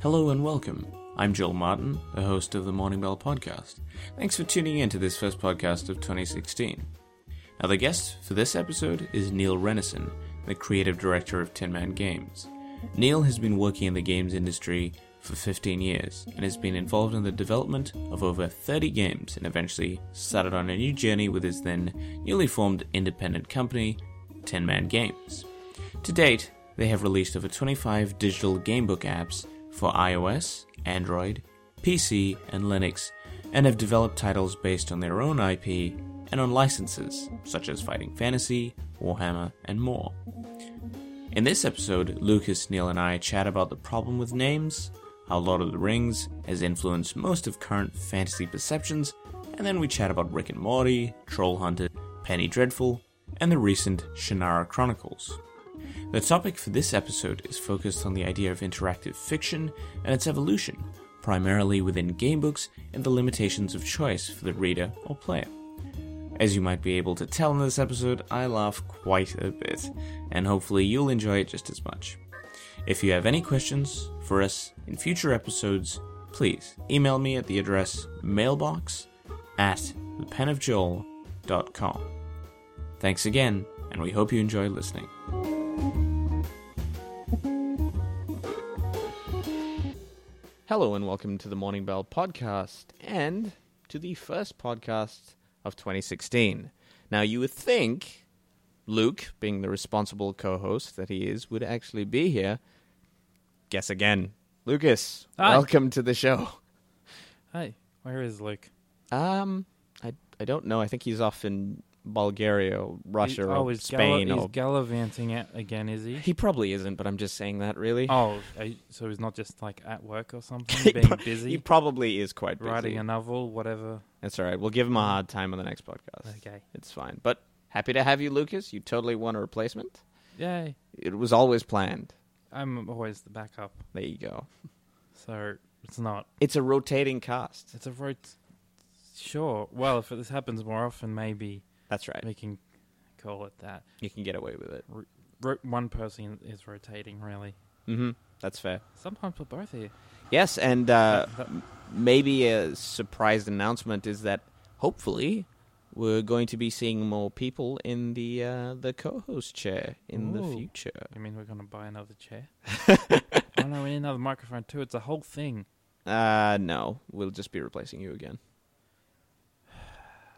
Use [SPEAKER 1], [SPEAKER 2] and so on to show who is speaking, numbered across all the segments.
[SPEAKER 1] Hello and welcome. I'm Joel Martin, the host of the Morning Bell podcast. Thanks for tuning in to this first podcast of 2016. Now, the guest for this episode is Neil Renison, the creative director of Tin Man Games. Neil has been working in the games industry for 15 years and has been involved in the development of over 30 games and eventually started on a new journey with his then newly formed independent company, Tin Man Games. To date, they have released over 25 digital gamebook apps for iOS, Android, PC, and Linux, and have developed titles based on their own IP and on licenses such as Fighting Fantasy, Warhammer, and more. In this episode, Lucas, Neil, and I chat about the problem with names, how Lord of the Rings has influenced most of current fantasy perceptions, and then we chat about Rick and Morty, Troll Hunter, Penny Dreadful, and the recent Shannara Chronicles. The topic for this episode is focused on the idea of interactive fiction and its evolution, primarily within gamebooks and the limitations of choice for the reader or player. As you might be able to tell in this episode, I laugh quite a bit, and hopefully you'll enjoy it just as much. If you have any questions for us in future episodes, please email me at the address mailbox at thepenofjoel.com. Thanks again, and we hope you enjoy listening.
[SPEAKER 2] Hello and welcome to the Morning Bell podcast and to the first podcast of 2016. Now, you would think Luke, being the responsible co host that he is, would actually be here. Guess again. Lucas,
[SPEAKER 3] Hi.
[SPEAKER 2] welcome to the show.
[SPEAKER 3] Hi, where is Luke?
[SPEAKER 2] Um, I, I don't know. I think he's off in Bulgaria, or Russia,
[SPEAKER 3] He's- oh,
[SPEAKER 2] or
[SPEAKER 3] he's
[SPEAKER 2] Spain.
[SPEAKER 3] galli-
[SPEAKER 2] or...
[SPEAKER 3] he's gallivanting it again, is he?
[SPEAKER 2] He probably isn't, but I'm just saying that really.
[SPEAKER 3] Oh, I- so he's not just like at work or
[SPEAKER 2] He
[SPEAKER 3] something, being
[SPEAKER 2] pro-
[SPEAKER 3] busy,
[SPEAKER 2] He probably is quite busy.
[SPEAKER 3] writing a novel, whatever.
[SPEAKER 2] That's all right. We'll give him a hard time on the next podcast.
[SPEAKER 3] Okay.
[SPEAKER 2] It's fine. But happy to have you, Lucas. You totally won a replacement.
[SPEAKER 3] Yay,
[SPEAKER 2] It was always planned.
[SPEAKER 3] I'm always the backup,
[SPEAKER 2] There you go.
[SPEAKER 3] so it's not.
[SPEAKER 2] It's a rotating cast.
[SPEAKER 3] It's a road. Sure. Well, if this happens more often, maybe
[SPEAKER 2] That's right.
[SPEAKER 3] we can call it that.
[SPEAKER 2] You can get away with it.
[SPEAKER 3] Ro- one person is rotating, really.
[SPEAKER 2] Mm-hmm. That's fair.
[SPEAKER 3] Sometimes we're both here.
[SPEAKER 2] Yes, and uh,
[SPEAKER 3] That-
[SPEAKER 2] maybe a surprise announcement is that hopefully we're going to be seeing more people in the uh, the co-host chair in the
[SPEAKER 3] Ooh.
[SPEAKER 2] future.
[SPEAKER 3] you mean we're gonna buy another chair? oh no, we need another microphone too. It's a whole thing.
[SPEAKER 2] Uh, no, we'll just be replacing you again.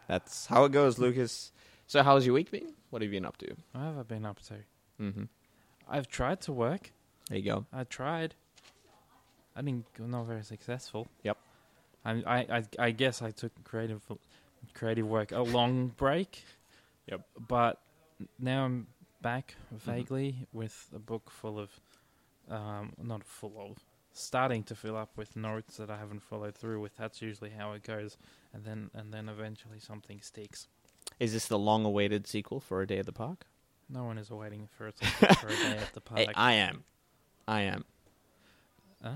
[SPEAKER 2] That's how it goes, Lucas. So, how's your week been? What have you been up to?
[SPEAKER 3] What have I been up to?
[SPEAKER 2] Mm-hmm.
[SPEAKER 3] I've tried to work.
[SPEAKER 2] There you go.
[SPEAKER 3] I tried. I didn't. I'm not very successful.
[SPEAKER 2] Yep.
[SPEAKER 3] I I I, I guess I took creative creative work a long break.
[SPEAKER 2] Yep. Mm-hmm.
[SPEAKER 3] But now I'm back vaguely with a book full of, um, not full of, starting to fill up with notes that I haven't followed through with. That's usually how it goes, and then and then eventually something sticks.
[SPEAKER 2] Is this the long-awaited sequel for A Day at the Park?
[SPEAKER 3] No one is waiting for it for a day at the park.
[SPEAKER 2] Hey, I am. I am.
[SPEAKER 3] Ah,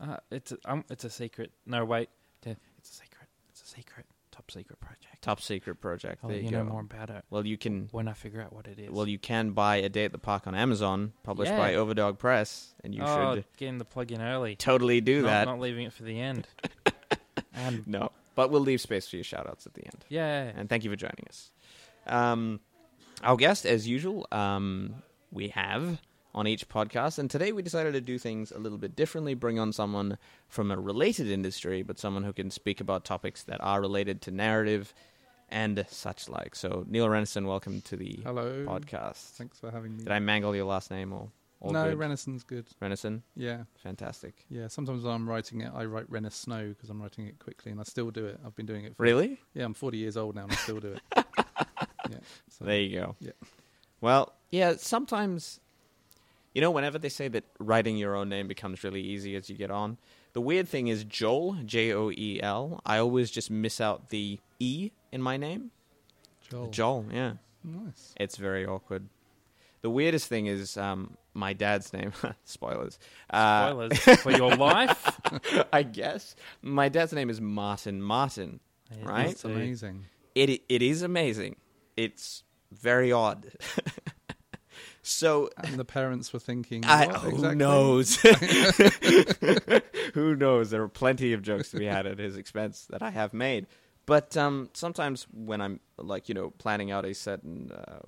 [SPEAKER 3] uh, it's a, um, it's a secret. No, wait, T- it's a secret. It's a secret. Top secret project.
[SPEAKER 2] Top secret project.
[SPEAKER 3] I'll
[SPEAKER 2] there
[SPEAKER 3] let
[SPEAKER 2] Oh, you,
[SPEAKER 3] you
[SPEAKER 2] go.
[SPEAKER 3] know more about it
[SPEAKER 2] Well, you can.
[SPEAKER 3] when I figure out what it is.
[SPEAKER 2] Well, you can buy A Day at the Park on Amazon, published
[SPEAKER 3] Yeah.
[SPEAKER 2] by Overdog Press, and you
[SPEAKER 3] oh,
[SPEAKER 2] should
[SPEAKER 3] getting the plug in early.
[SPEAKER 2] totally do
[SPEAKER 3] not,
[SPEAKER 2] that.
[SPEAKER 3] Not leaving it for the end. and
[SPEAKER 2] No, but we'll leave space for your shout-outs at the end.
[SPEAKER 3] yeah,
[SPEAKER 2] and thank you for joining us. Um, our guest, as usual, um, we have on each podcast, and today we decided to do things a little bit differently. Bring on someone from a related industry, but someone who can speak about topics that are related to narrative and such like. So, Neil Renison, welcome to the
[SPEAKER 4] Hello.
[SPEAKER 2] podcast.
[SPEAKER 4] Thanks for having me.
[SPEAKER 2] Did I mangle your last name or all
[SPEAKER 4] no,
[SPEAKER 2] good?
[SPEAKER 4] Renaissance good.
[SPEAKER 2] Renison?
[SPEAKER 4] Yeah,
[SPEAKER 2] Fantastic.
[SPEAKER 4] yeah. Sometimes when I'm writing it, I write Renna Snow because I'm writing it quickly, and I still do it. I've been doing it. For,
[SPEAKER 2] Really?
[SPEAKER 4] Yeah, I'm 40 years old now, and I still do it. yeah. So
[SPEAKER 2] There you go.
[SPEAKER 4] Yeah.
[SPEAKER 2] Well, yeah, sometimes you know, whenever they say that writing your own name becomes really easy as you get on, the weird thing is Joel, J O E L, I always just miss out the E in my name.
[SPEAKER 4] Joel.
[SPEAKER 2] Joel, yeah.
[SPEAKER 4] Nice.
[SPEAKER 2] It's very awkward. The weirdest thing is um, my dad's name. Spoilers. Uh,
[SPEAKER 3] spoilers for your life.
[SPEAKER 2] I guess. My dad's name is Martin Martin.
[SPEAKER 3] Yeah,
[SPEAKER 2] Right?
[SPEAKER 3] it's
[SPEAKER 4] That's amazing.
[SPEAKER 2] it it is amazing. It's very odd. So
[SPEAKER 4] And the parents were thinking,
[SPEAKER 2] I, oh,
[SPEAKER 4] what
[SPEAKER 2] who
[SPEAKER 4] exactly?
[SPEAKER 2] knows? who knows? There are plenty of jokes to be had at his expense that I have made. But um, sometimes when I'm like, you know, planning out a certain uh,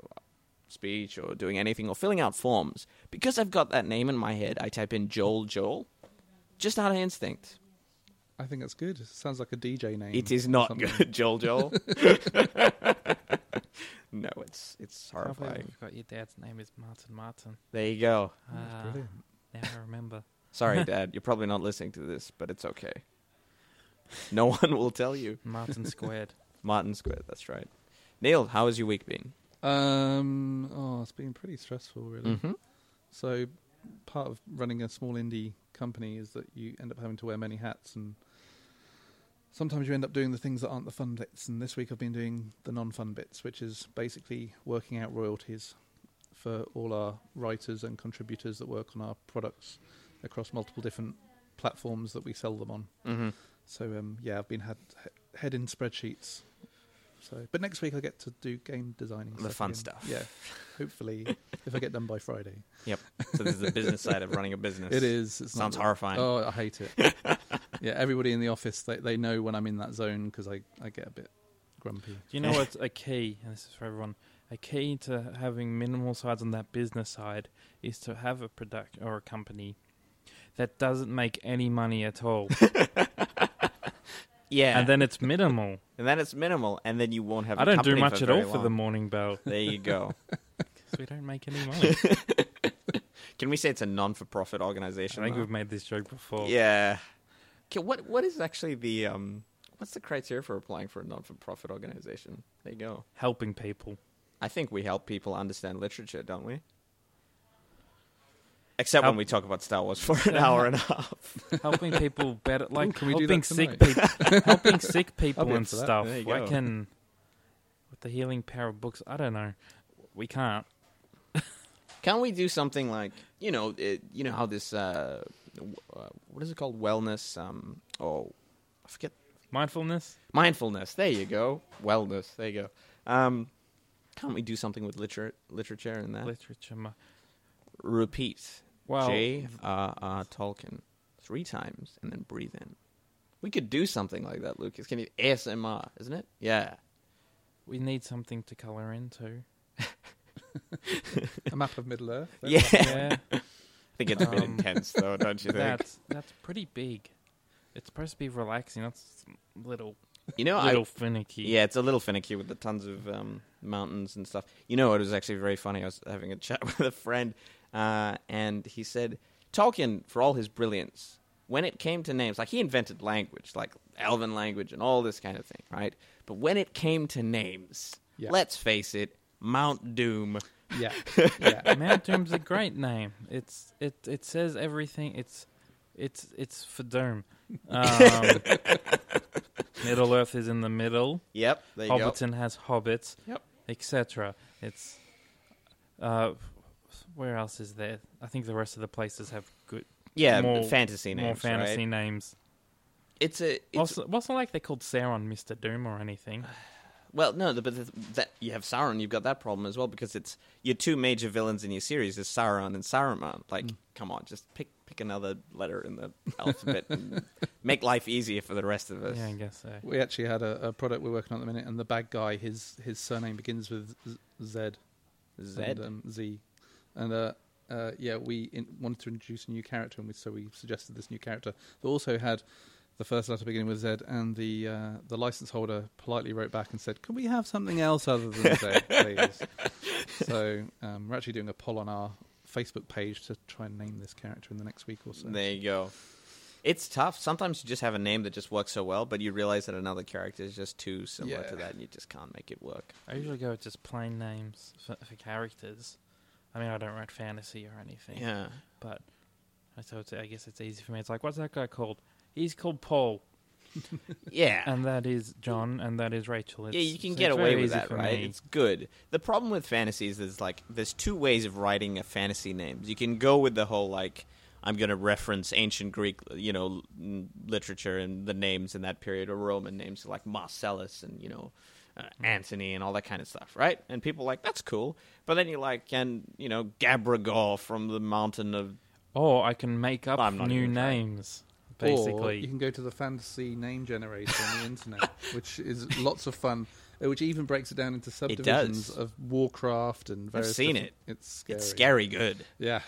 [SPEAKER 2] speech or doing anything or filling out forms, because I've got that name in my head, I type in Joel Joel, just out of instinct.
[SPEAKER 4] I think that's good. It sounds like a DJ name.
[SPEAKER 2] It is
[SPEAKER 4] or
[SPEAKER 2] not
[SPEAKER 4] something.
[SPEAKER 2] good, Joel Joel. no, it's it's
[SPEAKER 3] I can't believe
[SPEAKER 2] horrifying.
[SPEAKER 3] I forgot your dad's name is Martin Martin.
[SPEAKER 2] There you go.
[SPEAKER 3] Ah,
[SPEAKER 4] Brilliant.
[SPEAKER 3] now I remember.
[SPEAKER 2] Sorry, Dad. You're probably not listening to this, but it's okay. No one will tell you.
[SPEAKER 3] Martin squared.
[SPEAKER 2] Martin Square, that's right. Neil, how has your week been?
[SPEAKER 4] Um, oh, it's been pretty stressful, really.
[SPEAKER 2] Mm-hmm.
[SPEAKER 4] So, part of running a small indie company is that you end up having to wear many hats, and sometimes you end up doing the things that aren't the fun bits. And this week I've been doing the non fun bits, which is basically working out royalties for all our writers and contributors that work on our products across multiple different platforms that we sell them on.
[SPEAKER 2] Mm-hmm.
[SPEAKER 4] So, um, yeah, I've been had, he- head in spreadsheets. So, but next week I get to do game designing.
[SPEAKER 2] The fun
[SPEAKER 4] again.
[SPEAKER 2] stuff.
[SPEAKER 4] Yeah, hopefully, if I get done by Friday.
[SPEAKER 2] So this is the business side of running a business.
[SPEAKER 4] It is. It's
[SPEAKER 2] Sounds
[SPEAKER 4] not,
[SPEAKER 2] horrifying.
[SPEAKER 4] Oh, I hate it. yeah, everybody in the office they, they know when I'm in that zone because I, I get a bit grumpy.
[SPEAKER 3] Do you know what's a key, and this is for everyone, a key to having minimal sides on that business side is to have a product or a company that doesn't make any money at all.
[SPEAKER 2] Yeah.
[SPEAKER 3] And then it's minimal.
[SPEAKER 2] and then it's minimal, and then you won't have.
[SPEAKER 3] I
[SPEAKER 2] a
[SPEAKER 3] don't do
[SPEAKER 2] company
[SPEAKER 3] much
[SPEAKER 2] for
[SPEAKER 3] at all
[SPEAKER 2] very
[SPEAKER 3] for the
[SPEAKER 2] long.
[SPEAKER 3] morning bell
[SPEAKER 2] There you go.
[SPEAKER 3] because we don't make any money.
[SPEAKER 2] Can we say it's a non-for-profit
[SPEAKER 3] I
[SPEAKER 2] organization?
[SPEAKER 3] think
[SPEAKER 2] though?
[SPEAKER 3] we've made this joke before.
[SPEAKER 2] Yeah. Okay, what what is actually the um what's the criteria for applying for a non-for-profit organization? There you go.
[SPEAKER 3] Helping people.
[SPEAKER 2] I think we help people understand literature, don't we? Except when
[SPEAKER 3] Help-
[SPEAKER 2] we talk about Star Wars for an hour and a half.
[SPEAKER 3] helping people better like
[SPEAKER 4] can we do
[SPEAKER 3] helping
[SPEAKER 4] that
[SPEAKER 3] sick people helping sick people
[SPEAKER 4] up
[SPEAKER 3] and
[SPEAKER 4] for that.
[SPEAKER 3] stuff.
[SPEAKER 2] There you
[SPEAKER 3] Why
[SPEAKER 2] go.
[SPEAKER 3] can with the healing power of books, I don't know. We can't.
[SPEAKER 2] Can we do something like you know it, you know how this uh, w- uh, what is it called wellness um oh I forget
[SPEAKER 3] Mindfulness?
[SPEAKER 2] mindfulness there you go wellness there you go um can't we do something with literature literature and that
[SPEAKER 3] Literature mi-
[SPEAKER 2] repeat
[SPEAKER 3] well
[SPEAKER 2] J R R Tolkien three times and then breathe in we could do something like that Lucas can you ASMR isn't it yeah
[SPEAKER 3] we need something to colour into.
[SPEAKER 4] A map of Middle Earth.
[SPEAKER 2] yeah I
[SPEAKER 3] Yeah.
[SPEAKER 2] think it's a bit
[SPEAKER 3] Um,
[SPEAKER 2] intense though don't you think
[SPEAKER 3] that's that's pretty big. It's supposed to be relaxing. That's little
[SPEAKER 2] you know I
[SPEAKER 3] little finicky.
[SPEAKER 2] Yeah, it's a little finicky with the tons of um, mountains and stuff. You know, it was actually very funny. I was having a chat with a friend, uh, and he said Tolkien, for all his brilliance, when it came to names, like he invented language, like Elven language and all this kind of thing, right? But when it came to names,
[SPEAKER 4] Yeah.
[SPEAKER 2] let's face it, Mount Doom.
[SPEAKER 4] yeah, yeah.
[SPEAKER 3] Mount Doom's a great name. It's it it says everything. It's it's it's for Doom. Um, Middle Earth is in the middle.
[SPEAKER 2] Yep, there you
[SPEAKER 3] Hobbiton has hobbits.
[SPEAKER 2] Yep.
[SPEAKER 3] Etc. It's uh, where else is there? I think the rest of the places have good
[SPEAKER 2] go. Yeah,
[SPEAKER 3] more-
[SPEAKER 2] fantasy names.
[SPEAKER 3] more fantasy
[SPEAKER 2] Right?
[SPEAKER 3] names.
[SPEAKER 2] It's a it's,
[SPEAKER 3] What's what's not like they called Sauron Mr. Doom or anything.
[SPEAKER 2] Well, no, the- but the, that you have Sauron, you've got that problem as well because it's your two major villains in your series is Sauron and Saruman. Like, come on, just pick pick another letter in the alphabet and make life easier for the rest of us.
[SPEAKER 3] Yeah, I guess so.
[SPEAKER 4] We actually had a, a product we're working on at the minute, and the bad guy his his surname begins with Z. Zed.
[SPEAKER 2] Zed.
[SPEAKER 4] And, um, Z. And uh, uh, yeah, we in, wanted to introduce a new character, and we, so we suggested this new character that also had the first letter beginning with Z. And the uh, the license holder politely wrote back and said, "Can we have something else other than Z, please?" so um, we're actually doing a poll on our Facebook page to try and name this character in the next week or so.
[SPEAKER 2] there you go. It's tough. Sometimes you just have a name that just works so well, but you realize that another character is just too similar
[SPEAKER 4] Yeah.
[SPEAKER 2] to that, and you just can't make it work.
[SPEAKER 3] I usually go with just plain names for, for characters. I mean, I don't write fantasy or anything.
[SPEAKER 2] Yeah.
[SPEAKER 3] But I thought I guess it's easy for me. It's like, what's that guy called? He's called Paul,
[SPEAKER 2] Yeah.
[SPEAKER 3] and that is John, and that is Rachel. It's,
[SPEAKER 2] yeah, you can
[SPEAKER 3] so
[SPEAKER 2] get
[SPEAKER 3] it's very
[SPEAKER 2] away with
[SPEAKER 3] easy
[SPEAKER 2] that,
[SPEAKER 3] for
[SPEAKER 2] right?
[SPEAKER 3] me.
[SPEAKER 2] It's good. The problem with fantasies is like there's two ways of writing a fantasy name. You can go with the whole like I'm going to reference ancient Greek, you know, l- literature and the names in that period or Roman names like Marcellus and you know uh, Anthony and all that kind of stuff, right? And people are like that's cool, but then you like and you know Gabragor from the Mountain of
[SPEAKER 3] Or I can make up
[SPEAKER 2] I'm not
[SPEAKER 3] new
[SPEAKER 2] even trying.
[SPEAKER 3] names,
[SPEAKER 4] Or you
[SPEAKER 3] basically.
[SPEAKER 4] can go to the fantasy name generator on the internet, which is lots of fun, uh, which even breaks it down into subdivisions
[SPEAKER 2] does.
[SPEAKER 4] of Warcraft and various.
[SPEAKER 2] seen
[SPEAKER 4] different- It's scary.
[SPEAKER 2] it's scary good.
[SPEAKER 4] Yeah.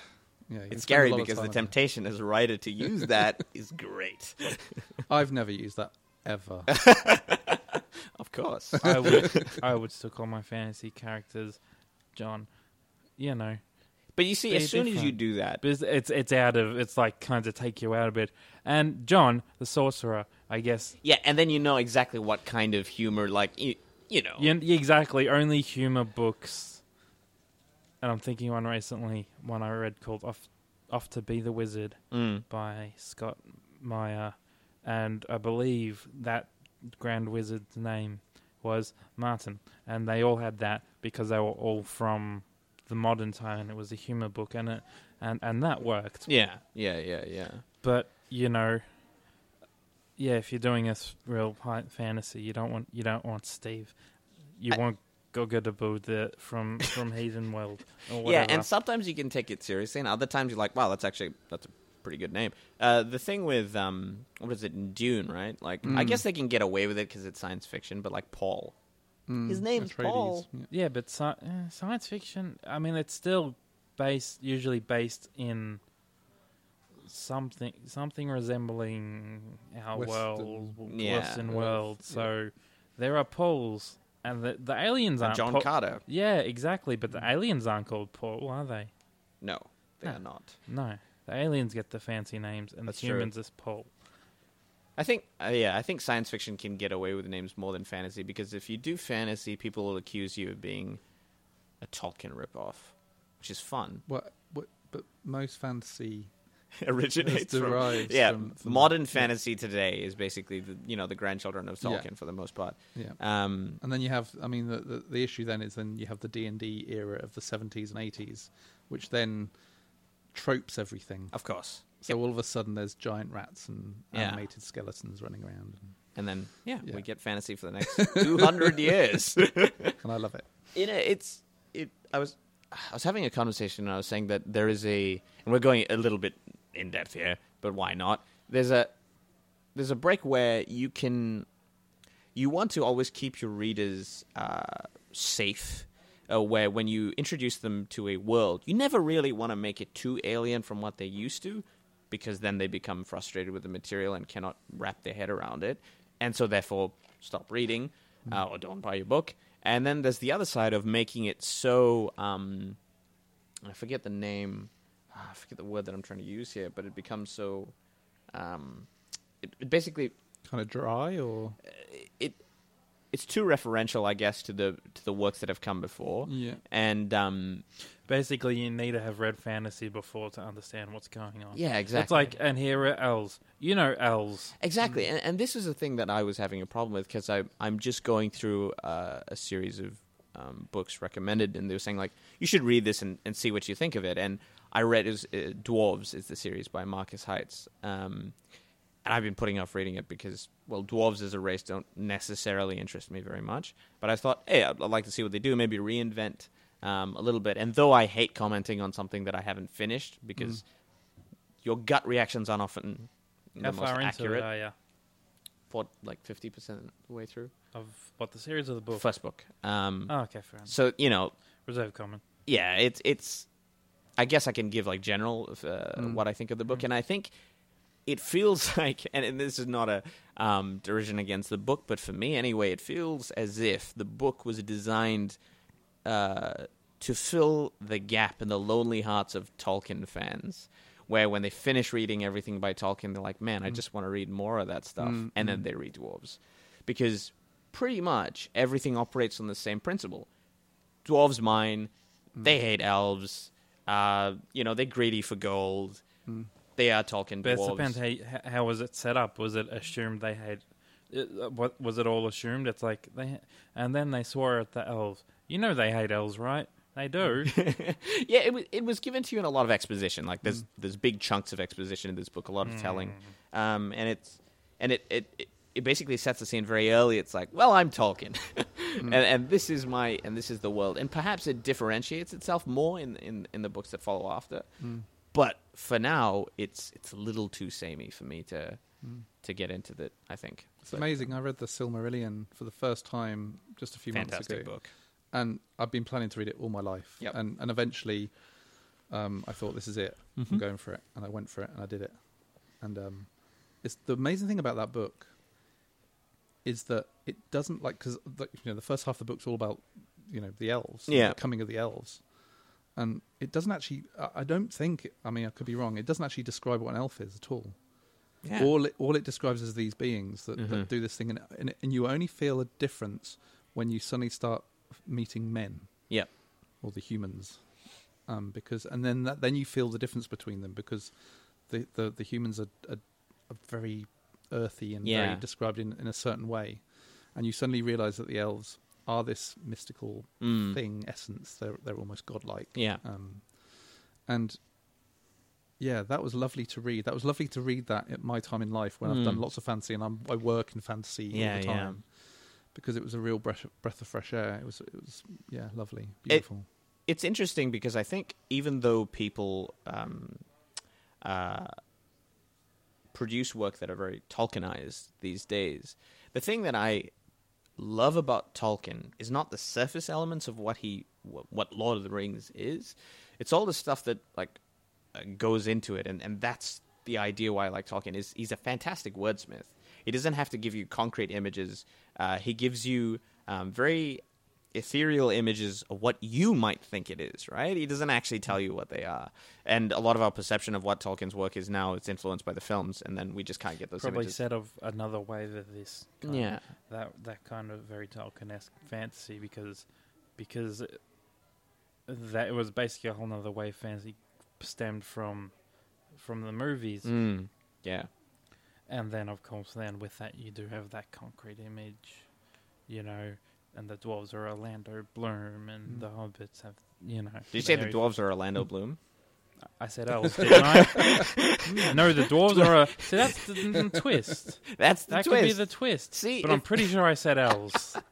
[SPEAKER 4] Yeah, you can
[SPEAKER 2] It's
[SPEAKER 4] spend a
[SPEAKER 2] scary
[SPEAKER 4] lot of
[SPEAKER 2] because the
[SPEAKER 4] time on it.
[SPEAKER 2] temptation as a writer to use that is great.
[SPEAKER 4] I've never used that ever.
[SPEAKER 2] Of course.
[SPEAKER 3] I would I would still call my fantasy characters John. You know.
[SPEAKER 2] But you see,
[SPEAKER 3] They're
[SPEAKER 2] as soon as you
[SPEAKER 3] different.
[SPEAKER 2] do that,
[SPEAKER 3] But it's, it's it's out of it's like kind of take you out a bit. And John, the sorcerer, I guess.
[SPEAKER 2] yeah, and then you know exactly what kind of humor, like, you, you know.
[SPEAKER 3] Yeah, exactly. Only humor books. And I'm thinking one recently, one I read called "Off, Off to Be the Wizard"
[SPEAKER 2] Mm.
[SPEAKER 3] by Scott Meyer, and I believe that Grand Wizard's name was Martin, and they all had that because they were all from the modern time, and it was a humor book, and it and and that worked.
[SPEAKER 2] Yeah, yeah, yeah, yeah.
[SPEAKER 3] but you know, yeah, if you're doing a s- real high fantasy, you don't want you don't want Steve, you
[SPEAKER 2] I-
[SPEAKER 3] want Goga the Buddha from from Heathen World or
[SPEAKER 2] Yeah,
[SPEAKER 3] whatever.
[SPEAKER 2] and sometimes you can take it seriously, and other times you're like, wow, that's actually, that's a pretty good name. Uh, the thing with, um, what is it, Dune, right? Like, I
[SPEAKER 3] Mm.
[SPEAKER 2] guess they can get away with it because it's science fiction, but like Paul. His name's
[SPEAKER 4] Atreides.
[SPEAKER 2] Paul.
[SPEAKER 4] Hmm, Yeah.
[SPEAKER 3] yeah, but sci- eh, science fiction. I mean, it's still based usually based in something something resembling our
[SPEAKER 4] Western-
[SPEAKER 3] world, w-
[SPEAKER 2] Yeah.
[SPEAKER 3] Western
[SPEAKER 4] Earth,
[SPEAKER 3] world. So there are poles, and the the aliens
[SPEAKER 2] And
[SPEAKER 3] aren't
[SPEAKER 2] John Mm.
[SPEAKER 3] Paul-
[SPEAKER 2] Carter.
[SPEAKER 3] Yeah, exactly. But the aliens aren't called Paul, are they?
[SPEAKER 2] No, they
[SPEAKER 3] No.
[SPEAKER 2] are not.
[SPEAKER 3] No, the aliens get the fancy names, and
[SPEAKER 2] That's
[SPEAKER 3] the
[SPEAKER 2] true.
[SPEAKER 3] humans is Paul.
[SPEAKER 2] I think, uh, yeah, I think science fiction can get away with names more than fantasy because if you do fantasy, people will accuse you of being a Tolkien ripoff, which is fun.
[SPEAKER 4] What, what, but most fantasy
[SPEAKER 2] Originates from
[SPEAKER 4] derived
[SPEAKER 2] yeah,
[SPEAKER 4] from- from-
[SPEAKER 2] modern fantasy today is basically the, you know the grandchildren of
[SPEAKER 4] Yeah.
[SPEAKER 2] Tolkien for the most part.
[SPEAKER 4] Yeah.
[SPEAKER 2] Um,
[SPEAKER 4] And then you have, I mean, the, the, the issue then is then you have the D and D era of the seventies and eighties, which then tropes everything.
[SPEAKER 2] of course,
[SPEAKER 4] So all of a sudden, there's giant rats and
[SPEAKER 2] Yeah.
[SPEAKER 4] animated skeletons running around,
[SPEAKER 2] and then yeah,
[SPEAKER 4] Yeah.
[SPEAKER 2] we get fantasy for the next two hundred years.
[SPEAKER 4] and, and I love it.
[SPEAKER 2] you know, it's it. I was I was having a conversation and I was saying that there is a, and we're going a little bit in depth here, but why not? There's a there's a break where you can you want to always keep your readers uh, safe. Uh, where when you introduce them to a world, you never really want to make it too alien from what they're used to, because then they become frustrated with the material and cannot wrap their head around it, and so therefore stop reading uh, or don't buy your book. And then there's the other side of making it so um, I forget the name, ah, I forget the word that I'm trying to use here, but it becomes so. Um, it, it basically
[SPEAKER 4] Kind of dry, or
[SPEAKER 2] it it's too referential, I guess, to the to the works that have come before.
[SPEAKER 3] Mm.
[SPEAKER 4] Yeah.
[SPEAKER 2] And um,
[SPEAKER 3] Basically, you need to have read fantasy before to understand what's going on.
[SPEAKER 2] yeah, exactly.
[SPEAKER 3] It's like, and here are elves. You know elves.
[SPEAKER 2] Exactly,
[SPEAKER 3] Mm-hmm.
[SPEAKER 2] and, and this is the thing that I was having a problem with because I I'm just going through uh, a series of um, books recommended, and they were saying like you should read this and, and see what you think of it. And I read is uh, Dwarves is the series by Marcus Heitz, um, and I've been putting off reading it because well, dwarves as a race don't necessarily interest me very much. But I thought, hey, I'd, I'd like to see what they do, maybe reinvent um, a little bit. And though I hate commenting on something that I haven't finished
[SPEAKER 3] Mm.
[SPEAKER 2] because your gut reactions aren't often the
[SPEAKER 3] How
[SPEAKER 2] most
[SPEAKER 3] far into
[SPEAKER 2] accurate
[SPEAKER 3] it are you?
[SPEAKER 2] for like 50% of the way through
[SPEAKER 3] Of what the series of the book?
[SPEAKER 2] first book um
[SPEAKER 3] Oh, okay, fair enough.
[SPEAKER 2] so you know
[SPEAKER 3] Reserve comment.
[SPEAKER 2] yeah it's it's i guess i can give like general of, uh, what i think of the book and i think it feels like and, and this is not a um derision against the book but for me anyway it feels as if the book was designed uh to fill the gap in the lonely hearts of tolkien fans where when they finish reading everything by tolkien they're like man i just want to read more of that stuff and then they read dwarves because pretty much everything operates on the same principle dwarves mine. They hate elves. Uh, you know, they're greedy for gold. They are Tolkien
[SPEAKER 3] But it
[SPEAKER 2] dwarves.
[SPEAKER 3] depends how, you- h- how was it set up. Was it assumed they had? It, uh, what was it all assumed? It's like they, ha- and then they swore at the elves. You know they hate elves, right? They do.
[SPEAKER 2] yeah, it was it was given to you in a lot of exposition. Like there's there's big chunks of exposition in this book, a lot of telling, um, and it's and it, it it it basically sets the scene very early. It's like, well, I'm Tolkien, and, and this is my and this is the world, and perhaps it differentiates itself more in in, in the books that follow after.
[SPEAKER 4] Mm,
[SPEAKER 2] But for now, it's it's a little too samey for me to to get into that. I think
[SPEAKER 4] mm. It's amazing. I read the Silmarillion for the first time just a few
[SPEAKER 2] fantastic
[SPEAKER 4] months ago,
[SPEAKER 2] book.
[SPEAKER 4] and I've been planning to read it all my life.
[SPEAKER 2] Yep.
[SPEAKER 4] And and eventually, um, I thought this is it.
[SPEAKER 2] Mm-hmm.
[SPEAKER 4] I'm going for it, and I went for it, and I did it. And um, it's the amazing thing about that book is that it doesn't like because you know the first half of the book's all about you know the elves, and
[SPEAKER 2] Yeah.
[SPEAKER 4] the coming of the elves, and it doesn't actually. I- I don't think. I mean, I could be wrong. It doesn't actually describe what an elf is at all.
[SPEAKER 2] Yeah.
[SPEAKER 4] All it, all it describes is these beings that,
[SPEAKER 2] Mhm.
[SPEAKER 4] that do this thing, and, and and you only feel a difference when you suddenly start meeting men
[SPEAKER 2] yeah.
[SPEAKER 4] or the humans, um, because and then that, then you feel the difference between them because the the, the humans are, are, are very earthy and
[SPEAKER 2] Yeah.
[SPEAKER 4] very described in, in a certain way, and you suddenly realize that the elves are this mystical
[SPEAKER 2] Mm.
[SPEAKER 4] thing essence. They're they're almost godlike.
[SPEAKER 2] Yeah.
[SPEAKER 4] Um, and yeah, that was lovely to read. That was lovely to read that at my time in life when
[SPEAKER 2] Hmm.
[SPEAKER 4] I've done lots of fantasy and I'm, I work in fantasy
[SPEAKER 2] Yeah,
[SPEAKER 4] all the
[SPEAKER 2] yeah.
[SPEAKER 4] time because it was a real breath, breath of fresh air. It was, it was yeah, lovely, beautiful.
[SPEAKER 2] it's interesting because I think even though people um, uh, produce work that are very Tolkienized these days, the thing that I love about Tolkien is not the surface elements of what he wh- what Lord of the Rings is. It's all the stuff that like uh, goes into it, and and that's the idea why I like Tolkien is he's a fantastic wordsmith. He doesn't have to give you concrete images. Uh, he gives you um, very ethereal images of what you might think it is, right? He doesn't actually tell you what they are. And a lot of our perception of what Tolkien's work is now is influenced by the films, and then we just can't get those
[SPEAKER 3] Probably
[SPEAKER 2] images.
[SPEAKER 3] said of another way that this. kind of-
[SPEAKER 2] Yeah.
[SPEAKER 3] that that kind of very Tolkien-esque fantasy because because that was basically a whole nother way fantasy stemmed from from the movies
[SPEAKER 2] Mm. Yeah.
[SPEAKER 3] and then of course then with that you do have that concrete image you know and the dwarves are Orlando Bloom and
[SPEAKER 4] Mm.
[SPEAKER 3] the hobbits have you know
[SPEAKER 2] Did you say
[SPEAKER 3] they
[SPEAKER 2] the
[SPEAKER 3] are-
[SPEAKER 2] dwarves are Orlando Bloom?
[SPEAKER 3] I said elves didn't I no the dwarves are a see that's the, the twist
[SPEAKER 2] That's the
[SPEAKER 3] that
[SPEAKER 2] twist.
[SPEAKER 3] could be the twist
[SPEAKER 2] See,
[SPEAKER 3] but I'm
[SPEAKER 2] if-
[SPEAKER 3] pretty sure I said elves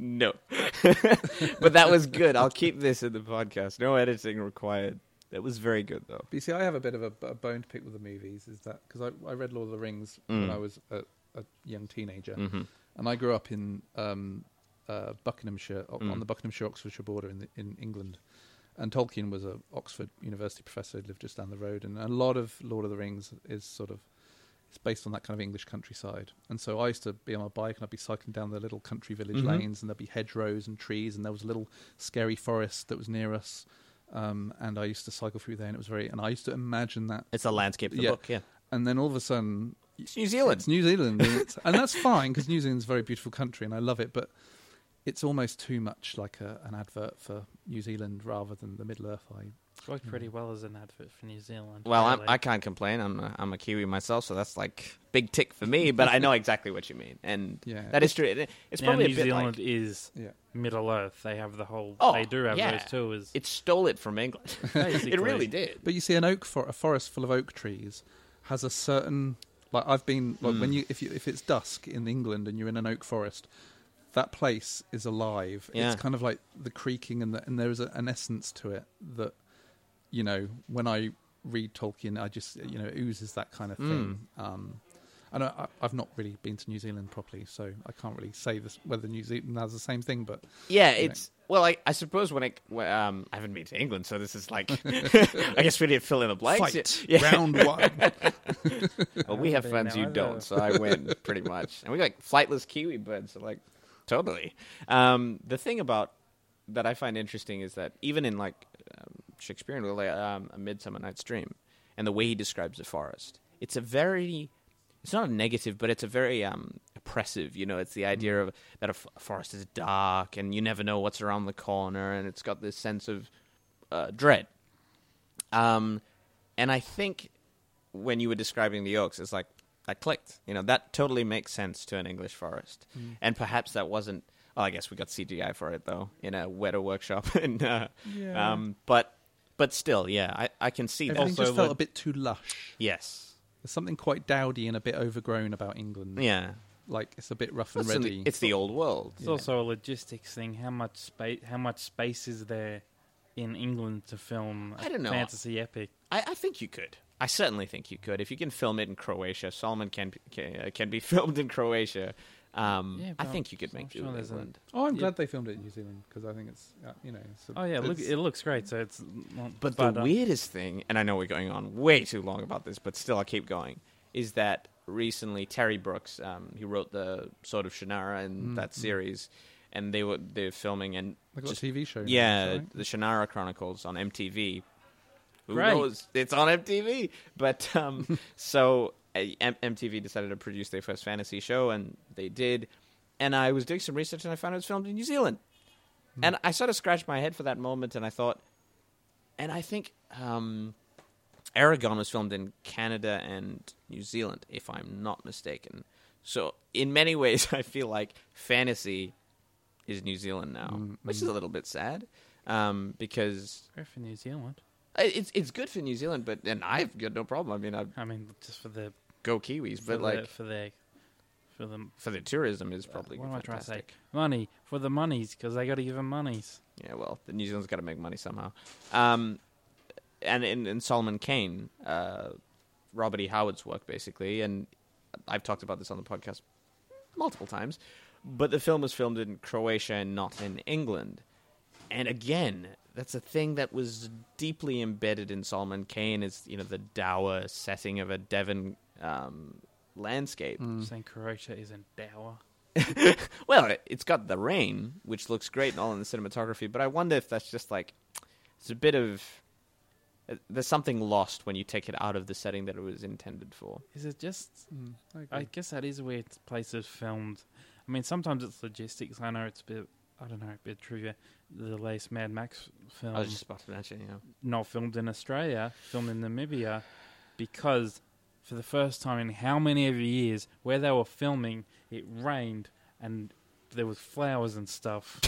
[SPEAKER 2] No. but that was good. I'll keep this in the podcast. No editing required. That was very good, though.
[SPEAKER 4] But you see, I have a bit of a, a bone to pick with the movies is that because I, I read Lord of the Rings when
[SPEAKER 2] Mm.
[SPEAKER 4] I was a, a young teenager,
[SPEAKER 2] Mhm.
[SPEAKER 4] and I grew up in um, uh, Buckinghamshire o-
[SPEAKER 2] Mm.
[SPEAKER 4] on the Buckinghamshire Oxfordshire border in the, in England. And Tolkien was a Oxford University professor who lived just down the road, and a lot of Lord of the Rings is sort of it's based on that kind of English countryside. And so I used to be on my bike and I'd be cycling down the little country village
[SPEAKER 2] Mhm.
[SPEAKER 4] lanes, and there'd be hedgerows and trees, and there was a little scary forest that was near us. Um, and I used to cycle through there, and it was very. And I used to imagine that.
[SPEAKER 2] It's a landscape of the
[SPEAKER 4] Yeah.
[SPEAKER 2] book, yeah.
[SPEAKER 4] And then all of a sudden,
[SPEAKER 2] It's New Zealand.
[SPEAKER 4] it's New Zealand, and, it's- and that's fine because New Zealand's a very beautiful country, and I love it. But it's almost too much like a, an advert for New Zealand rather than the Middle Earth. I
[SPEAKER 3] Worked
[SPEAKER 4] Mm.
[SPEAKER 3] pretty well as an advert for New Zealand.
[SPEAKER 2] Well, I'm,
[SPEAKER 3] really.
[SPEAKER 2] I can't complain. I'm a, I'm a Kiwi myself, so that's like big tick for me. But I know exactly what you mean, and
[SPEAKER 4] Yeah.
[SPEAKER 2] that is true. It- It's
[SPEAKER 3] Now,
[SPEAKER 2] probably
[SPEAKER 3] New
[SPEAKER 2] a bit
[SPEAKER 3] Zealand
[SPEAKER 2] like
[SPEAKER 3] is
[SPEAKER 4] yeah.
[SPEAKER 3] Middle Earth. They have the whole.
[SPEAKER 2] Oh,
[SPEAKER 3] they do have
[SPEAKER 2] yeah.
[SPEAKER 3] those tours.
[SPEAKER 2] it stole it from England.
[SPEAKER 3] Basically.
[SPEAKER 2] it really did.
[SPEAKER 4] But you see, an oak for a forest full of oak trees has a certain like I've been like
[SPEAKER 2] Hmm.
[SPEAKER 4] when you if you if it's dusk in England and you're in an oak forest, that place is alive.
[SPEAKER 2] Yeah.
[SPEAKER 4] It's kind of like the creaking and the, and there is a, an essence to it that you know when I read Tolkien, I just you know it oozes that kind
[SPEAKER 2] Hmm.
[SPEAKER 4] of thing. Um, and I, I- I've not really been to New Zealand properly, so I can't really say this, whether New Zealand has the same thing. But
[SPEAKER 2] Yeah,
[SPEAKER 4] you know.
[SPEAKER 2] it's well. I, I suppose when I when, um I haven't been to England, so this is like I guess we didn't fill in the blanks.
[SPEAKER 4] fight
[SPEAKER 2] Yeah,
[SPEAKER 4] round one.
[SPEAKER 2] Well, we have
[SPEAKER 3] They
[SPEAKER 2] friends
[SPEAKER 3] know
[SPEAKER 2] you
[SPEAKER 3] the-
[SPEAKER 2] don't, so I win pretty much. And we got like flightless kiwi birds, so like totally. Um, the thing about that I find interesting is that even in like um, Shakespearean, well, like um, A Midsummer Night's Dream, and the way he describes the forest, it's a very it's not a negative, but it's a very um, oppressive. You know, it's the idea of that a f- forest is dark and you never know what's around the corner, and it's got this sense of uh, dread. Um, and I think when you were describing the oaks, it's like that clicked. You know, that totally makes sense to an English forest,
[SPEAKER 4] Mm.
[SPEAKER 2] and perhaps that wasn't. Well, I guess we got CGI for it though in a wetter workshop, and uh,
[SPEAKER 4] Yeah.
[SPEAKER 2] um, but but still, yeah, I, I can see that.
[SPEAKER 4] Everything
[SPEAKER 3] Also,
[SPEAKER 4] just felt
[SPEAKER 3] like-
[SPEAKER 4] a bit too lush.
[SPEAKER 2] yes,
[SPEAKER 4] There's something quite dowdy and a bit overgrown about England.
[SPEAKER 2] yeah,
[SPEAKER 4] like it's a bit rough and
[SPEAKER 2] It's in the-
[SPEAKER 4] ready.
[SPEAKER 2] it's the old world.
[SPEAKER 3] It's
[SPEAKER 4] Yeah.
[SPEAKER 3] also a logistics thing. How much space? How much space is there in England to film a
[SPEAKER 2] I don't know.
[SPEAKER 3] fantasy epic?
[SPEAKER 2] I, I think you could. I certainly think you could. If you can film it in Croatia, Solomon can can, uh, can be filmed in Croatia. Um,
[SPEAKER 3] Yeah,
[SPEAKER 2] I
[SPEAKER 3] but
[SPEAKER 2] think you could
[SPEAKER 3] I'm
[SPEAKER 2] make do
[SPEAKER 3] sure
[SPEAKER 2] in
[SPEAKER 3] there's an-
[SPEAKER 2] England.
[SPEAKER 4] oh, I'm
[SPEAKER 3] yeah.
[SPEAKER 4] glad they filmed it in New Zealand because I think it's uh, you know. It's a-
[SPEAKER 3] Oh yeah, look,
[SPEAKER 4] it's-
[SPEAKER 3] it looks great. So it's not,
[SPEAKER 2] But, the
[SPEAKER 3] uh,
[SPEAKER 2] weirdest thing, and I know we're going on way too long about this, but still I keep going, is that recently Terry Brooks, um, he wrote the Sword of Shannara and
[SPEAKER 4] Mm,
[SPEAKER 2] that
[SPEAKER 4] mm.
[SPEAKER 2] series, and they were they're filming and
[SPEAKER 4] They've got
[SPEAKER 2] just-
[SPEAKER 4] a TV show. now,
[SPEAKER 2] yeah,
[SPEAKER 4] right?
[SPEAKER 2] the Shannara Chronicles on MTV. Who
[SPEAKER 3] Great.
[SPEAKER 2] knows? It's on MTV. But um, so uh, M- MTV decided to produce their first fantasy show, and they did. And I was doing some research, and I found it was filmed in New Zealand. And I sort of scratched my head for that moment, and I thought, and I think um, Aragon was filmed in Canada and New Zealand, if I'm not mistaken. So in many ways, I feel like fantasy is New Zealand now,
[SPEAKER 3] Mm,
[SPEAKER 2] which is a little bit sad um, because
[SPEAKER 3] Great for New Zealand.
[SPEAKER 2] i- it's it's good for New Zealand, but and I've got no problem. I mean, I
[SPEAKER 3] I mean, just for the
[SPEAKER 2] go Kiwis,
[SPEAKER 3] for
[SPEAKER 2] but like
[SPEAKER 3] the, for the for the
[SPEAKER 2] for the tourism is probably
[SPEAKER 3] what am I trying to say?
[SPEAKER 2] fantastic.
[SPEAKER 3] Money for the monies because they got to give them monies.
[SPEAKER 2] Yeah, well, the New Zealand's got to make money somehow. Um, and in, in Solomon Kane, uh, Robert E. Howard's work, basically, and I've talked about this on the podcast multiple times, but the film was filmed in Croatia and not in England. And again, that's a thing that was deeply embedded in Solomon Kane is, you know, the dour setting of a Devon um, landscape.
[SPEAKER 4] Mm.
[SPEAKER 3] Saying Croatia isn't dour.
[SPEAKER 2] Well, it, it's got the rain, which looks great and all in the cinematography, but I wonder if that's just like it's a bit of uh, there's something lost when you take it out of the setting that it was intended for.
[SPEAKER 3] Is it just
[SPEAKER 4] Mm, I agree.
[SPEAKER 3] I guess that is where it's places filmed. I mean, sometimes it's logistics. I know it's a bit, I don't know, a bit trivia. The latest Mad Max film,
[SPEAKER 2] I was just about to mention, you know,
[SPEAKER 3] not filmed in Australia, filmed in Namibia, because for the first time in how many ever years, where they were filming, it rained and there was flowers and stuff.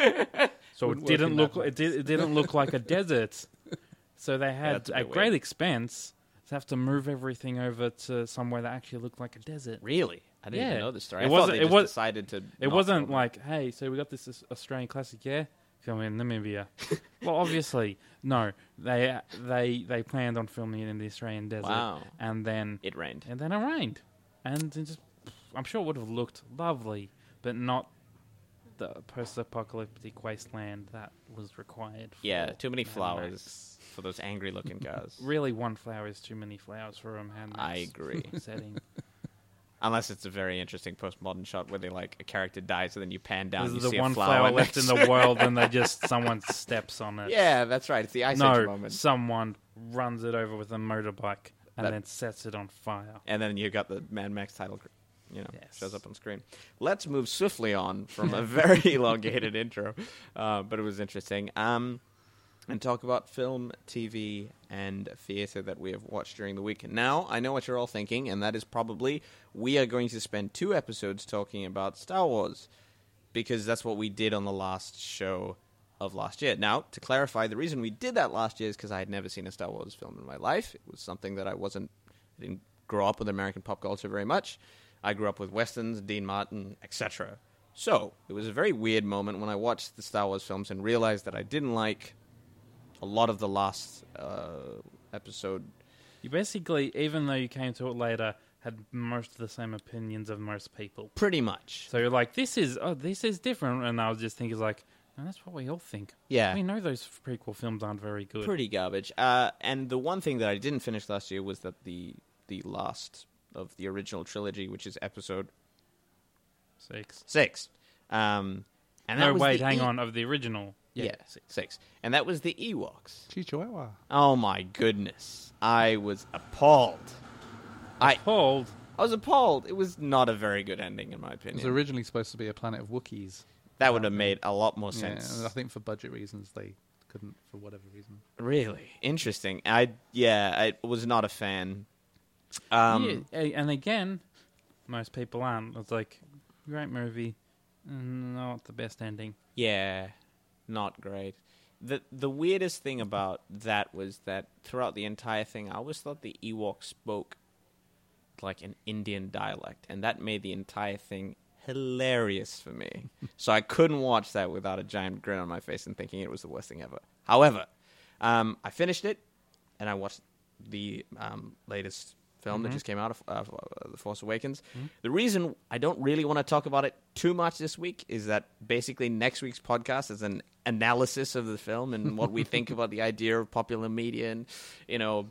[SPEAKER 3] so
[SPEAKER 4] Wouldn't
[SPEAKER 3] it
[SPEAKER 4] work
[SPEAKER 3] didn't
[SPEAKER 4] in
[SPEAKER 3] look
[SPEAKER 4] that
[SPEAKER 3] it, did, it didn't look like a desert. So they had
[SPEAKER 2] that's a bit
[SPEAKER 3] at
[SPEAKER 2] weird.
[SPEAKER 3] great expense to have to move everything over to somewhere that actually looked like a desert.
[SPEAKER 2] really. I didn't
[SPEAKER 3] Yeah.
[SPEAKER 2] even know the story.
[SPEAKER 3] It
[SPEAKER 2] I thought
[SPEAKER 3] wasn't-
[SPEAKER 2] they
[SPEAKER 3] it
[SPEAKER 2] just
[SPEAKER 3] was-
[SPEAKER 2] decided to.
[SPEAKER 3] It
[SPEAKER 2] not
[SPEAKER 3] wasn't
[SPEAKER 2] film
[SPEAKER 3] like, hey, so we got this Aus- Australian classic, yeah, film in Namibia. well, obviously, no. They they they planned on filming it in the Australian desert,
[SPEAKER 2] Wow,
[SPEAKER 3] and then
[SPEAKER 2] it rained.
[SPEAKER 3] and then it rained, and it just I'm sure it would have looked lovely, but not the post-apocalyptic wasteland that was required. For
[SPEAKER 2] Yeah, too many
[SPEAKER 3] Oh, Mad Max.
[SPEAKER 2] flowers for those angry-looking guys.
[SPEAKER 3] Really, one flower is too many flowers for a Mad Max
[SPEAKER 2] I agree.
[SPEAKER 3] setting.
[SPEAKER 2] Unless it's a very interesting postmodern shot where they like a character dies and then you pan down
[SPEAKER 3] This
[SPEAKER 2] and
[SPEAKER 3] is
[SPEAKER 2] you
[SPEAKER 3] the
[SPEAKER 2] see
[SPEAKER 3] one
[SPEAKER 2] a flower,
[SPEAKER 3] flower left
[SPEAKER 2] next
[SPEAKER 3] in
[SPEAKER 2] to
[SPEAKER 3] the world, and they just someone steps on
[SPEAKER 2] it.
[SPEAKER 3] it.
[SPEAKER 2] Yeah, that's right. It's the ice age
[SPEAKER 3] no,
[SPEAKER 2] moment.
[SPEAKER 3] someone runs it over with a motorbike and
[SPEAKER 2] That-
[SPEAKER 3] then sets it on fire.
[SPEAKER 2] and then you got the Mad Max title, cr- you know,
[SPEAKER 3] Yes.
[SPEAKER 2] shows up on screen. Let's move swiftly on from a very elongated intro, uh, but it was interesting. Um, and talk about film, TV, and theater that we have watched during the week. And Now, I know what you're all thinking, and that is probably we are going to spend two episodes talking about Star Wars because that's what we did on the last show of last year. Now, to clarify, the reason we did that last year is because I had never seen a Star Wars film in my life. It was something that I wasn't I didn't grow up with American pop culture very much. I grew up with westerns, Dean Martin, etc. So it was a very weird moment when I watched the Star Wars films and realized that I didn't like a lot of the last uh, episode.
[SPEAKER 3] You basically, even though you came to it later, had most of the same opinions of most people.
[SPEAKER 2] Pretty much,
[SPEAKER 3] So you're like, this is oh, this is different, and I was just thinking like, no, that's what we all think.
[SPEAKER 2] yeah.
[SPEAKER 3] We know those prequel films aren't very good.
[SPEAKER 2] pretty garbage. Uh, and the one thing that I didn't finish last year was that the the last of the original trilogy, which is episode
[SPEAKER 3] Six.
[SPEAKER 2] six. Um, and that
[SPEAKER 3] no,
[SPEAKER 2] was
[SPEAKER 3] wait,
[SPEAKER 2] the
[SPEAKER 3] hang
[SPEAKER 2] E-
[SPEAKER 3] on. Of the original,
[SPEAKER 2] Yeah,
[SPEAKER 3] six.
[SPEAKER 2] six, and that was the Ewoks.
[SPEAKER 4] Chihuahua.
[SPEAKER 2] Oh my goodness, I was appalled. I
[SPEAKER 3] Called
[SPEAKER 2] I was appalled. It was not a very good ending, in my
[SPEAKER 4] It was
[SPEAKER 2] opinion.
[SPEAKER 4] originally supposed to be a planet of Wookiees.
[SPEAKER 2] that would have made a lot more
[SPEAKER 4] Yeah,
[SPEAKER 2] sense.
[SPEAKER 4] and I think for budget reasons they couldn't, for whatever reason.
[SPEAKER 2] Really interesting. I yeah, I was not a fan. Um,
[SPEAKER 3] yeah, a- and again, most people aren't. It's like great movie, not the best ending.
[SPEAKER 2] Yeah, not great. The the weirdest thing about that was that throughout the entire thing, I always thought the Ewok spoke like an Indian dialect, and that made the entire thing hilarious for me. so I couldn't watch that without a giant grin on my face and thinking it was the worst thing ever. However, um, I finished it, and I watched the um, latest film that just came out of uh, f- uh, The Force Awakens. The reason I don't really want to talk about it too much this week is that basically next week's podcast is an analysis of the film and what we think about the idea of popular media and you know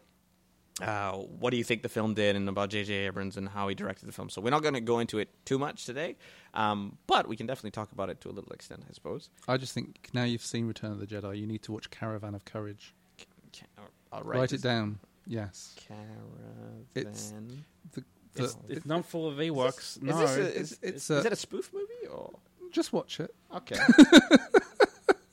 [SPEAKER 2] uh, what do you think the film did and about J.J. Abrams and how he directed the film. So we're not going to go into it too much today, um, but we can definitely talk about it to a little extent, I suppose.
[SPEAKER 4] I just think now you've seen Return of the Jedi, you need to watch Caravan of Courage.
[SPEAKER 2] Can, I'll
[SPEAKER 4] Write, it down. Yes.
[SPEAKER 2] Caravan.
[SPEAKER 4] It's- The, the,
[SPEAKER 3] It's, it's not full of Ewoks.
[SPEAKER 2] is,
[SPEAKER 3] No,
[SPEAKER 2] this a,
[SPEAKER 4] it's-
[SPEAKER 2] is,
[SPEAKER 4] it's
[SPEAKER 2] is
[SPEAKER 4] a-
[SPEAKER 2] it a spoof movie or
[SPEAKER 4] just watch it.
[SPEAKER 2] okay?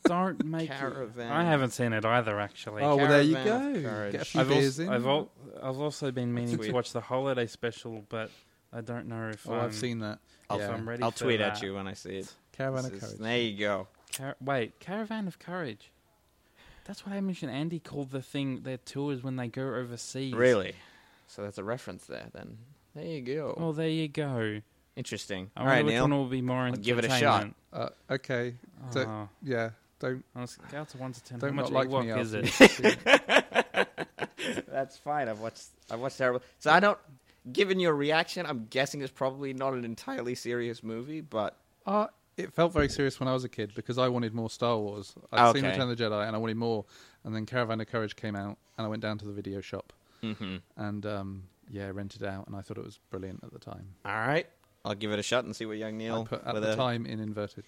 [SPEAKER 3] don't make it.
[SPEAKER 2] Caravan.
[SPEAKER 3] I haven't seen it either, actually.
[SPEAKER 4] oh, well, there you
[SPEAKER 2] Caravan of
[SPEAKER 4] go.
[SPEAKER 2] Courage.
[SPEAKER 4] Get a few
[SPEAKER 3] I've,
[SPEAKER 4] beers
[SPEAKER 3] also,
[SPEAKER 4] in.
[SPEAKER 3] I've, al- I've also been meaning
[SPEAKER 2] Sweet.
[SPEAKER 3] to watch the holiday special, but I don't know if um,
[SPEAKER 4] oh,
[SPEAKER 3] I'm,
[SPEAKER 4] I've seen that.
[SPEAKER 3] if
[SPEAKER 4] yeah.
[SPEAKER 3] I'm ready
[SPEAKER 2] I'll
[SPEAKER 3] for
[SPEAKER 2] tweet
[SPEAKER 3] that.
[SPEAKER 2] at you when I see it.
[SPEAKER 4] Caravan of
[SPEAKER 2] This is-
[SPEAKER 4] Courage.
[SPEAKER 2] there you go.
[SPEAKER 3] Car- wait, Caravan of Courage. That's what Hamish and Andy called the thing their tours when they go overseas.
[SPEAKER 2] Really? So that's a reference there. Then there you go.
[SPEAKER 3] Well, there you go.
[SPEAKER 2] Interesting.
[SPEAKER 3] I
[SPEAKER 2] All
[SPEAKER 3] wonder
[SPEAKER 2] right,
[SPEAKER 3] which
[SPEAKER 2] Neil.
[SPEAKER 3] one will be more
[SPEAKER 2] I'll
[SPEAKER 3] entertainment.
[SPEAKER 2] give it a shot.
[SPEAKER 4] Uh, okay. So-
[SPEAKER 3] Oh,
[SPEAKER 4] Yeah. Don't
[SPEAKER 3] on a scale of one to ten,
[SPEAKER 4] don't
[SPEAKER 3] how much
[SPEAKER 4] not like
[SPEAKER 3] Ewok
[SPEAKER 4] me.
[SPEAKER 3] is it?
[SPEAKER 4] it?
[SPEAKER 2] That's fine. I've watched. I've watched terrible. So I don't. Given your reaction, I'm guessing it's probably not an entirely serious movie, but
[SPEAKER 4] uh, it felt very serious when I was a kid because I wanted more Star Wars. I'd seen
[SPEAKER 2] Ah, Okay.
[SPEAKER 4] Return of the Jedi and I wanted more. And then Caravan of Courage came out and I went down to the video shop
[SPEAKER 2] Mm-hmm.
[SPEAKER 4] and um, yeah, rented it out and I thought it was brilliant at the time.
[SPEAKER 2] all right, I'll give it a shot and see what young
[SPEAKER 4] I
[SPEAKER 2] Neil.
[SPEAKER 4] put at
[SPEAKER 2] with
[SPEAKER 4] the
[SPEAKER 2] a-
[SPEAKER 4] time in inverted.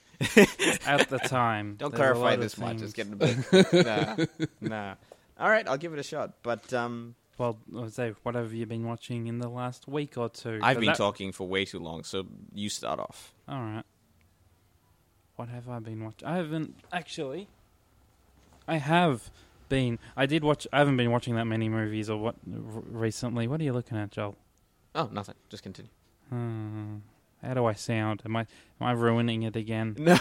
[SPEAKER 3] At the time,
[SPEAKER 2] Don't
[SPEAKER 3] there's a lot
[SPEAKER 2] clarify
[SPEAKER 3] of
[SPEAKER 2] this much.
[SPEAKER 3] things.
[SPEAKER 2] It's getting a bit. nah, nah. All right, I'll give it a shot. But um,
[SPEAKER 3] Well, I say, what have you been watching in the last week or two?
[SPEAKER 2] I've
[SPEAKER 3] But
[SPEAKER 2] been
[SPEAKER 3] that-
[SPEAKER 2] talking for way too long, so you start off.
[SPEAKER 3] All right. What have I been watching? I haven't actually. I have been. I did watch. I haven't been watching that many movies or what r- recently. What are you looking at, Joel?
[SPEAKER 2] Oh, nothing. Just continue.
[SPEAKER 3] Hmm. How do I sound? Am I am I ruining it again?
[SPEAKER 2] No,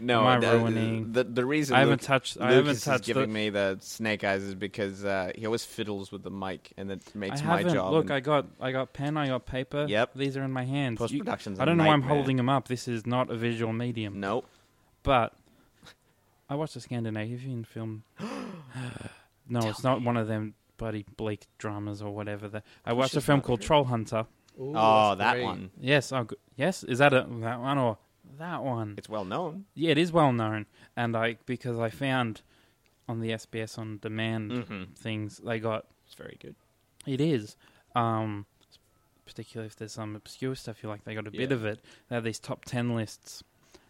[SPEAKER 2] no.
[SPEAKER 3] Am I
[SPEAKER 2] the,
[SPEAKER 3] ruining-
[SPEAKER 2] The, the reason
[SPEAKER 3] I
[SPEAKER 2] Luke-
[SPEAKER 3] haven't touched. I haven't
[SPEAKER 2] Lucas
[SPEAKER 3] touched.
[SPEAKER 2] is
[SPEAKER 3] the-
[SPEAKER 2] giving me the snake eyes is because uh, he always fiddles with the mic, and it makes
[SPEAKER 3] I
[SPEAKER 2] my
[SPEAKER 3] haven't.
[SPEAKER 2] job.
[SPEAKER 3] Look,
[SPEAKER 2] and
[SPEAKER 3] I got. I got pen. I got paper.
[SPEAKER 2] Yep.
[SPEAKER 3] These are in my hands. You-
[SPEAKER 2] post-production's a
[SPEAKER 3] I don't know why I'm
[SPEAKER 2] nightmare.
[SPEAKER 3] holding them up. This is not a visual medium.
[SPEAKER 2] No,
[SPEAKER 3] But I watched a Scandinavian film. no, it's not one of them bloody bleak dramas or whatever. That I watched a
[SPEAKER 2] it's
[SPEAKER 3] film
[SPEAKER 2] not
[SPEAKER 3] called
[SPEAKER 2] true.
[SPEAKER 3] Troll Hunter.
[SPEAKER 2] oh, that one.
[SPEAKER 3] Yes, oh, g- yes, is that a that one or that one?
[SPEAKER 2] It's well known.
[SPEAKER 3] Yeah, it is well known, and I because I found on the SBS on demand
[SPEAKER 2] Mhm.
[SPEAKER 3] things they got
[SPEAKER 2] It's very good.
[SPEAKER 3] it is. Um, particularly if there's some obscure stuff you like, they got a bit
[SPEAKER 2] Yeah.
[SPEAKER 3] of it. They have these top ten lists,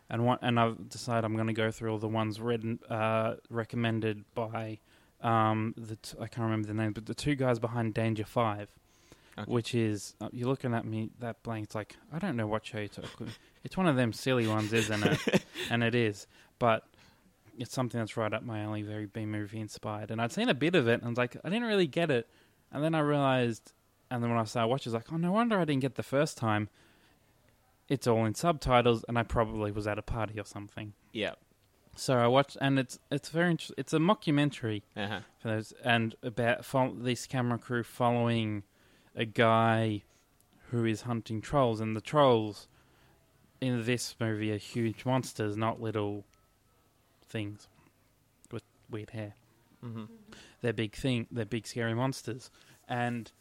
[SPEAKER 3] and one, and I've decided I'm going to go through all the ones read, uh, recommended by um, the t- I can't remember the name, but the two guys behind Danger Five,
[SPEAKER 2] Okay.
[SPEAKER 3] which is uh, you're looking at me that blank. It's like I don't know what show you took. it's one of them silly ones, isn't it? and it is, but. It's something that's right up my alley, very B movie inspired. And I'd seen a bit of it, and I was like, I didn't really get it. And then I realized, and then when I started watching, I was like, oh, no wonder I didn't get the first time. It's all in subtitles, and I probably was at a party or something.
[SPEAKER 2] Yeah.
[SPEAKER 3] So I watched, and it's it's very inter- it's a mockumentary
[SPEAKER 2] Uh-huh.
[SPEAKER 3] for those, and about fol- this camera crew following a guy who is hunting trolls, and the trolls in this movie are huge monsters, not little things with weird hair
[SPEAKER 2] hmm
[SPEAKER 3] they're big thing, they're big scary monsters, and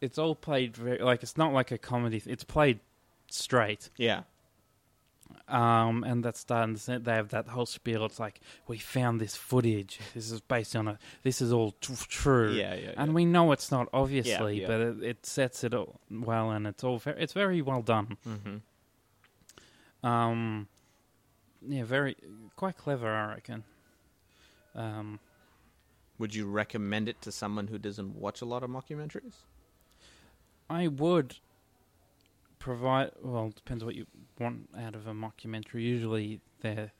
[SPEAKER 3] it's all played very, like it's not like a comedy. Th- it's played straight,
[SPEAKER 2] Yeah.
[SPEAKER 3] um, and that's done. They have that whole spiel. It's like we found this footage. This is based on a. This is all tr- true.
[SPEAKER 2] Yeah. Yeah.
[SPEAKER 3] And we know it's not obviously,
[SPEAKER 2] yeah.
[SPEAKER 3] but it, it sets it all well, and it's all very, it's very well done.
[SPEAKER 2] hmm
[SPEAKER 3] Um, yeah, very quite clever, I reckon. Um,
[SPEAKER 2] Would you recommend it to someone who doesn't watch a lot of mockumentaries?
[SPEAKER 3] I would provide. Well, depends what you want out of a mockumentary. Usually, they're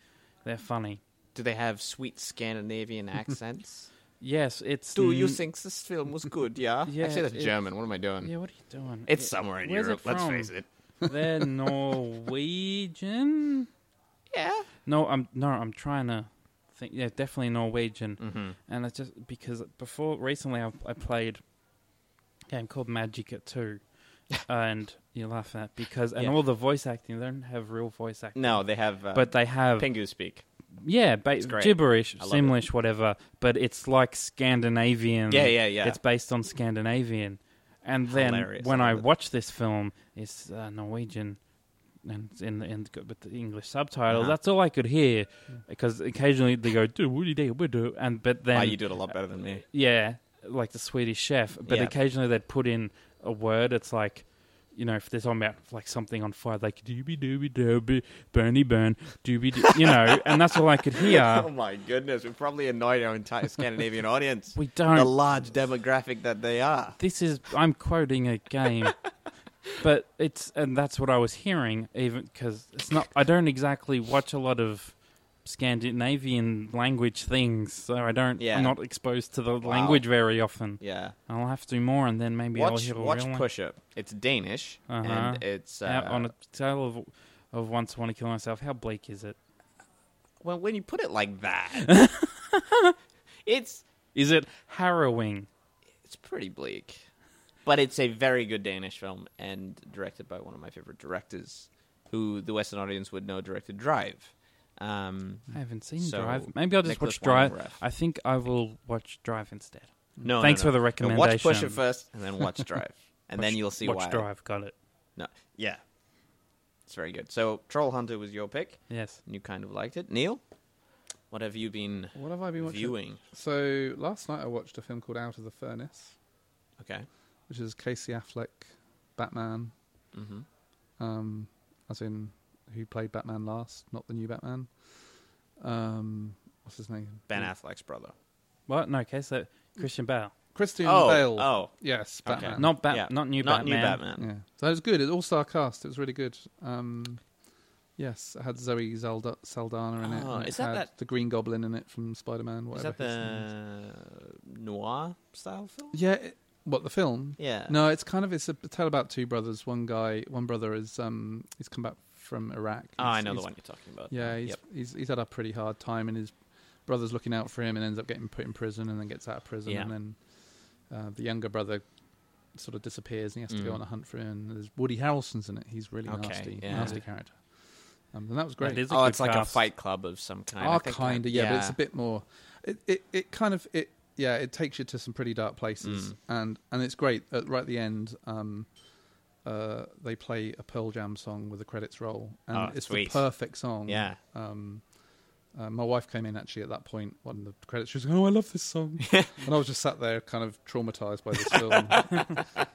[SPEAKER 3] they're funny.
[SPEAKER 2] Do they have sweet Scandinavian accents?
[SPEAKER 3] Yes, it's.
[SPEAKER 2] Do you
[SPEAKER 3] n-
[SPEAKER 2] think this film was good? Yeah.
[SPEAKER 3] Mm. Yeah,
[SPEAKER 2] Actually, that's
[SPEAKER 3] it's-
[SPEAKER 2] German. What am I doing?
[SPEAKER 3] Yeah, what are you doing?
[SPEAKER 2] It's somewhere in
[SPEAKER 3] where's
[SPEAKER 2] Europe.
[SPEAKER 3] it
[SPEAKER 2] Let's
[SPEAKER 3] from?
[SPEAKER 2] face it.
[SPEAKER 3] they're Norwegian.
[SPEAKER 2] Yeah.
[SPEAKER 3] No, I'm no, I'm trying to think. Yeah, definitely Norwegian.
[SPEAKER 2] Mm-hmm.
[SPEAKER 3] And it's just because before recently I, I played a game called Magic at Two, and you laugh at because and
[SPEAKER 2] Yeah.
[SPEAKER 3] all the voice acting they don't have real voice acting.
[SPEAKER 2] No, they have uh,
[SPEAKER 3] but they have
[SPEAKER 2] Pingu speak.
[SPEAKER 3] yeah, ba-
[SPEAKER 2] It's great.
[SPEAKER 3] gibberish,
[SPEAKER 2] I love it.
[SPEAKER 3] Simlish, whatever. But it's like Scandinavian.
[SPEAKER 2] Yeah, yeah, yeah.
[SPEAKER 3] Mm. It's based on Scandinavian, and then
[SPEAKER 2] Hilarious.
[SPEAKER 3] when
[SPEAKER 2] I
[SPEAKER 3] I
[SPEAKER 2] love it.
[SPEAKER 3] watch this film, it's uh, Norwegian, and it's in the in the, with the English subtitles.
[SPEAKER 2] Uh-huh.
[SPEAKER 3] That's all I could hear, because occasionally they go do woody day do, and but then
[SPEAKER 2] Wow, Ah, you do it a lot better than me.
[SPEAKER 3] yeah, like the Swedish chef. But
[SPEAKER 2] Yeah.
[SPEAKER 3] occasionally they'd put in a word. It's like, you know, if they're talking about like something on fire, like doobie doobie doobie, burny burn, doobie, doo, you know, and that's all I could
[SPEAKER 2] Oh
[SPEAKER 3] hear.
[SPEAKER 2] my goodness, we probably annoyed our entire Scandinavian audience.
[SPEAKER 3] We
[SPEAKER 2] the
[SPEAKER 3] don't.
[SPEAKER 2] large demographic that they are.
[SPEAKER 3] This is I'm quoting a game, but it's and that's what I was hearing. Even because it's not, I don't exactly watch a lot of. Scandinavian language things, so I don't.
[SPEAKER 2] Yeah.
[SPEAKER 3] I'm not exposed to the language very often.
[SPEAKER 2] Yeah.
[SPEAKER 3] I'll have to more, and then maybe I'll
[SPEAKER 2] watch
[SPEAKER 3] hear a
[SPEAKER 2] watch
[SPEAKER 3] real one.
[SPEAKER 2] Push Up. It's Danish
[SPEAKER 3] Uh-huh.
[SPEAKER 2] and it's uh,
[SPEAKER 3] How- on a tale of of once want to kill myself. How bleak is it?
[SPEAKER 2] well when you put it like that, it's
[SPEAKER 3] Is it harrowing?
[SPEAKER 2] it's pretty bleak, but it's a very good Danish film and directed by one of my favorite directors, who the Western audience would know directed Drive. Um,
[SPEAKER 3] I haven't seen
[SPEAKER 2] So,
[SPEAKER 3] Drive. Maybe I'll just
[SPEAKER 2] Nicholas
[SPEAKER 3] watch Drive.
[SPEAKER 2] Winding Refn.
[SPEAKER 3] I think I will watch Drive instead.
[SPEAKER 2] no, no,
[SPEAKER 3] Thanks
[SPEAKER 2] no.
[SPEAKER 3] for the
[SPEAKER 2] No, Watch Push
[SPEAKER 3] recommendation.
[SPEAKER 2] Up first, and then watch Drive, and then
[SPEAKER 3] Watch-
[SPEAKER 2] you'll see
[SPEAKER 3] watch
[SPEAKER 2] why.
[SPEAKER 3] Drive. Got it.
[SPEAKER 2] No, yeah, it's very good. So Troll Hunter was your pick.
[SPEAKER 3] Yes.
[SPEAKER 2] and you kind of liked it. Neil, what have you been
[SPEAKER 4] What have I been watching?
[SPEAKER 2] viewing?
[SPEAKER 4] So last night I watched a film called Out of the Furnace,
[SPEAKER 2] Okay.
[SPEAKER 4] which is Casey Affleck, Batman,
[SPEAKER 2] Mm-hmm.
[SPEAKER 4] um, as in who played Batman last, not the new Batman. Um, what's his name?
[SPEAKER 2] Ben Affleck's brother.
[SPEAKER 3] What? No. Okay. So Christian Bale,
[SPEAKER 4] Christian
[SPEAKER 2] oh,
[SPEAKER 4] Bale.
[SPEAKER 2] oh,
[SPEAKER 4] Yes,
[SPEAKER 2] Okay.
[SPEAKER 4] Batman.
[SPEAKER 3] not Bat,
[SPEAKER 2] yeah.
[SPEAKER 3] not new
[SPEAKER 2] not
[SPEAKER 3] Batman.
[SPEAKER 2] new Batman.
[SPEAKER 4] Yeah, so it was good. It all star cast. It was really good. Um, yes, it had Zoe Zelda- Saldana in it.
[SPEAKER 2] Oh,
[SPEAKER 4] and it
[SPEAKER 2] is that
[SPEAKER 4] had
[SPEAKER 2] that-
[SPEAKER 4] the Green Goblin in it from Spider Man?
[SPEAKER 2] Is
[SPEAKER 4] Whatever.
[SPEAKER 2] that
[SPEAKER 4] his name is.
[SPEAKER 2] the noir style film?
[SPEAKER 4] Yeah. It, what the film?
[SPEAKER 2] Yeah.
[SPEAKER 4] No, it's kind of it's a tale about two brothers. One guy, one brother is um he's come back from Iraq.
[SPEAKER 2] Oh, I
[SPEAKER 4] He's-
[SPEAKER 2] know the
[SPEAKER 4] he's-
[SPEAKER 2] one you're talking about.
[SPEAKER 4] Yeah,
[SPEAKER 2] Uh,
[SPEAKER 4] he's,
[SPEAKER 2] Yep.
[SPEAKER 4] he's he's had a pretty hard time, and his brother's looking out for him, and ends up getting put in prison, and then gets out of prison,
[SPEAKER 2] Yeah.
[SPEAKER 4] and then uh, the younger brother sort of disappears, and he has to
[SPEAKER 2] Mm.
[SPEAKER 4] go on a hunt for him. And there's Woody Harrelson's in it. He's really
[SPEAKER 2] Okay,
[SPEAKER 4] nasty,
[SPEAKER 2] yeah.
[SPEAKER 4] nasty character. Um, and that was great.
[SPEAKER 3] That is a
[SPEAKER 2] Oh,
[SPEAKER 3] good
[SPEAKER 2] it's like a
[SPEAKER 3] cast.
[SPEAKER 2] fight club of some kind. I
[SPEAKER 4] Ah,
[SPEAKER 2] think
[SPEAKER 4] kind
[SPEAKER 2] that-
[SPEAKER 4] of, yeah, but it's a bit more. It, it it kind of it yeah, it takes you to some pretty dark places,
[SPEAKER 2] Mm.
[SPEAKER 4] and and it's great. At, right at the end, um, uh, they play a Pearl Jam song with the credits roll, and
[SPEAKER 2] Oh,
[SPEAKER 4] it's
[SPEAKER 2] sweet.
[SPEAKER 4] the perfect song.
[SPEAKER 2] Yeah.
[SPEAKER 4] Um, uh, my wife came in actually at that point on the credits. She was going, "Oh, I love this song," and I was just sat there, kind of traumatized by this film.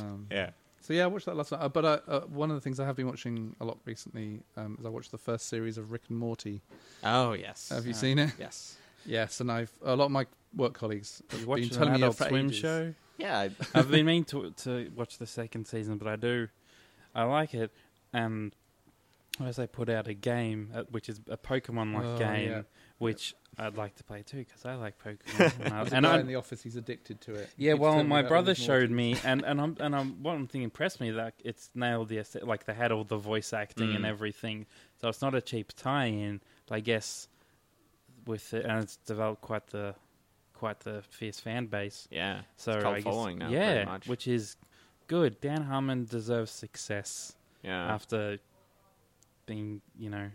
[SPEAKER 4] um,
[SPEAKER 2] Yeah.
[SPEAKER 4] so yeah, I watched that last night. Uh, but uh, uh, one of the things I have been watching a lot recently um, is I watched the first series of Rick and Morty.
[SPEAKER 2] Oh, yes.
[SPEAKER 4] Have you seen it?
[SPEAKER 2] Yes.
[SPEAKER 4] Yes, and I've a lot of my work colleagues
[SPEAKER 3] You
[SPEAKER 4] have
[SPEAKER 3] watch
[SPEAKER 4] been
[SPEAKER 3] an
[SPEAKER 4] telling me
[SPEAKER 3] Adult
[SPEAKER 4] for
[SPEAKER 3] Swim
[SPEAKER 4] ages.
[SPEAKER 3] show.
[SPEAKER 2] Yeah. I-
[SPEAKER 3] I've been meaning to to watch the second season, but I do, I like it, and as they put out a game uh, which is a Pokemon like
[SPEAKER 4] Oh,
[SPEAKER 3] game,
[SPEAKER 4] yeah.
[SPEAKER 3] which I'd like to play too because I like Pokemon. and I,
[SPEAKER 4] There's a
[SPEAKER 3] Uh, and
[SPEAKER 4] guy
[SPEAKER 3] I-
[SPEAKER 4] in the office, he's addicted to it. He
[SPEAKER 3] yeah,
[SPEAKER 4] keeps
[SPEAKER 3] well,
[SPEAKER 4] telling me
[SPEAKER 3] my
[SPEAKER 4] about all
[SPEAKER 3] brother
[SPEAKER 4] these
[SPEAKER 3] showed
[SPEAKER 4] Mortys.
[SPEAKER 3] me, and and I'm and I'm one thing impressed me that it's nailed the aesthet- like they had all the voice acting and
[SPEAKER 2] Mm.
[SPEAKER 3] everything, so it's not a cheap tie-in. But I guess with it, and it's developed quite the quite the fierce fan base.
[SPEAKER 2] yeah.
[SPEAKER 3] So
[SPEAKER 2] cult
[SPEAKER 3] I guess,
[SPEAKER 2] following now,
[SPEAKER 3] yeah,
[SPEAKER 2] pretty much.
[SPEAKER 3] which is good. Dan Harmon deserves success
[SPEAKER 2] Yeah.
[SPEAKER 3] after being, you know,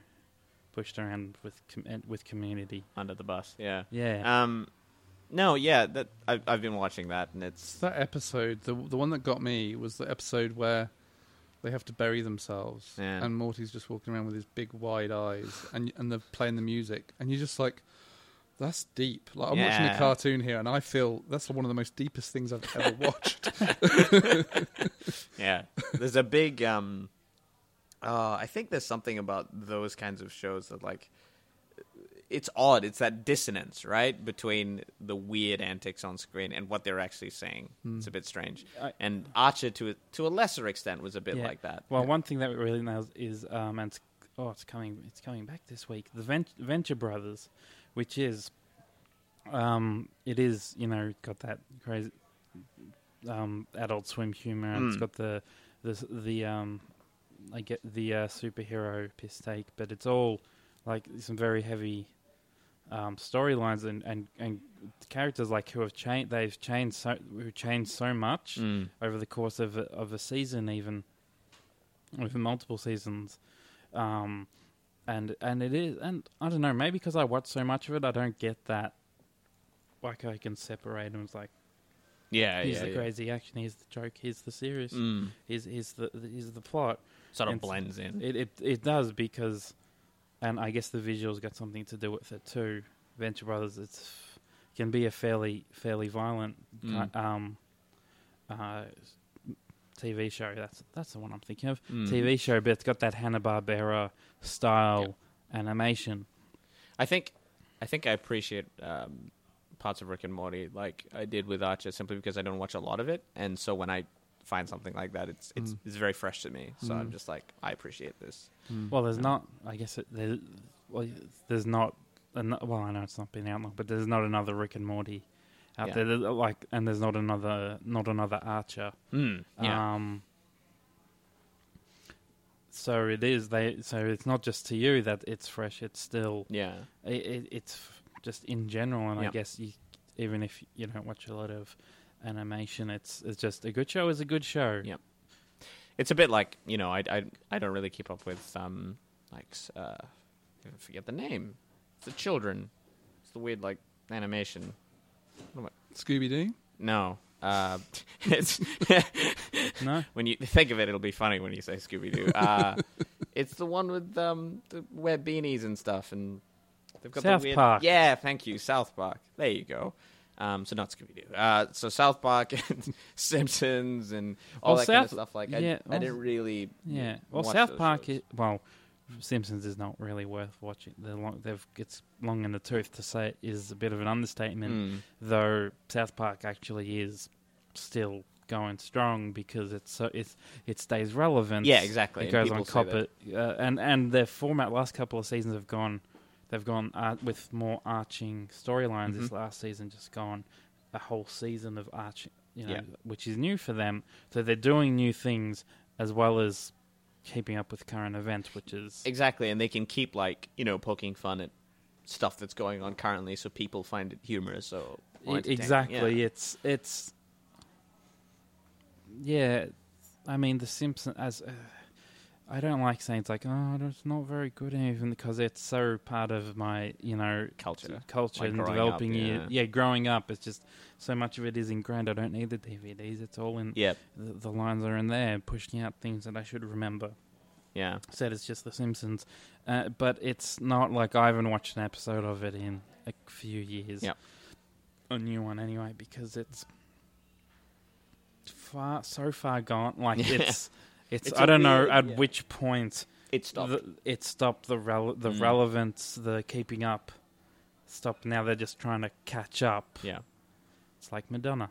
[SPEAKER 3] pushed around with com- and- with community.
[SPEAKER 2] Under the bus. Yeah.
[SPEAKER 3] Yeah,
[SPEAKER 2] Um, no, yeah. That I've, I've been watching that, and it's.
[SPEAKER 4] That episode, the the one that got me was the episode where they have to bury themselves,
[SPEAKER 2] Yeah.
[SPEAKER 4] and Morty's just walking around with his big wide eyes, and and they're playing the music, and you're just like. That's deep. Like I'm watching
[SPEAKER 2] Yeah.
[SPEAKER 4] a cartoon here, and I feel that's one of the most deepest things I've ever watched.
[SPEAKER 2] Yeah. There's a big um uh I think there's something about those kinds of shows that like it's odd. It's that dissonance, right, between the weird antics on screen and what they're actually saying. It's a bit strange.
[SPEAKER 3] Hmm. I-
[SPEAKER 2] and Archer, to a, to a lesser extent, was a bit
[SPEAKER 3] Yeah.
[SPEAKER 2] like that.
[SPEAKER 3] Well, one thing that really nails is, um, and it's, oh, it's coming, it's coming back this week. The Vent- Venture Brothers, which is, um, it is, you know, got that crazy, um, Adult Swim humor, and it's
[SPEAKER 2] Mm.
[SPEAKER 3] got the, the the um, I get the uh, superhero piss take, but it's all like some very heavy, um, storylines and, and, and characters like who have changed they've changed so who changed so much
[SPEAKER 2] Mm.
[SPEAKER 3] over the course of a, of a season, even over multiple seasons. Um, and and it is, and I don't know, maybe because I watch so much of it, I don't get that. Like I can separate them. It's like
[SPEAKER 2] Yeah,
[SPEAKER 3] here's
[SPEAKER 2] yeah,
[SPEAKER 3] the
[SPEAKER 2] yeah.
[SPEAKER 3] crazy action, here's the joke, here's the serious,
[SPEAKER 2] Mm.
[SPEAKER 3] here's here's the here's the plot.
[SPEAKER 2] Sort of
[SPEAKER 3] It's-
[SPEAKER 2] blends in.
[SPEAKER 3] It it it does because, and I guess the visuals got something to do with it too. Venture Brothers, it's can be a fairly fairly violent ki-
[SPEAKER 2] Mm.
[SPEAKER 3] um, uh, TV show. That's that's the one I'm thinking of.
[SPEAKER 2] Mm.
[SPEAKER 3] TV show, but it's got that Hanna Barbera style animation.
[SPEAKER 2] I think I think I appreciate um, parts of Rick and Morty like I did with Archer simply because I don't watch a lot of it, and so when I find something like that, it's it's,
[SPEAKER 4] Mm.
[SPEAKER 2] it's very fresh to me. So I'm
[SPEAKER 4] Mm.
[SPEAKER 2] just like I appreciate this.
[SPEAKER 3] Well, there's not. I guess it, there, well, there's not. An, well, I know it's not been out long, but there's not another Rick and Morty out
[SPEAKER 2] Yeah.
[SPEAKER 3] there. There's, uh, Like, and there's not another not another Archer.
[SPEAKER 2] yeah,
[SPEAKER 3] Um, so it is. They so it's not just to you that it's fresh. It's still
[SPEAKER 2] yeah,
[SPEAKER 3] it, it, it's f- just in general, and I
[SPEAKER 2] Yeah.
[SPEAKER 3] guess you, even if you don't watch a lot of animation, it's it's just a good show is a good show.
[SPEAKER 2] Yeah. it's a bit like you know I I, I don't really keep up with um like s- uh I forget the name. It's the children. It's the weird like animation.
[SPEAKER 4] Scooby Doo.
[SPEAKER 2] No. Uh, it's
[SPEAKER 3] No,
[SPEAKER 2] when you think of it, it'll be funny when you say Scooby Doo. Uh, it's the one with um, the wear beanies and stuff, and they've got
[SPEAKER 3] South
[SPEAKER 2] the weird...
[SPEAKER 3] Park.
[SPEAKER 2] Yeah, thank you, South Park. There you go. Um, so not Scooby Doo. Uh, so South Park and Simpsons and all
[SPEAKER 3] Well,
[SPEAKER 2] that kind of
[SPEAKER 3] South-
[SPEAKER 2] stuff. Like
[SPEAKER 3] yeah,
[SPEAKER 2] I, I
[SPEAKER 3] well,
[SPEAKER 2] didn't really.
[SPEAKER 3] yeah. Well,
[SPEAKER 2] watch
[SPEAKER 3] South
[SPEAKER 2] those
[SPEAKER 3] Park.
[SPEAKER 2] shows.
[SPEAKER 3] Is, well, Simpsons is not really worth watching. They're long, they've it's long in the tooth to say it is a bit of an understatement.
[SPEAKER 2] Mm.
[SPEAKER 3] though South Park actually is still going strong because it's so it's it stays relevant.
[SPEAKER 2] Yeah, exactly, and
[SPEAKER 3] It goes
[SPEAKER 2] people
[SPEAKER 3] on
[SPEAKER 2] say
[SPEAKER 3] cop it, uh, and and their format last couple of seasons have gone, they've gone uh, with more arching storylines. This
[SPEAKER 2] Mhm.
[SPEAKER 3] last season just gone a whole season of arching, you know,
[SPEAKER 2] Yeah.
[SPEAKER 3] which is new for them. So they're doing new things as well as keeping up with current events, which is
[SPEAKER 2] Exactly, and they can keep like you know poking fun at stuff that's going on currently, so people find it humorous. So
[SPEAKER 3] E- exactly it's it's yeah i mean the simpsons as uh, i don't like saying it's like oh it's not very good even because it's so part of my you know
[SPEAKER 2] Culture.
[SPEAKER 3] culture
[SPEAKER 2] Like
[SPEAKER 3] and
[SPEAKER 2] growing up,
[SPEAKER 3] developing you
[SPEAKER 2] yeah.
[SPEAKER 3] yeah growing up it's just so much of it is ingrained i don't need the dvds it's all in
[SPEAKER 2] Yeah,
[SPEAKER 3] the, the lines are in there pushing out things that i should remember
[SPEAKER 2] yeah.
[SPEAKER 3] said it's just The Simpsons, uh, but it's not like I haven't watched an episode of it in a few years.
[SPEAKER 2] Yep.
[SPEAKER 3] A new one, anyway, because it's far so far gone. Like
[SPEAKER 2] Yeah.
[SPEAKER 3] it's, it's,
[SPEAKER 2] It's
[SPEAKER 3] I
[SPEAKER 2] a
[SPEAKER 3] don't know
[SPEAKER 2] weird-
[SPEAKER 3] at
[SPEAKER 2] yeah.
[SPEAKER 3] which point
[SPEAKER 2] It stopped.
[SPEAKER 3] the, it stopped the rele- the
[SPEAKER 2] Mm.
[SPEAKER 3] relevance, the keeping up stopped. Now they're just trying to catch up.
[SPEAKER 2] yeah.
[SPEAKER 3] It's like Madonna.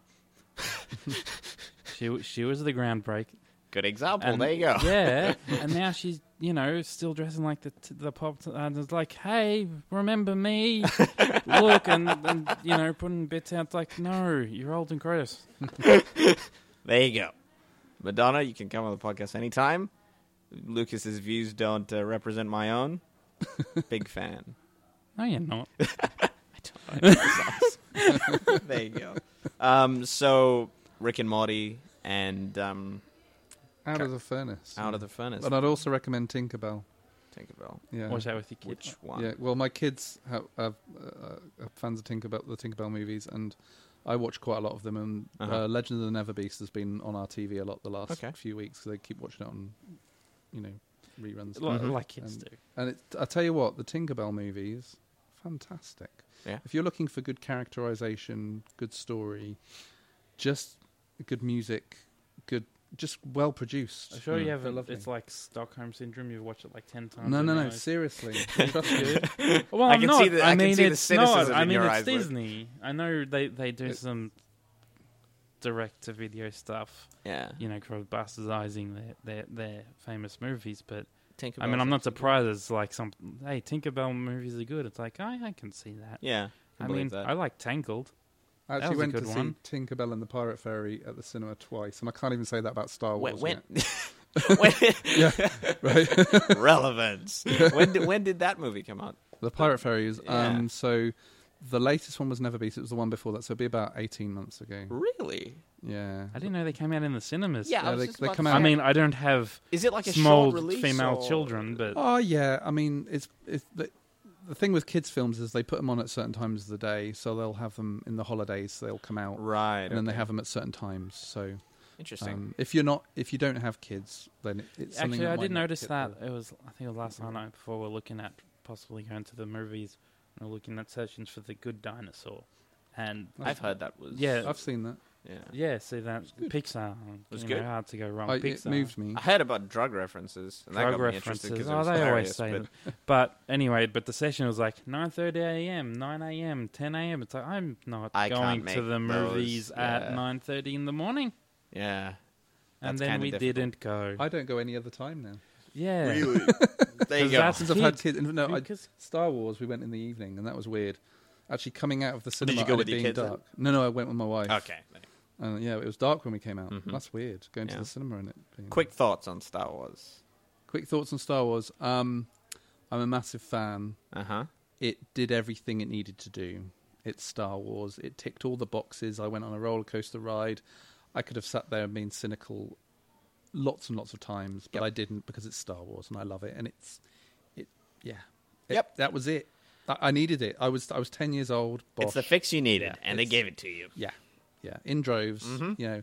[SPEAKER 3] she w- she was the groundbreak,
[SPEAKER 2] Good example. there you go.
[SPEAKER 3] yeah, and now she's you know still dressing like the t- the pop. T- and it's like, hey, remember me? Look, and, and you know putting bits out. It's like, no, you're old and gross.
[SPEAKER 2] There you go. Madonna, you can come on the podcast anytime. Lucas's views don't uh, represent my own. Big fan.
[SPEAKER 3] No, you're not.
[SPEAKER 2] there you go. Um, so Rick and Morty and um,
[SPEAKER 4] Out
[SPEAKER 2] Okay.
[SPEAKER 4] of the furnace.
[SPEAKER 2] Out of the Furnace.
[SPEAKER 4] And I'd also recommend Tinkerbell.
[SPEAKER 2] Tinkerbell.
[SPEAKER 4] Yeah.
[SPEAKER 3] Watch that with your kids.
[SPEAKER 2] Which one?
[SPEAKER 4] Yeah, well, my kids have, have uh, are fans of Tinkerbell, the Tinkerbell movies, and I watch quite a lot of them. And uh
[SPEAKER 2] Uh-huh.
[SPEAKER 4] Legend of the Neverbeast has been on our TV a lot the last
[SPEAKER 2] Okay.
[SPEAKER 4] few weeks 'cause they keep watching it on, you know, reruns.
[SPEAKER 3] Like,
[SPEAKER 2] Mhm.
[SPEAKER 3] like kids
[SPEAKER 4] And-
[SPEAKER 3] do.
[SPEAKER 4] And it, I tell you what, the Tinkerbell movies, fantastic.
[SPEAKER 2] Yeah.
[SPEAKER 4] If you're looking for good characterization, good story, just good music, good, just well
[SPEAKER 3] I'm
[SPEAKER 4] produced.
[SPEAKER 3] sure you
[SPEAKER 4] Mm.
[SPEAKER 3] haven't.
[SPEAKER 4] They're lovely.
[SPEAKER 3] It's like Stockholm syndrome. You've watched it like ten times.
[SPEAKER 4] No, no,
[SPEAKER 3] and
[SPEAKER 4] no.
[SPEAKER 3] you're like-
[SPEAKER 4] Seriously, trust me.
[SPEAKER 3] Well,
[SPEAKER 2] I
[SPEAKER 3] I'm
[SPEAKER 2] can
[SPEAKER 3] not.
[SPEAKER 2] see the- I
[SPEAKER 3] I
[SPEAKER 2] can
[SPEAKER 3] mean,
[SPEAKER 2] see the
[SPEAKER 3] it's not.
[SPEAKER 2] cynicism
[SPEAKER 3] I
[SPEAKER 2] in
[SPEAKER 3] mean,
[SPEAKER 2] your
[SPEAKER 3] it's
[SPEAKER 2] eyes, Luke.
[SPEAKER 3] Disney. I know they they do
[SPEAKER 4] It-
[SPEAKER 3] some direct to video stuff.
[SPEAKER 2] Yeah.
[SPEAKER 3] You know, kind of bastardizing their their their famous movies, but.
[SPEAKER 2] Tinkerbell.
[SPEAKER 3] I mean, I'm not surprised. It's like some hey, Tinkerbell movies are good. It's like I, I can see that.
[SPEAKER 2] Yeah.
[SPEAKER 3] I mean,
[SPEAKER 2] believe that.
[SPEAKER 3] I like Tangled.
[SPEAKER 4] I actually
[SPEAKER 3] was a
[SPEAKER 4] went
[SPEAKER 3] good
[SPEAKER 4] to
[SPEAKER 3] one.
[SPEAKER 4] see Tinkerbell and the Pirate Fairy at the cinema twice, and I can't even say that about Star Wars.
[SPEAKER 2] when, when,
[SPEAKER 4] yet.
[SPEAKER 2] when
[SPEAKER 4] yeah, right.
[SPEAKER 2] relevance. When did, when did that movie come out?
[SPEAKER 4] The Pirate Fairies.
[SPEAKER 2] Yeah.
[SPEAKER 4] Um, so the latest one was Never Beat. It was the one before that. So it'd be about 18 months ago.
[SPEAKER 2] Really?
[SPEAKER 4] Yeah.
[SPEAKER 3] I didn't know they came out in the cinemas.
[SPEAKER 2] Yeah, I
[SPEAKER 4] Yeah,
[SPEAKER 2] was
[SPEAKER 4] they-
[SPEAKER 2] just
[SPEAKER 4] they
[SPEAKER 2] about
[SPEAKER 4] come
[SPEAKER 2] to
[SPEAKER 4] out-
[SPEAKER 3] I
[SPEAKER 2] say-
[SPEAKER 3] mean, I don't have
[SPEAKER 2] is it like a
[SPEAKER 3] small
[SPEAKER 2] short release
[SPEAKER 3] female
[SPEAKER 2] or-
[SPEAKER 3] children, but
[SPEAKER 4] Oh yeah, I mean it's it's the, the thing with kids films is they put them on at certain times of the day, so they'll have them in the holidays. they'll come out,
[SPEAKER 2] right?
[SPEAKER 4] and then they
[SPEAKER 2] okay.
[SPEAKER 4] have them at certain times. So
[SPEAKER 2] interesting.
[SPEAKER 4] um, if you're not if you don't have kids, then it, it's something
[SPEAKER 3] actually,
[SPEAKER 4] that
[SPEAKER 3] I
[SPEAKER 4] might
[SPEAKER 3] did
[SPEAKER 4] not
[SPEAKER 3] notice
[SPEAKER 4] get
[SPEAKER 3] that
[SPEAKER 4] the-
[SPEAKER 3] it was. I think it was last night before we are looking at possibly going to the movies. and we We're looking at searching for the good dinosaur, and
[SPEAKER 2] I've heard that was
[SPEAKER 3] Yeah.
[SPEAKER 4] I've seen that.
[SPEAKER 2] yeah.
[SPEAKER 3] yeah, see that Pixar.
[SPEAKER 2] was
[SPEAKER 3] you
[SPEAKER 2] good.
[SPEAKER 3] Know, hard to go wrong.
[SPEAKER 4] I,
[SPEAKER 3] Pixar Ah.
[SPEAKER 4] it moved me.
[SPEAKER 2] I heard about drug references. And that
[SPEAKER 3] drug
[SPEAKER 2] got me interested
[SPEAKER 3] references.
[SPEAKER 2] 'cause it
[SPEAKER 3] Oh,
[SPEAKER 2] was
[SPEAKER 3] they always
[SPEAKER 2] hilarious,
[SPEAKER 3] say
[SPEAKER 2] but-
[SPEAKER 3] them. But anyway, but the session was like 9:30 a.m., 9 a.m., 10 a.m. It's like I'm not
[SPEAKER 2] I can't
[SPEAKER 3] going
[SPEAKER 2] make
[SPEAKER 3] to the
[SPEAKER 2] those,
[SPEAKER 3] movies at
[SPEAKER 2] yeah.
[SPEAKER 3] 9:30 in the morning,
[SPEAKER 2] Yeah.
[SPEAKER 3] and
[SPEAKER 2] That's
[SPEAKER 3] then
[SPEAKER 2] kinda
[SPEAKER 3] we
[SPEAKER 2] difficult.
[SPEAKER 3] didn't go.
[SPEAKER 4] I don't go any other time now.
[SPEAKER 3] yeah,
[SPEAKER 2] Really? there you
[SPEAKER 3] 'Cause
[SPEAKER 2] go.
[SPEAKER 3] that's-
[SPEAKER 4] Since I've had kids, no, I,
[SPEAKER 3] because
[SPEAKER 4] Star Wars we went in the evening, and that was weird. Actually, coming out of the cinema
[SPEAKER 2] you go
[SPEAKER 4] and
[SPEAKER 2] with
[SPEAKER 4] it
[SPEAKER 2] your
[SPEAKER 4] being
[SPEAKER 2] kids then?
[SPEAKER 4] dark. No, no, I went with my wife.
[SPEAKER 2] Okay.
[SPEAKER 4] And yeah, it was dark when we came out.
[SPEAKER 2] Mhm.
[SPEAKER 4] That's weird. Going
[SPEAKER 2] Yeah.
[SPEAKER 4] to the cinema and it. Being
[SPEAKER 2] Quick thoughts on Star Wars.
[SPEAKER 4] Quick thoughts on Star Wars. Um, I'm a massive fan.
[SPEAKER 2] Uh huh.
[SPEAKER 4] It did everything it needed to do. It's Star Wars. It ticked all the boxes. I went on a roller coaster ride. I could have sat there and been cynical lots and lots of times, but
[SPEAKER 2] Yep.
[SPEAKER 4] I didn't because it's Star Wars and I love it. And it's, it, yeah. It-
[SPEAKER 2] Yep.
[SPEAKER 4] That was it. I I needed it. I was I was ten years old. Bosh.
[SPEAKER 2] It's the fix you needed,
[SPEAKER 4] Yeah,
[SPEAKER 2] and they
[SPEAKER 4] it's-
[SPEAKER 2] gave it to you.
[SPEAKER 4] yeah, yeah. In droves.
[SPEAKER 2] Mhm.
[SPEAKER 4] You know,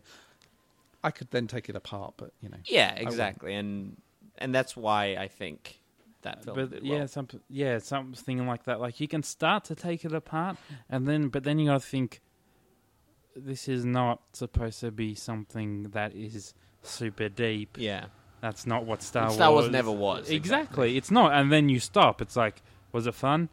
[SPEAKER 4] I could then take it apart, but you know,
[SPEAKER 2] Yeah, exactly, and and that's why I think that film.
[SPEAKER 3] but
[SPEAKER 2] did
[SPEAKER 3] yeah,
[SPEAKER 2] well.
[SPEAKER 3] some, yeah, something like that. Like you can start to take it apart, and then but then you got to think this is not supposed to be something that is super deep.
[SPEAKER 2] yeah,
[SPEAKER 3] That's not what Star,
[SPEAKER 2] And Star
[SPEAKER 3] Wars
[SPEAKER 2] Wars never was,
[SPEAKER 3] Exactly. It's not. And then you stop. It's like, was it fun?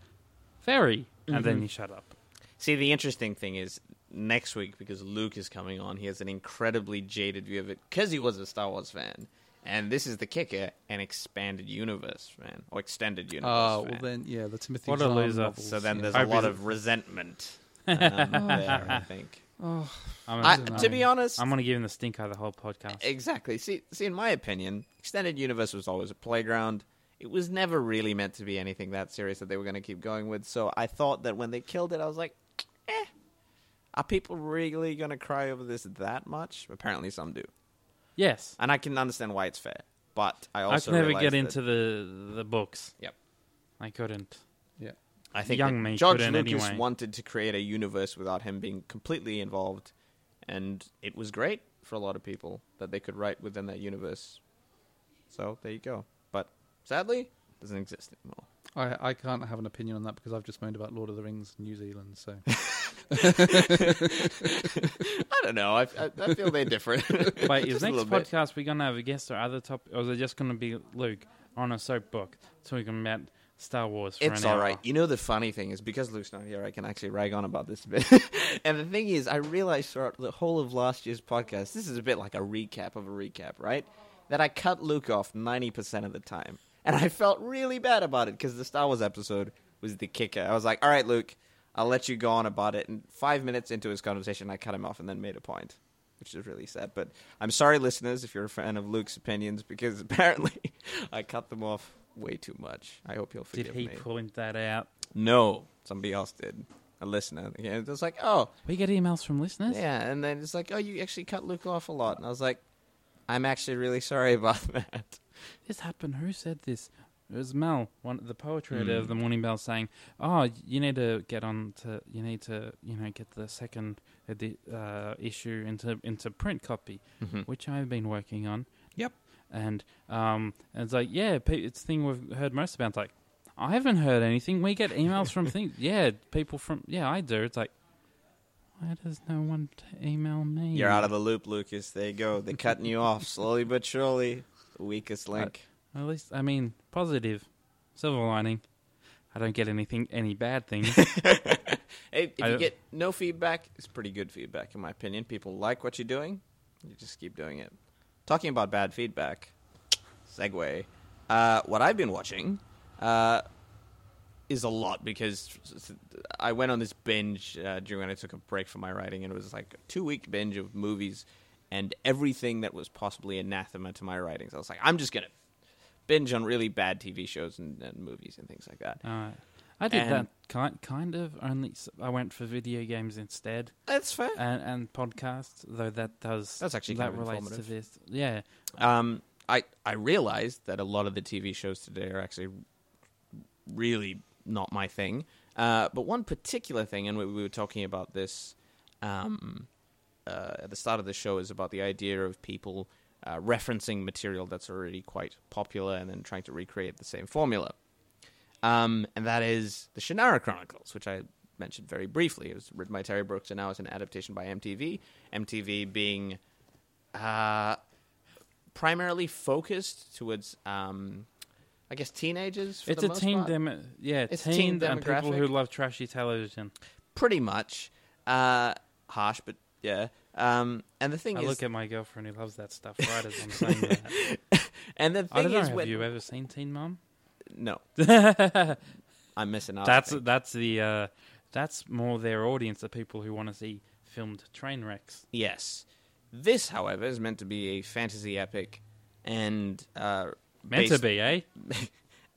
[SPEAKER 3] Very. And
[SPEAKER 2] Mm-hmm.
[SPEAKER 3] then you shut up.
[SPEAKER 2] See, the interesting thing is next week because Luke is coming on. He has an incredibly jaded view of it because he was a Star Wars fan, and this is the kicker: an expanded universe fan or extended universe.
[SPEAKER 4] Oh, well
[SPEAKER 2] fan.
[SPEAKER 4] then, yeah, the Timothy
[SPEAKER 3] What a
[SPEAKER 4] Zahn
[SPEAKER 3] loser.
[SPEAKER 4] novels,
[SPEAKER 2] so then
[SPEAKER 4] yeah.
[SPEAKER 2] there's
[SPEAKER 3] I
[SPEAKER 2] a lot
[SPEAKER 3] visit-
[SPEAKER 2] of resentment. Um, there, I think.
[SPEAKER 3] I'm
[SPEAKER 2] I,
[SPEAKER 3] gonna-
[SPEAKER 2] to be honest,
[SPEAKER 3] I'm going to give him the stink eye the whole podcast.
[SPEAKER 2] Exactly. See, see, in my opinion, extended universe was always a playground. It was never really meant to be anything that serious that they were going to keep going with. So I thought that when they killed it, I was like, eh, are people really going to cry over this that much? Apparently, some do,
[SPEAKER 3] yes.
[SPEAKER 2] and I can understand why it's fair. But I
[SPEAKER 3] I
[SPEAKER 2] also
[SPEAKER 3] could never
[SPEAKER 2] realize
[SPEAKER 3] get
[SPEAKER 2] that-
[SPEAKER 3] into the the books.
[SPEAKER 2] Yep.
[SPEAKER 3] I couldn't.
[SPEAKER 4] yeah.
[SPEAKER 2] I think
[SPEAKER 3] young
[SPEAKER 2] that
[SPEAKER 3] me
[SPEAKER 2] George
[SPEAKER 3] couldn't
[SPEAKER 2] Lucas
[SPEAKER 3] anyway.
[SPEAKER 2] wanted to create a universe without him being completely involved, and it was great for a lot of people that they could write within that universe. So there you go. But sadly, it doesn't exist anymore.
[SPEAKER 4] I, I can't have an opinion on that because I've just moaned about Lord of the Rings, New Zealand. So
[SPEAKER 2] I don't know. I, I, I feel they're different.
[SPEAKER 3] Wait,
[SPEAKER 2] Just
[SPEAKER 3] is
[SPEAKER 2] a
[SPEAKER 3] next
[SPEAKER 2] little bit.
[SPEAKER 3] podcast we're gonna have a guest or other topic, or is it just gonna be Luke on a soapbox talking about Star Wars? For
[SPEAKER 2] It's
[SPEAKER 3] an
[SPEAKER 2] all
[SPEAKER 3] hour?
[SPEAKER 2] right. You know the funny thing is because Luke's not here, I can actually rag on about this a bit. and the thing is, I realized throughout the whole of last year's podcast, this is a bit like a recap of a recap, right? That I cut Luke off ninety percent of the time, and I felt really bad about it because the Star Wars episode was the kicker. I was like, "All right, Luke, I'll let you go on about it." And five minutes into his conversation, I cut him off and then made a point, which is really sad. But I'm sorry, listeners, if you're a fan of Luke's opinions, because apparently I cut them off way too much. I hope you'll
[SPEAKER 3] Did
[SPEAKER 2] forgive
[SPEAKER 3] he
[SPEAKER 2] me.
[SPEAKER 3] point that out?
[SPEAKER 2] No, somebody else did. A listener. Yeah, it was like, oh,
[SPEAKER 3] We get emails from listeners.
[SPEAKER 2] yeah. And then it's like, oh, you actually cut Luke off a lot. And I was like, I'm actually really sorry about that.
[SPEAKER 3] This happened. Who said this? It was Mel, one the poetry editor
[SPEAKER 2] Hmm.
[SPEAKER 3] of the Morning Bell, saying, "Oh, you need to get on to you need to you know get the second edi- uh, issue into into print copy, which I've been working on."
[SPEAKER 4] Yep.
[SPEAKER 3] And um, and it's like yeah, pe- it's the thing we've heard most about. It's like I haven't heard anything. We get emails from things. Yeah, people from yeah, I do. It's like why does no one t- email me?
[SPEAKER 2] You're out of the loop, Lucas. There you go. They're cutting you off slowly but surely. The weakest link.
[SPEAKER 3] At least, I mean, positive, silver lining. I don't get anything, any bad things.
[SPEAKER 2] Hey, if
[SPEAKER 3] I
[SPEAKER 2] you
[SPEAKER 3] don't-
[SPEAKER 2] get no feedback, it's pretty good feedback, in my opinion. People like what you're doing. You just keep doing it. Talking about bad feedback, segue. Uh, what I've been watching uh, is a lot because I went on this binge uh, during when I took a break from my writing, and it was like a two week binge of movies and everything that was possibly anathema to my writings. I was like, I'm just going to binge on really bad TV shows and, and movies and things like that.
[SPEAKER 3] Uh, I did
[SPEAKER 2] And-
[SPEAKER 3] that kind kind of only. s- I went for video games instead
[SPEAKER 2] That's fair.
[SPEAKER 3] and and podcasts, though that does
[SPEAKER 2] That's actually
[SPEAKER 3] that
[SPEAKER 2] kind of
[SPEAKER 3] relates to
[SPEAKER 2] informative.
[SPEAKER 3] this. Yeah,
[SPEAKER 2] Um, I I realized that a lot of the TV shows today are actually really not my thing. Uh, but one particular thing, and we, we were talking about this um, uh, at the start of the show, is about the idea of people uh, referencing material that's already quite popular and then trying to recreate the same formula. Um, and that is the Shannara Chronicles, which I mentioned very briefly. It was written by Terry Brooks, and now it's an adaptation by MTV. MTV being uh, primarily focused towards, um, I guess, teenagers. For
[SPEAKER 3] it's
[SPEAKER 2] the
[SPEAKER 3] a
[SPEAKER 2] most
[SPEAKER 3] teen
[SPEAKER 2] part.
[SPEAKER 3] demo. Yeah,
[SPEAKER 2] It's
[SPEAKER 3] teen,
[SPEAKER 2] teen
[SPEAKER 3] and people who
[SPEAKER 2] demographic.
[SPEAKER 3] love trashy television.
[SPEAKER 2] pretty much. Uh, harsh, but yeah. Um, and the thing
[SPEAKER 3] I
[SPEAKER 2] is,
[SPEAKER 3] look at my girlfriend who loves that stuff right as I'm saying that.
[SPEAKER 2] and the thing
[SPEAKER 3] I don't know.
[SPEAKER 2] is,
[SPEAKER 3] Have
[SPEAKER 2] when,
[SPEAKER 3] you ever seen Teen Mom?
[SPEAKER 2] no,
[SPEAKER 3] that's
[SPEAKER 2] I'm missing out. I think.
[SPEAKER 3] that's the uh, that's more their audience, the people who want to see filmed train wrecks.
[SPEAKER 2] yes. This, however, is meant to be a fantasy epic, and uh,
[SPEAKER 3] Meant to
[SPEAKER 2] based-
[SPEAKER 3] be, eh?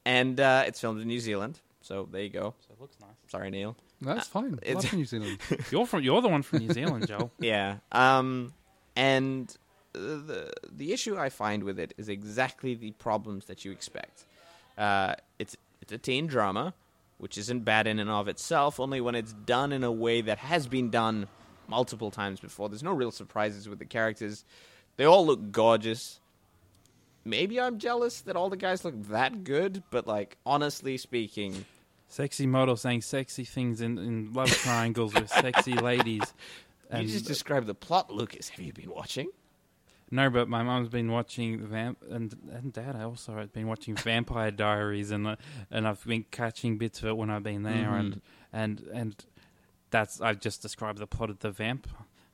[SPEAKER 2] and uh, it's filmed in New Zealand. So there you go.
[SPEAKER 3] So it looks nice.
[SPEAKER 2] Sorry, Neil.
[SPEAKER 4] That's fine.
[SPEAKER 2] Uh, it's-
[SPEAKER 4] Love New Zealand.
[SPEAKER 3] You're from you're the one from New Zealand, Joel.
[SPEAKER 2] yeah. Um, and uh, the the issue I find with it is exactly the problems that you expect. Uh, it's it's a teen drama, which isn't bad in and of itself. Only when it's done in a way that has been done multiple times before. There's no real surprises with the characters. They all look gorgeous. Maybe I'm jealous that all the guys look that good, but like honestly speaking,
[SPEAKER 3] Sexy model saying sexy things in, in love triangles with sexy ladies.
[SPEAKER 2] you
[SPEAKER 3] And-
[SPEAKER 2] just described the plot, Lucas. Have you been watching?
[SPEAKER 3] no, but my mum's been watching vamp and and dad I also have been watching Vampire Diaries and uh, and I've been catching bits of it when I've been there and and and that's I've just described the plot of the vamp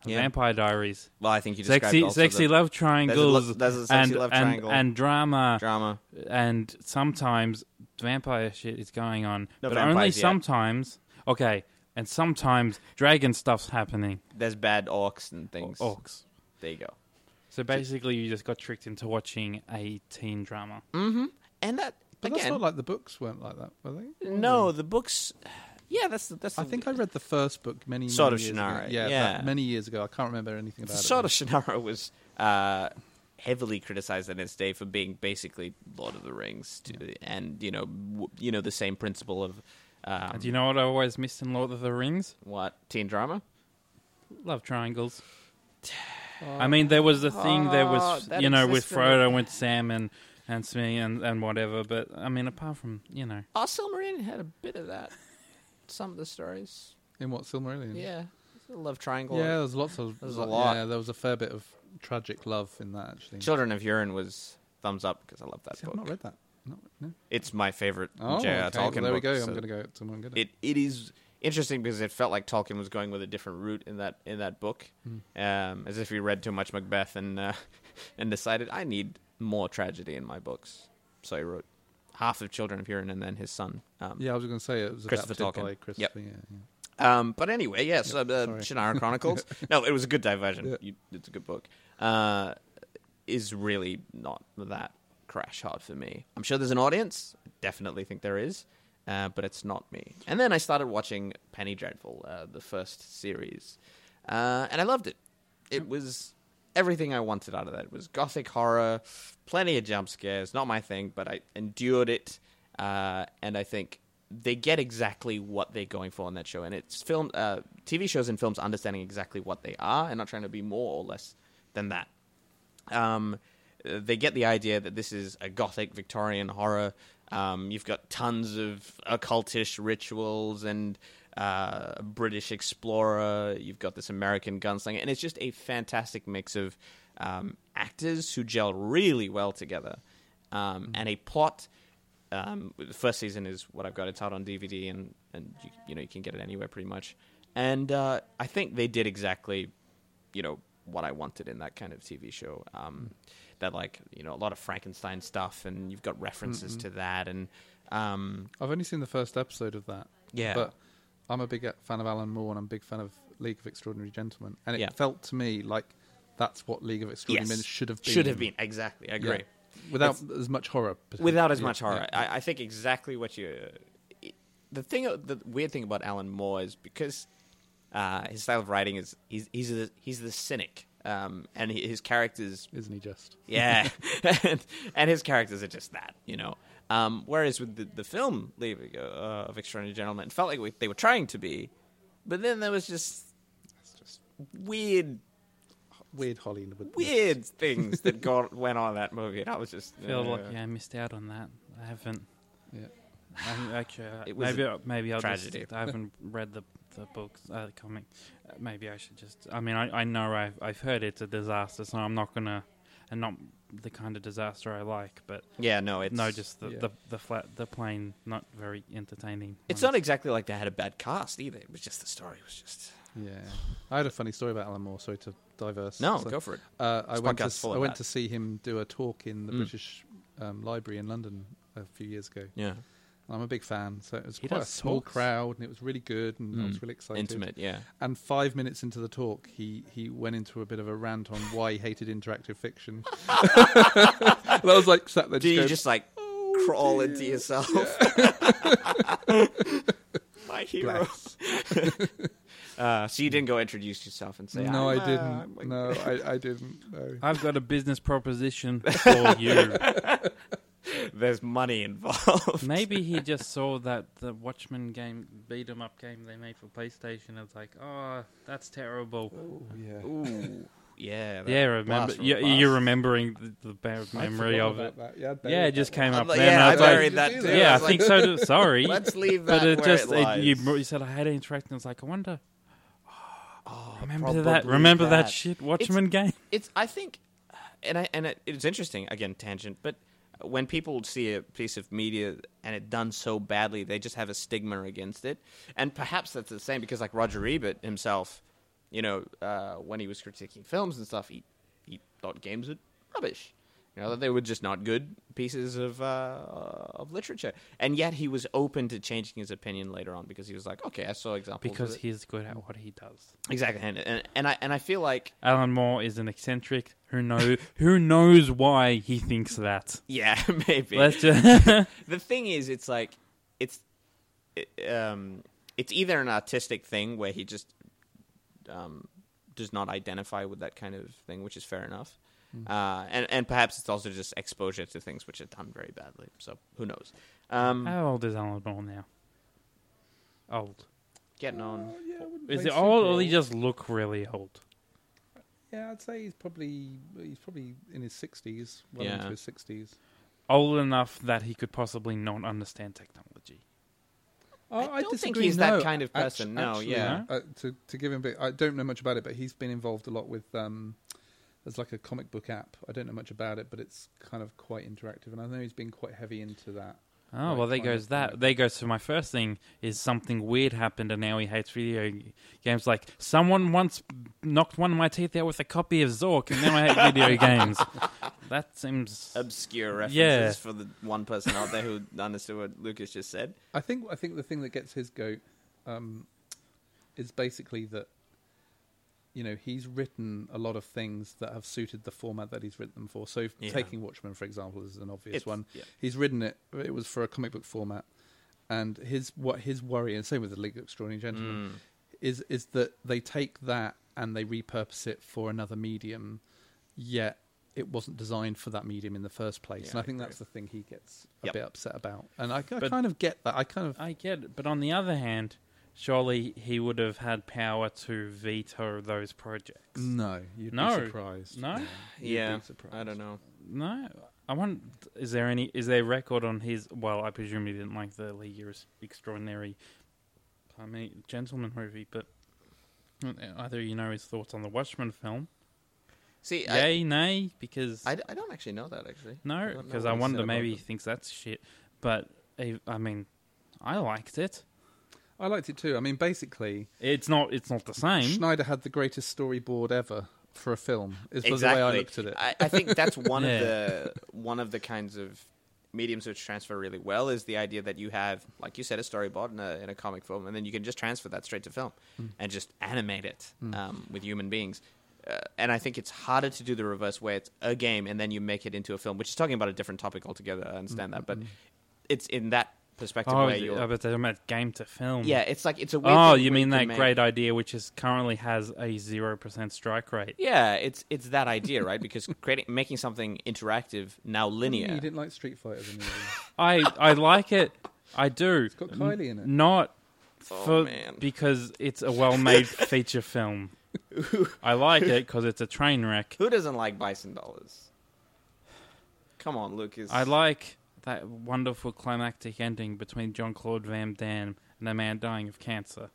[SPEAKER 2] Yeah.
[SPEAKER 3] Vampire Diaries.
[SPEAKER 2] Well, I think you described
[SPEAKER 3] Sexy
[SPEAKER 2] also
[SPEAKER 3] sexy
[SPEAKER 2] the
[SPEAKER 3] love
[SPEAKER 2] There's a lo-
[SPEAKER 3] triangles
[SPEAKER 2] there's a sexy
[SPEAKER 3] and,
[SPEAKER 2] love
[SPEAKER 3] and,
[SPEAKER 2] triangle
[SPEAKER 3] and drama
[SPEAKER 2] drama.
[SPEAKER 3] and sometimes vampire shit is going on,
[SPEAKER 2] No
[SPEAKER 3] but
[SPEAKER 2] vampires
[SPEAKER 3] only
[SPEAKER 2] yet.
[SPEAKER 3] sometimes. Okay, and sometimes dragon stuff's happening.
[SPEAKER 2] There's bad orcs and things.
[SPEAKER 4] Oh.
[SPEAKER 3] Orcs.
[SPEAKER 2] There you go.
[SPEAKER 3] So basically, you just got tricked into watching a teen drama.
[SPEAKER 2] And that
[SPEAKER 4] But that's
[SPEAKER 2] again,
[SPEAKER 4] not like the books weren't like that, were they?
[SPEAKER 2] no, the books. Yeah, that's the- that's.
[SPEAKER 4] I
[SPEAKER 2] the-
[SPEAKER 4] think I read the first book many, many
[SPEAKER 2] Sort of
[SPEAKER 4] years
[SPEAKER 2] Shannara,
[SPEAKER 4] ago. Yeah,
[SPEAKER 2] yeah.
[SPEAKER 4] about many years ago. I can't remember anything
[SPEAKER 2] the
[SPEAKER 4] about
[SPEAKER 2] Sword
[SPEAKER 4] it.
[SPEAKER 2] of Shannara was uh, heavily criticized in its day for being basically Lord of the Rings, to, and you know, w- you know the same principle of um,
[SPEAKER 3] And do you know what I always missed in Lord of the Rings?
[SPEAKER 2] what teen drama.
[SPEAKER 3] Love triangles. I mean, there was the thing there
[SPEAKER 2] Oh,
[SPEAKER 3] was,
[SPEAKER 2] that
[SPEAKER 3] you know, with
[SPEAKER 2] exists in it.
[SPEAKER 3] Frodo, with Sam, and and Smee, and and whatever. But I mean, apart from you know,
[SPEAKER 2] Oh, Silmarillion had a bit of that. Some of the stories,
[SPEAKER 4] In what Silmarillion?
[SPEAKER 2] yeah, It's a love triangle.
[SPEAKER 4] yeah. There's lots of.
[SPEAKER 2] There's a
[SPEAKER 4] like,
[SPEAKER 2] lot.
[SPEAKER 4] Yeah, there was a fair bit of tragic love in that actually.
[SPEAKER 2] Children of Urine was thumbs up because I love that
[SPEAKER 4] See,
[SPEAKER 2] book.
[SPEAKER 4] I've not read that. Not, no.
[SPEAKER 2] It's my favorite
[SPEAKER 4] Oh,
[SPEAKER 2] J.R.R.
[SPEAKER 4] okay.
[SPEAKER 2] Tolkien
[SPEAKER 4] well, there we
[SPEAKER 2] book,
[SPEAKER 4] go.
[SPEAKER 2] so-
[SPEAKER 4] I'm going to go. Someone get it.
[SPEAKER 2] it it is interesting because it felt like Tolkien was going with a different route in that in that book,
[SPEAKER 4] Hmm.
[SPEAKER 2] um, as if he read too much Macbeth and uh, and decided I need more tragedy in my books. So he wrote half of Children of Urine and then his son. Um,
[SPEAKER 4] Yeah, I was going to say it was
[SPEAKER 2] Christopher
[SPEAKER 4] adapted
[SPEAKER 2] Tolkien.
[SPEAKER 4] by
[SPEAKER 2] Yep.
[SPEAKER 4] Christopher. Yeah, yeah.
[SPEAKER 2] um, but anyway, yes, uh, uh,
[SPEAKER 4] sorry.
[SPEAKER 2] Shannara Chronicles. no, it was a good diversion.
[SPEAKER 4] Yeah.
[SPEAKER 2] You, it's a good book. Uh, is really not that crash hard for me. I'm sure there's an audience. I definitely think there is, uh, but it's not me. And then I started watching Penny Dreadful, uh, the first series, uh, and I loved it. It was everything I wanted out of that. It was gothic horror, plenty of jump scares. Not my thing, but I endured it, uh, and I think. They get exactly what they're going for on that show, and it's film, uh, TV shows and films understanding exactly what they are, and not trying to be more or less than that um, uh, they get the idea that this is a gothic Victorian horror. Um, you've got tons of occultish rituals and uh, a British explorer. You've got this American gunslinger, and it's just a fantastic mix of um, actors who gel really well together, um, and a plot. Um, the first season is what I've got. It's out on DVD, and and you, you know you can get it anywhere pretty much. And uh, I think they did exactly you know what I wanted in that kind of TV show. Um,
[SPEAKER 4] Hmm.
[SPEAKER 2] that like you know a lot of Frankenstein stuff, and you've got references to that, and um,
[SPEAKER 4] I've only seen the first episode of that.
[SPEAKER 2] Yeah.
[SPEAKER 4] But I'm a big fan of Alan Moore and I'm a big fan of League of Extraordinary Gentlemen. And it
[SPEAKER 2] Yeah.
[SPEAKER 4] felt to me like that's what League of Extraordinary Men
[SPEAKER 2] yes,
[SPEAKER 4] should have been.
[SPEAKER 2] should have been exactly. I
[SPEAKER 4] Yeah.
[SPEAKER 2] agree.
[SPEAKER 4] Without as much horror. particularly.
[SPEAKER 2] Without as
[SPEAKER 4] Yeah,
[SPEAKER 2] much horror, uh,
[SPEAKER 4] yeah.
[SPEAKER 2] I, I think exactly what you. the thing, the weird thing about Alan Moore is because uh, his style of writing is he's he's the, he's the cynic, um, and he, his characters,
[SPEAKER 4] Isn't he just?
[SPEAKER 2] yeah, and, and his characters are just that, you know. Um, whereas with the, the film leaving uh, of Extraordinary Gentlemen, it felt like we, they were trying to be, but then there was just weird
[SPEAKER 4] Weird Hollywood.
[SPEAKER 2] weird things that got went on in that movie, and I was just
[SPEAKER 3] Feel
[SPEAKER 2] uh,
[SPEAKER 3] like yeah, I missed out on that. I haven't.
[SPEAKER 4] Yeah.
[SPEAKER 3] I haven't actually,
[SPEAKER 2] It was
[SPEAKER 3] maybe
[SPEAKER 2] a
[SPEAKER 3] I- maybe I'll
[SPEAKER 2] tragedy.
[SPEAKER 3] just. I haven't read the the books, uh, the comic. Uh, maybe I should just. I mean, I, I know I've I've heard it's a disaster, so I'm not gonna. And not the kind of disaster I like, but
[SPEAKER 2] yeah, no, it's
[SPEAKER 3] no, just the,
[SPEAKER 4] yeah.
[SPEAKER 3] the the flat the plane, not very entertaining.
[SPEAKER 2] It's
[SPEAKER 3] one.
[SPEAKER 2] not exactly like they had a bad cast either. It was just the story was just
[SPEAKER 4] Yeah. I had a funny story about Alan Moore. Sorry to diverse.
[SPEAKER 2] no.
[SPEAKER 4] So-
[SPEAKER 2] go for it.
[SPEAKER 4] Uh, I
[SPEAKER 2] This
[SPEAKER 4] went to
[SPEAKER 2] podcast's
[SPEAKER 4] s-
[SPEAKER 2] full
[SPEAKER 4] I
[SPEAKER 2] of
[SPEAKER 4] went
[SPEAKER 2] that.
[SPEAKER 4] to see him do a talk in the
[SPEAKER 2] Mm.
[SPEAKER 4] British um, Library in London a few years ago.
[SPEAKER 2] Yeah,
[SPEAKER 4] And I'm a big fan, so it was
[SPEAKER 3] He
[SPEAKER 4] quite a
[SPEAKER 3] does
[SPEAKER 4] small
[SPEAKER 3] talks.
[SPEAKER 4] crowd, and it was really good, and I
[SPEAKER 2] Mm.
[SPEAKER 4] was really excited.
[SPEAKER 2] intimate. Yeah,
[SPEAKER 4] And five minutes into the talk, he he went into a bit of a rant on why he hated interactive fiction. and I was like, sat there,
[SPEAKER 2] do
[SPEAKER 4] just "Oh,
[SPEAKER 2] you
[SPEAKER 4] going,
[SPEAKER 2] just like crawl into yourself? My hero.
[SPEAKER 4] "Bless."
[SPEAKER 2] Uh, so you didn't go introduce yourself and say,
[SPEAKER 4] No,
[SPEAKER 2] I'm,
[SPEAKER 4] I
[SPEAKER 2] uh,
[SPEAKER 4] didn't.
[SPEAKER 2] I'm-
[SPEAKER 4] No, I, I didn't. No.
[SPEAKER 3] I've got a business proposition for you.
[SPEAKER 2] There's money involved.
[SPEAKER 3] Maybe he just saw that the Watchmen game beat 'em up game they made for PlayStation. and was like, oh, that's terrible.
[SPEAKER 4] Oh, yeah.
[SPEAKER 2] Ooh, yeah. that
[SPEAKER 3] yeah, remember
[SPEAKER 2] blast from
[SPEAKER 3] you,
[SPEAKER 2] the past.
[SPEAKER 3] you're remembering the, the bad
[SPEAKER 4] I
[SPEAKER 3] memory
[SPEAKER 4] forgot
[SPEAKER 3] of it.
[SPEAKER 4] about that. Yeah, I
[SPEAKER 3] Yeah,
[SPEAKER 4] buried
[SPEAKER 3] it just
[SPEAKER 4] that
[SPEAKER 3] came
[SPEAKER 4] one.
[SPEAKER 2] I'm
[SPEAKER 3] up
[SPEAKER 2] like,
[SPEAKER 3] then.
[SPEAKER 2] yeah,
[SPEAKER 3] I
[SPEAKER 2] I
[SPEAKER 3] was like,
[SPEAKER 2] buried that
[SPEAKER 4] Did
[SPEAKER 2] too.
[SPEAKER 4] you do that?
[SPEAKER 3] yeah, I
[SPEAKER 2] was
[SPEAKER 3] think
[SPEAKER 2] like,
[SPEAKER 3] so. Too. Sorry,
[SPEAKER 2] Let's leave that
[SPEAKER 3] but it
[SPEAKER 2] where
[SPEAKER 3] just
[SPEAKER 2] it
[SPEAKER 3] it, you,
[SPEAKER 2] lies.
[SPEAKER 3] you said I had interacting. It's like I wonder.
[SPEAKER 2] Oh,
[SPEAKER 3] Remember that?
[SPEAKER 2] probably
[SPEAKER 3] Remember that, shit Watchmen game?
[SPEAKER 2] it's I think, and I and it, it's interesting again tangent, but when people see a piece of media and it done so badly, they just have a stigma against it, and perhaps that's the same because like Roger Ebert himself, you know, uh, when he was critiquing films and stuff, he he thought games were rubbish. You know, that they were just not good pieces of uh, of literature, and yet he was open to changing his opinion later on because he was like, okay, I saw examples. of
[SPEAKER 3] Because
[SPEAKER 2] it.
[SPEAKER 3] he's good at what he does.
[SPEAKER 2] exactly, and, and and I and I feel like
[SPEAKER 3] Alan Moore is an eccentric who know who knows why he thinks that.
[SPEAKER 2] yeah, maybe
[SPEAKER 3] Let's just
[SPEAKER 2] the thing is, it's like it's it, um, it's either an artistic thing where he just um, does not identify with that kind of thing, which is fair enough, uh, and and perhaps it's also just exposure to things which are done very badly. So who knows? Um,
[SPEAKER 3] How old is Alan Moore now? Old.
[SPEAKER 2] getting on.
[SPEAKER 4] Oh, yeah, I wouldn't
[SPEAKER 3] Is
[SPEAKER 4] say
[SPEAKER 3] it old or
[SPEAKER 4] super
[SPEAKER 3] he just look really old?
[SPEAKER 4] Yeah, I'd say he's probably he's probably in his sixties, well
[SPEAKER 2] Yeah.
[SPEAKER 4] into his sixties.
[SPEAKER 3] Old enough that he could possibly not understand technology.
[SPEAKER 4] Oh,
[SPEAKER 2] I don't think he's that kind of
[SPEAKER 4] Act-
[SPEAKER 2] person, no, yeah.
[SPEAKER 4] uh, to to give him a bit, I don't know much about it, but he's been involved a lot with. Um, there's like a comic book app. I don't know much about it, but it's kind of quite interactive, and I know he's been quite heavy into that.
[SPEAKER 3] Oh
[SPEAKER 4] Right,
[SPEAKER 3] well, there
[SPEAKER 4] kind of,
[SPEAKER 3] goes that.
[SPEAKER 4] right.
[SPEAKER 3] There goes. So my first thing is something weird happened, and now he E hates video g- games. Like someone once knocked one of my teeth out with a copy of Zork, E and now I hate video games. That seems
[SPEAKER 2] Obscure references
[SPEAKER 3] Yeah.
[SPEAKER 2] for the one person out there who understood what Lucas just said.
[SPEAKER 4] I think I think the thing that gets his goat um, is basically that you know he's written a lot of things that have suited the format that he's written them for. So,
[SPEAKER 2] Yeah.
[SPEAKER 4] taking Watchmen for example is an obvious
[SPEAKER 2] It's-
[SPEAKER 4] one.
[SPEAKER 2] yeah.
[SPEAKER 4] He's written it; it was for a comic book format, and his what his worry, and same with the League of Extraordinary
[SPEAKER 2] Mm.
[SPEAKER 4] Gentlemen, is is that they take that and they repurpose it for another medium, yet. It wasn't designed for that medium in the first place,
[SPEAKER 2] Yeah,
[SPEAKER 4] and I,
[SPEAKER 2] I
[SPEAKER 4] think
[SPEAKER 2] agree.
[SPEAKER 4] that's the thing he gets a
[SPEAKER 2] Yep.
[SPEAKER 4] bit upset about. And I, I
[SPEAKER 3] But-
[SPEAKER 4] kind of get that. I kind of
[SPEAKER 3] I get it, but on the other hand, surely he would have had power to veto those projects.
[SPEAKER 4] No, you'd
[SPEAKER 3] No.
[SPEAKER 4] be surprised.
[SPEAKER 3] No?
[SPEAKER 4] You'd be
[SPEAKER 2] Yeah, I
[SPEAKER 4] surprised.
[SPEAKER 2] don't know.
[SPEAKER 3] No, I want. Is there any? Is there record on his? Well, I presume he didn't like the League of Extraordinary, I mean, Gentleman movie, but either you know his thoughts on the Watchmen film,
[SPEAKER 2] See, I,
[SPEAKER 3] yay, nay, because
[SPEAKER 2] I, I don't actually know that actually. I
[SPEAKER 3] no,
[SPEAKER 2] don't know
[SPEAKER 3] because
[SPEAKER 2] what
[SPEAKER 3] I
[SPEAKER 2] he said
[SPEAKER 3] wonder
[SPEAKER 2] about
[SPEAKER 3] maybe he
[SPEAKER 2] that.
[SPEAKER 3] thinks that's shit. But I I mean, I liked it.
[SPEAKER 4] I liked it too. I mean, basically,
[SPEAKER 3] It's not. It's not the same.
[SPEAKER 4] Schneider had the greatest storyboard ever for a film. Is was
[SPEAKER 2] exactly.
[SPEAKER 4] the way I looked at it.
[SPEAKER 2] I, I think that's one
[SPEAKER 3] Yeah.
[SPEAKER 2] of the one of the kinds of mediums which transfer really well is the idea that you have, like you said, a storyboard in a, in a comic film, and then you can just transfer that straight to film and just animate it um, with human beings. Uh, and I think it's harder to do the reverse way. It's a game, and then you make it into a film, which is talking about a different topic altogether. I understand that, but it's in that perspective
[SPEAKER 3] Oh,
[SPEAKER 2] where
[SPEAKER 3] th-
[SPEAKER 2] you're.
[SPEAKER 3] oh, but I meant game to film.
[SPEAKER 2] yeah, it's like it's a. Weird
[SPEAKER 3] Oh,
[SPEAKER 2] thing
[SPEAKER 3] you
[SPEAKER 2] where
[SPEAKER 3] mean
[SPEAKER 2] can
[SPEAKER 3] that
[SPEAKER 2] make-
[SPEAKER 3] great idea, which is currently has a zero percent strike rate.
[SPEAKER 2] Yeah, it's it's that idea, right? Because creating making something interactive now
[SPEAKER 4] You
[SPEAKER 2] linear.
[SPEAKER 4] didn't like Street Fighter the movie.
[SPEAKER 3] I I like it. I do. It's
[SPEAKER 4] got Kylie in it.
[SPEAKER 3] Not
[SPEAKER 2] Oh,
[SPEAKER 3] for
[SPEAKER 2] man.
[SPEAKER 3] because it's a well-made feature film. I like it because it's a train wreck.
[SPEAKER 2] Who doesn't like Bison Dollars? Come on, Lucas.
[SPEAKER 3] I like that wonderful climactic ending between John Claude Van Damme and a man dying of cancer.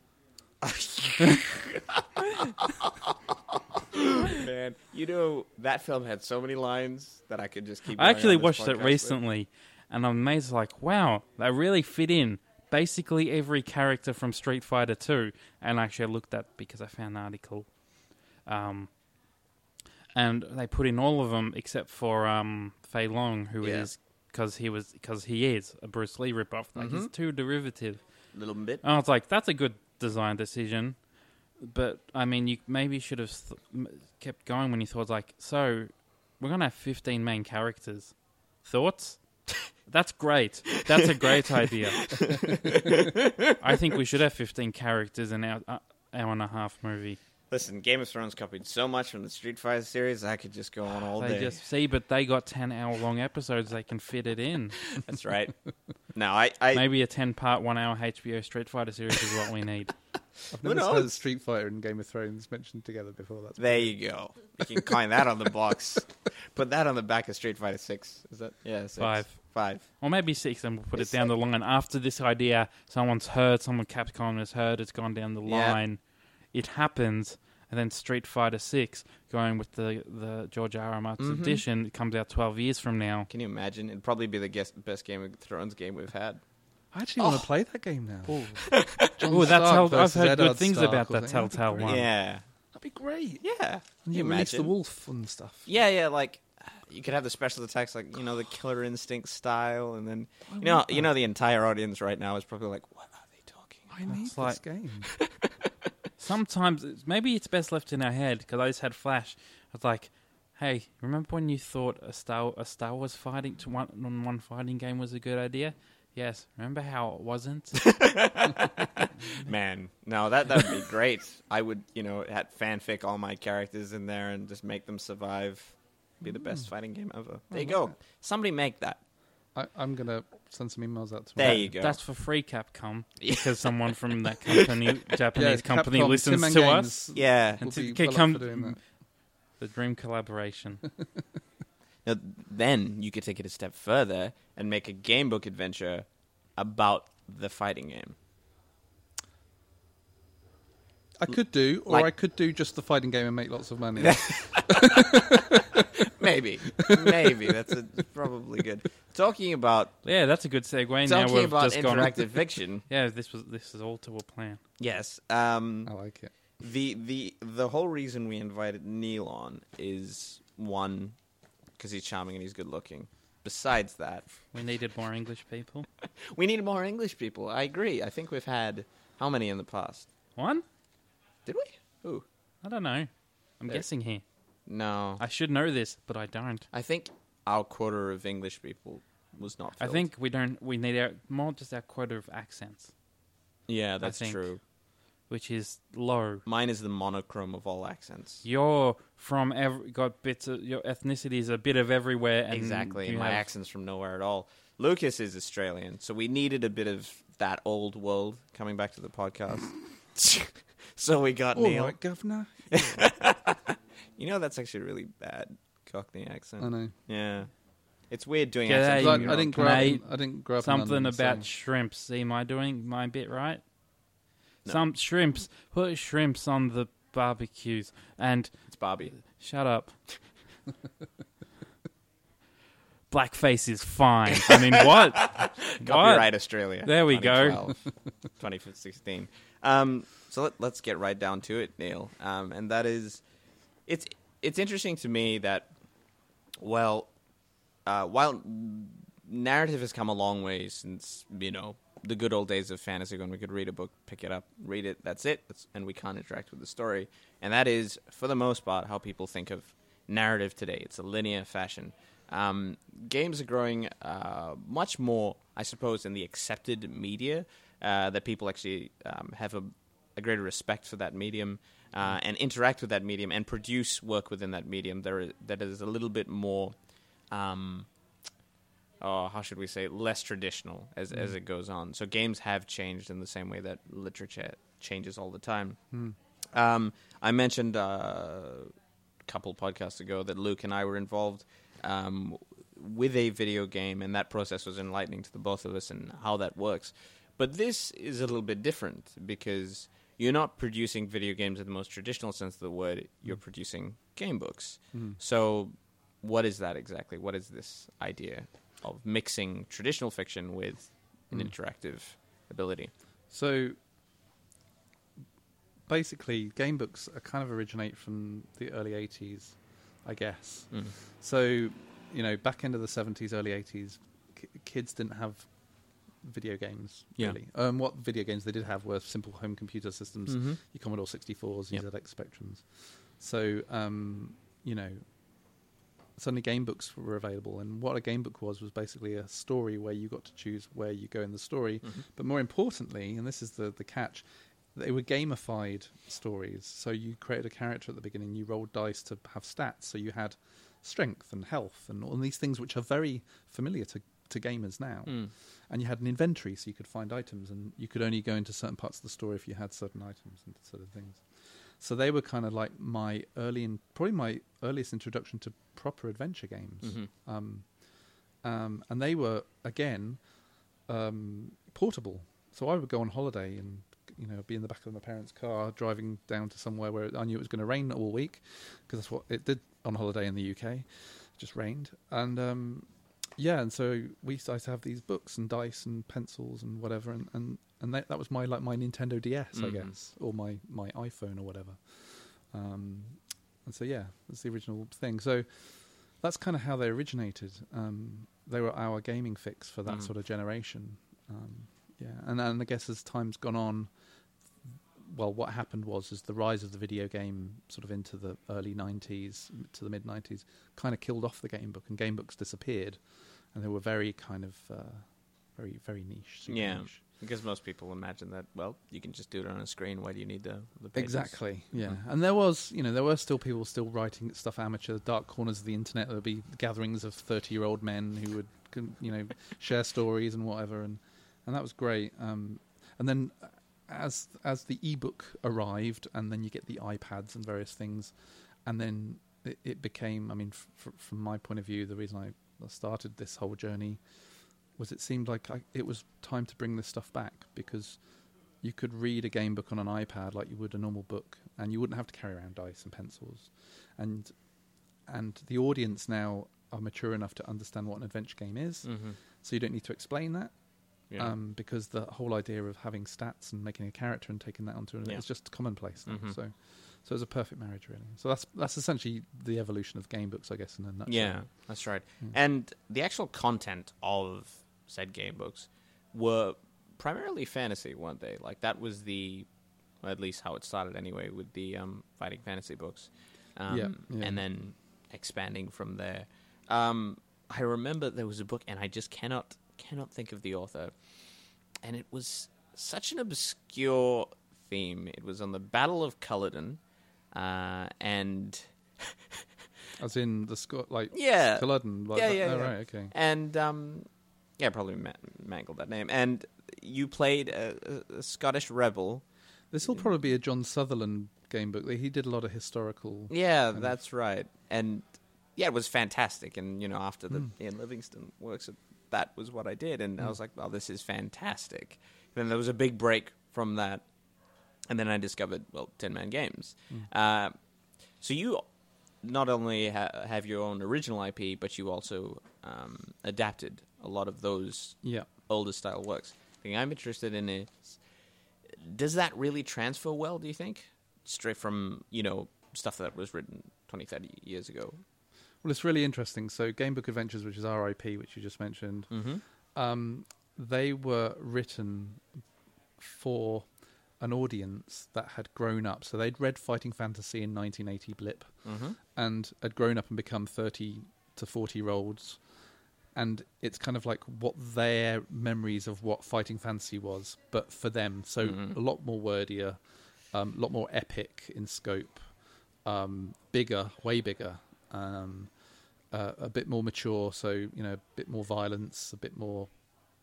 [SPEAKER 2] man. You know that film had so many lines that I could just keep.
[SPEAKER 3] I
[SPEAKER 2] going
[SPEAKER 3] actually
[SPEAKER 2] on this
[SPEAKER 3] watched
[SPEAKER 2] podcast
[SPEAKER 3] it
[SPEAKER 2] with.
[SPEAKER 3] recently, and I'm amazed. Like, wow, they really fit in. Basically, every character from Street Fighter Two, and actually, I looked at because I found an article, um, and they put in all of them except for um, Fei Long, who is
[SPEAKER 2] Yeah.
[SPEAKER 3] because he was because he is a Bruce Lee ripoff. Like,
[SPEAKER 2] Mm-hmm.
[SPEAKER 3] he's too derivative.
[SPEAKER 2] Little bit.
[SPEAKER 3] And I was like, that's a good design decision. But I mean, you maybe should have th- m- kept going when you thought like, so we're gonna have fifteen main characters. Thoughts? That's great. That's a great idea. I think we should have fifteen characters in our uh, hour and a half movie.
[SPEAKER 2] Listen, Game of Thrones copied so much from the Street Fighter series, I could just go on all
[SPEAKER 3] they
[SPEAKER 2] day.
[SPEAKER 3] just see, but they got ten hour long episodes. They can fit it in.
[SPEAKER 2] That's right. no, I, I
[SPEAKER 3] Maybe a ten part, one hour HBO Street Fighter series is what we need.
[SPEAKER 4] I've
[SPEAKER 2] Who
[SPEAKER 4] never heard
[SPEAKER 2] knows?
[SPEAKER 4] Street Fighter and Game of Thrones mentioned together before. That's
[SPEAKER 2] there you go. You can find that on the box. Put that on the back of Street Fighter Six. Is that yeah? Six.
[SPEAKER 3] Five.
[SPEAKER 2] Five.
[SPEAKER 3] Or maybe six, and we'll put
[SPEAKER 2] It's
[SPEAKER 3] it down the line. After this idea, someone's heard, someone Capcom has heard, it's gone down the
[SPEAKER 2] Yeah.
[SPEAKER 3] line. It happens, and then Street Fighter Six, going with the the George R. R. Martin's
[SPEAKER 4] Mm-hmm.
[SPEAKER 3] edition, it comes out twelve years from now.
[SPEAKER 2] Can you imagine? It'd probably be the guess, best Game of Thrones game we've had.
[SPEAKER 4] I actually want to play that game now.
[SPEAKER 3] Oh,
[SPEAKER 4] John
[SPEAKER 3] that's
[SPEAKER 4] Stark
[SPEAKER 3] how I've
[SPEAKER 4] versus
[SPEAKER 3] heard
[SPEAKER 4] Eddard
[SPEAKER 3] good things
[SPEAKER 4] Stark
[SPEAKER 3] about
[SPEAKER 4] or
[SPEAKER 3] that
[SPEAKER 4] something. That'd be
[SPEAKER 3] Telltale
[SPEAKER 4] great.
[SPEAKER 3] one.
[SPEAKER 2] Yeah.
[SPEAKER 4] That'd be great.
[SPEAKER 2] Yeah.
[SPEAKER 4] And
[SPEAKER 2] Can
[SPEAKER 4] you release the
[SPEAKER 2] imagine?
[SPEAKER 4] wolf and stuff.
[SPEAKER 2] Yeah, yeah, like you could have the special attacks, like you know the Killer Instinct style, and then you know, you know, the entire audience right now is probably like, "What are they talking?" about?"
[SPEAKER 4] I need
[SPEAKER 3] It's like-
[SPEAKER 4] this game.
[SPEAKER 3] Sometimes it's, maybe it's best left in our head because I just had flash. I was like, "Hey, remember when you thought a Star a Star Wars fighting to one on one fighting game was a good idea?" Yes. Remember how it wasn't?
[SPEAKER 2] Man, no, that that would be great. I would, you know, had fanfic all my characters in there and just make them survive. Be the best fighting game ever. There you go. Somebody make that.
[SPEAKER 4] I, I'm gonna send some emails out to.
[SPEAKER 2] There
[SPEAKER 4] Matt.
[SPEAKER 2] you go.
[SPEAKER 3] That's for free Capcom because someone from that company, Japanese
[SPEAKER 4] Yeah,
[SPEAKER 3] company,
[SPEAKER 4] Capcom,
[SPEAKER 3] listens
[SPEAKER 4] Tim and
[SPEAKER 3] to us.
[SPEAKER 4] Games
[SPEAKER 2] yeah.
[SPEAKER 4] will
[SPEAKER 3] And
[SPEAKER 4] be
[SPEAKER 3] to-
[SPEAKER 4] well up
[SPEAKER 3] come-
[SPEAKER 4] for doing that.
[SPEAKER 3] The dream collaboration.
[SPEAKER 2] Now, then you could take it a step further and make a game book adventure about the fighting game.
[SPEAKER 4] I could do, or
[SPEAKER 2] like-
[SPEAKER 4] I could do just the fighting game and make lots of money. That's
[SPEAKER 2] Maybe, maybe that's a, probably good. Talking about
[SPEAKER 3] yeah, that's a good segue. Now
[SPEAKER 2] talking
[SPEAKER 3] we've
[SPEAKER 2] about
[SPEAKER 3] just gone.
[SPEAKER 2] interactive fiction.
[SPEAKER 3] Yeah, this was this is all to a plan.
[SPEAKER 2] Yes. Um,
[SPEAKER 4] I like it.
[SPEAKER 2] the the the whole reason we invited Neil on is one because he's charming and he's good looking. Besides that,
[SPEAKER 3] We needed more English people.
[SPEAKER 2] we need more English people. I agree. I think we've had how many in the past?
[SPEAKER 3] One?
[SPEAKER 2] Did we? Ooh,
[SPEAKER 3] I don't know. I'm
[SPEAKER 2] There.
[SPEAKER 3] guessing here.
[SPEAKER 2] no.
[SPEAKER 3] I should know this, but I don't.
[SPEAKER 2] I think our quarter of English people was not.
[SPEAKER 3] I
[SPEAKER 2] filled.
[SPEAKER 3] think we don't. We need our, more just our quota of accents,
[SPEAKER 2] Yeah, that's
[SPEAKER 3] think.
[SPEAKER 2] true.
[SPEAKER 3] which is low.
[SPEAKER 2] Mine is the monochrome of all accents.
[SPEAKER 3] You're from every, got bits of your ethnicity is a bit of everywhere. And
[SPEAKER 2] Exactly.
[SPEAKER 3] you
[SPEAKER 2] My
[SPEAKER 3] have-
[SPEAKER 2] accent's from nowhere at all. Lucas is Australian, so we needed a bit of that old world coming back to the podcast. so we got
[SPEAKER 4] All
[SPEAKER 2] Neil.
[SPEAKER 4] right, governor.
[SPEAKER 2] You know that's actually a really bad Cockney accent.
[SPEAKER 4] I know.
[SPEAKER 2] Yeah. It's weird doing
[SPEAKER 3] Yeah,
[SPEAKER 2] accents.
[SPEAKER 3] Hey,
[SPEAKER 4] So I,
[SPEAKER 2] when
[SPEAKER 3] you
[SPEAKER 2] you're
[SPEAKER 4] I
[SPEAKER 2] on-
[SPEAKER 4] didn't grow up. In,
[SPEAKER 3] mate.
[SPEAKER 4] I didn't grow up. in
[SPEAKER 3] Something
[SPEAKER 4] London,
[SPEAKER 3] about
[SPEAKER 4] so-
[SPEAKER 3] shrimps. Am I doing my bit right?
[SPEAKER 2] No.
[SPEAKER 3] Some shrimps put shrimps on the barbecues and
[SPEAKER 2] It's Bobby.
[SPEAKER 3] shut up. Blackface is fine. I mean, what?
[SPEAKER 2] Copyright Australia.
[SPEAKER 3] There we go.
[SPEAKER 2] 2012, 2016. Um, so let, let's get right down to it, Neil. Um, and that is, it's it's interesting to me that, well, uh, while narrative has come a long way since you know the good old days of fantasy when we could read a book, pick it up, read it, that's it, that's, and we can't interact with the story. And that is, for the most part, how people think of narrative today. It's a linear fashion. Um, games are growing uh, much more, I suppose, in the accepted media uh, that people actually um, have a, a greater respect for that medium uh, and interact with that medium and produce work within that medium. There is, that is a little bit more. Um, oh, how should we say, less traditional as as it goes on. So games have changed in the same way that literature changes all the time. Um, I mentioned uh, a couple podcasts ago that Luke and I were involved um, with a video game, and that process was enlightening to the both of us and how that works. But this is a little bit different because you're not producing video games in the most traditional sense of the word. You're producing game books. So, what is that exactly? What is this idea of mixing traditional fiction with an
[SPEAKER 4] Hmm.
[SPEAKER 2] interactive ability?
[SPEAKER 4] So basically, game books are kind of originate from the early 80s, I guess.
[SPEAKER 2] Mm.
[SPEAKER 4] So, you know, back into the 70s, early 80s, ki kids didn't have video games,
[SPEAKER 2] Yeah.
[SPEAKER 4] really. Um, what video games they did have were simple home computer systems, your Commodore 64s, your
[SPEAKER 2] Mm-hmm. Yep.
[SPEAKER 4] ZX Spectrums. So, um, you know, suddenly game books were available. And what a game book was, was basically a story where you got to choose where you go in the story. But more importantly, and this is the, the catch, they were gamified stories. So you created a character at the beginning, you rolled dice to have stats. So you had strength and health and all these things which are very familiar to, to gamers now.
[SPEAKER 2] Mm.
[SPEAKER 4] And you had an inventory so you could find items and you could only go into certain parts of the story if you had certain items and certain things. So they were kind of like my early and probably my earliest introduction to proper adventure games.
[SPEAKER 2] Mhm.
[SPEAKER 4] Um, um, and they were again um, portable. So I would go on holiday and you know be in the back of my parents' car driving down to somewhere where I knew it was going to rain all week because that's what it did on holiday in the UK. It just rained and um, yeah, and so we used to have these books and dice and pencils and whatever and and and that, that was my like my Nintendo DS I
[SPEAKER 2] Mhm.
[SPEAKER 4] guess or my my iPhone or whatever. Um, and so yeah, that's the original thing. So that's kind of how they originated. Um, they were our gaming fix for that
[SPEAKER 2] Mm.
[SPEAKER 4] sort of generation. Um, yeah, and and I guess as time's gone on, well, what happened was is the rise of the video game sort of into the early '90s m- to the mid '90s kind of killed off the game book, and game books disappeared, and they were very kind of uh, very very niche. super
[SPEAKER 2] Yeah.
[SPEAKER 4] niche.
[SPEAKER 2] Because most people imagine that, well, you can just do it on a screen. Why do you need the, the pages?
[SPEAKER 4] Exactly. Yeah, and there was, you know, there were still people still writing stuff amateur, dark corners of the internet. There'd be gatherings of thirty-year-old men who would, con- you know, share stories and whatever, and and that was great. Um, and then uh, as as the ebook arrived, and then you get the iPads and various things, and then it, it became. I mean, f- f- from my point of view, the reason I I started this whole journey was it seemed like I, it was time to bring this stuff back because you could read a game book on an iPad like you would a normal book, and you wouldn't have to carry around dice and pencils, and and the audience now are mature enough to understand what an adventure game is,
[SPEAKER 2] Mm-hmm.
[SPEAKER 4] so you don't need to explain that
[SPEAKER 2] Yeah.
[SPEAKER 4] um, because the whole idea of having stats and making a character and taking that onto it
[SPEAKER 2] Yeah.
[SPEAKER 4] is just commonplace now.
[SPEAKER 2] Mhm.
[SPEAKER 4] So, so it's a perfect marriage, really. So that's that's essentially the evolution of game books, I guess, in a nutshell.
[SPEAKER 2] yeah, that's right.
[SPEAKER 4] Mm.
[SPEAKER 2] And the actual content of said game books were primarily fantasy, weren't they? Like, that was the, well, at least how it started anyway, with the um, fighting fantasy books. Um,
[SPEAKER 4] Yeah, yeah.
[SPEAKER 2] And then expanding from there. Um, I remember there was a book, and I just cannot cannot think of the author. and it was such an obscure theme. It was on the Battle of Culloden, uh, and
[SPEAKER 4] As in the Scot, like
[SPEAKER 2] yeah,
[SPEAKER 4] Culloden, like
[SPEAKER 2] Yeah,
[SPEAKER 4] that-
[SPEAKER 2] yeah,
[SPEAKER 4] oh,
[SPEAKER 2] yeah.
[SPEAKER 4] right, okay.
[SPEAKER 2] and um, yeah, probably ma- mangled that name. And you played a, a- a Scottish rebel.
[SPEAKER 4] This will probably be a John Sutherland game book. He did a lot of historical.
[SPEAKER 2] Yeah,
[SPEAKER 4] Kind of.
[SPEAKER 2] that's right. And yeah, it was fantastic. And you know, after the Ian Livingston works, that was what I did. And I was like, "Wow, this is fantastic." then there was a big break from that, and then I discovered well, Ten Man Games. Uh, so you not only ha- have your own original IP, but you also um, adapted a lot of those
[SPEAKER 4] Yeah.
[SPEAKER 2] older style works. The thing I'm interested in is does that really transfer well, do you think? Straight from, you know, stuff that was written 20, 30 years ago.
[SPEAKER 4] Well, it's really interesting. So, Game Book Adventures, which is RIP, which you just mentioned,
[SPEAKER 2] Mm-hmm.
[SPEAKER 4] um, they were written for an audience that had grown up. So they'd read Fighting Fantasy in 1980 Blip
[SPEAKER 2] Mm-hmm.
[SPEAKER 4] and had grown up and become 30 to 40 year olds. And it's kind of like what their memories of what fighting fantasy was, but for them. So
[SPEAKER 2] Mhm.
[SPEAKER 4] a lot more wordier, um, a lot more epic in scope, um, bigger, way bigger, um, uh, a bit more mature. So, you know, a bit more violence, a bit more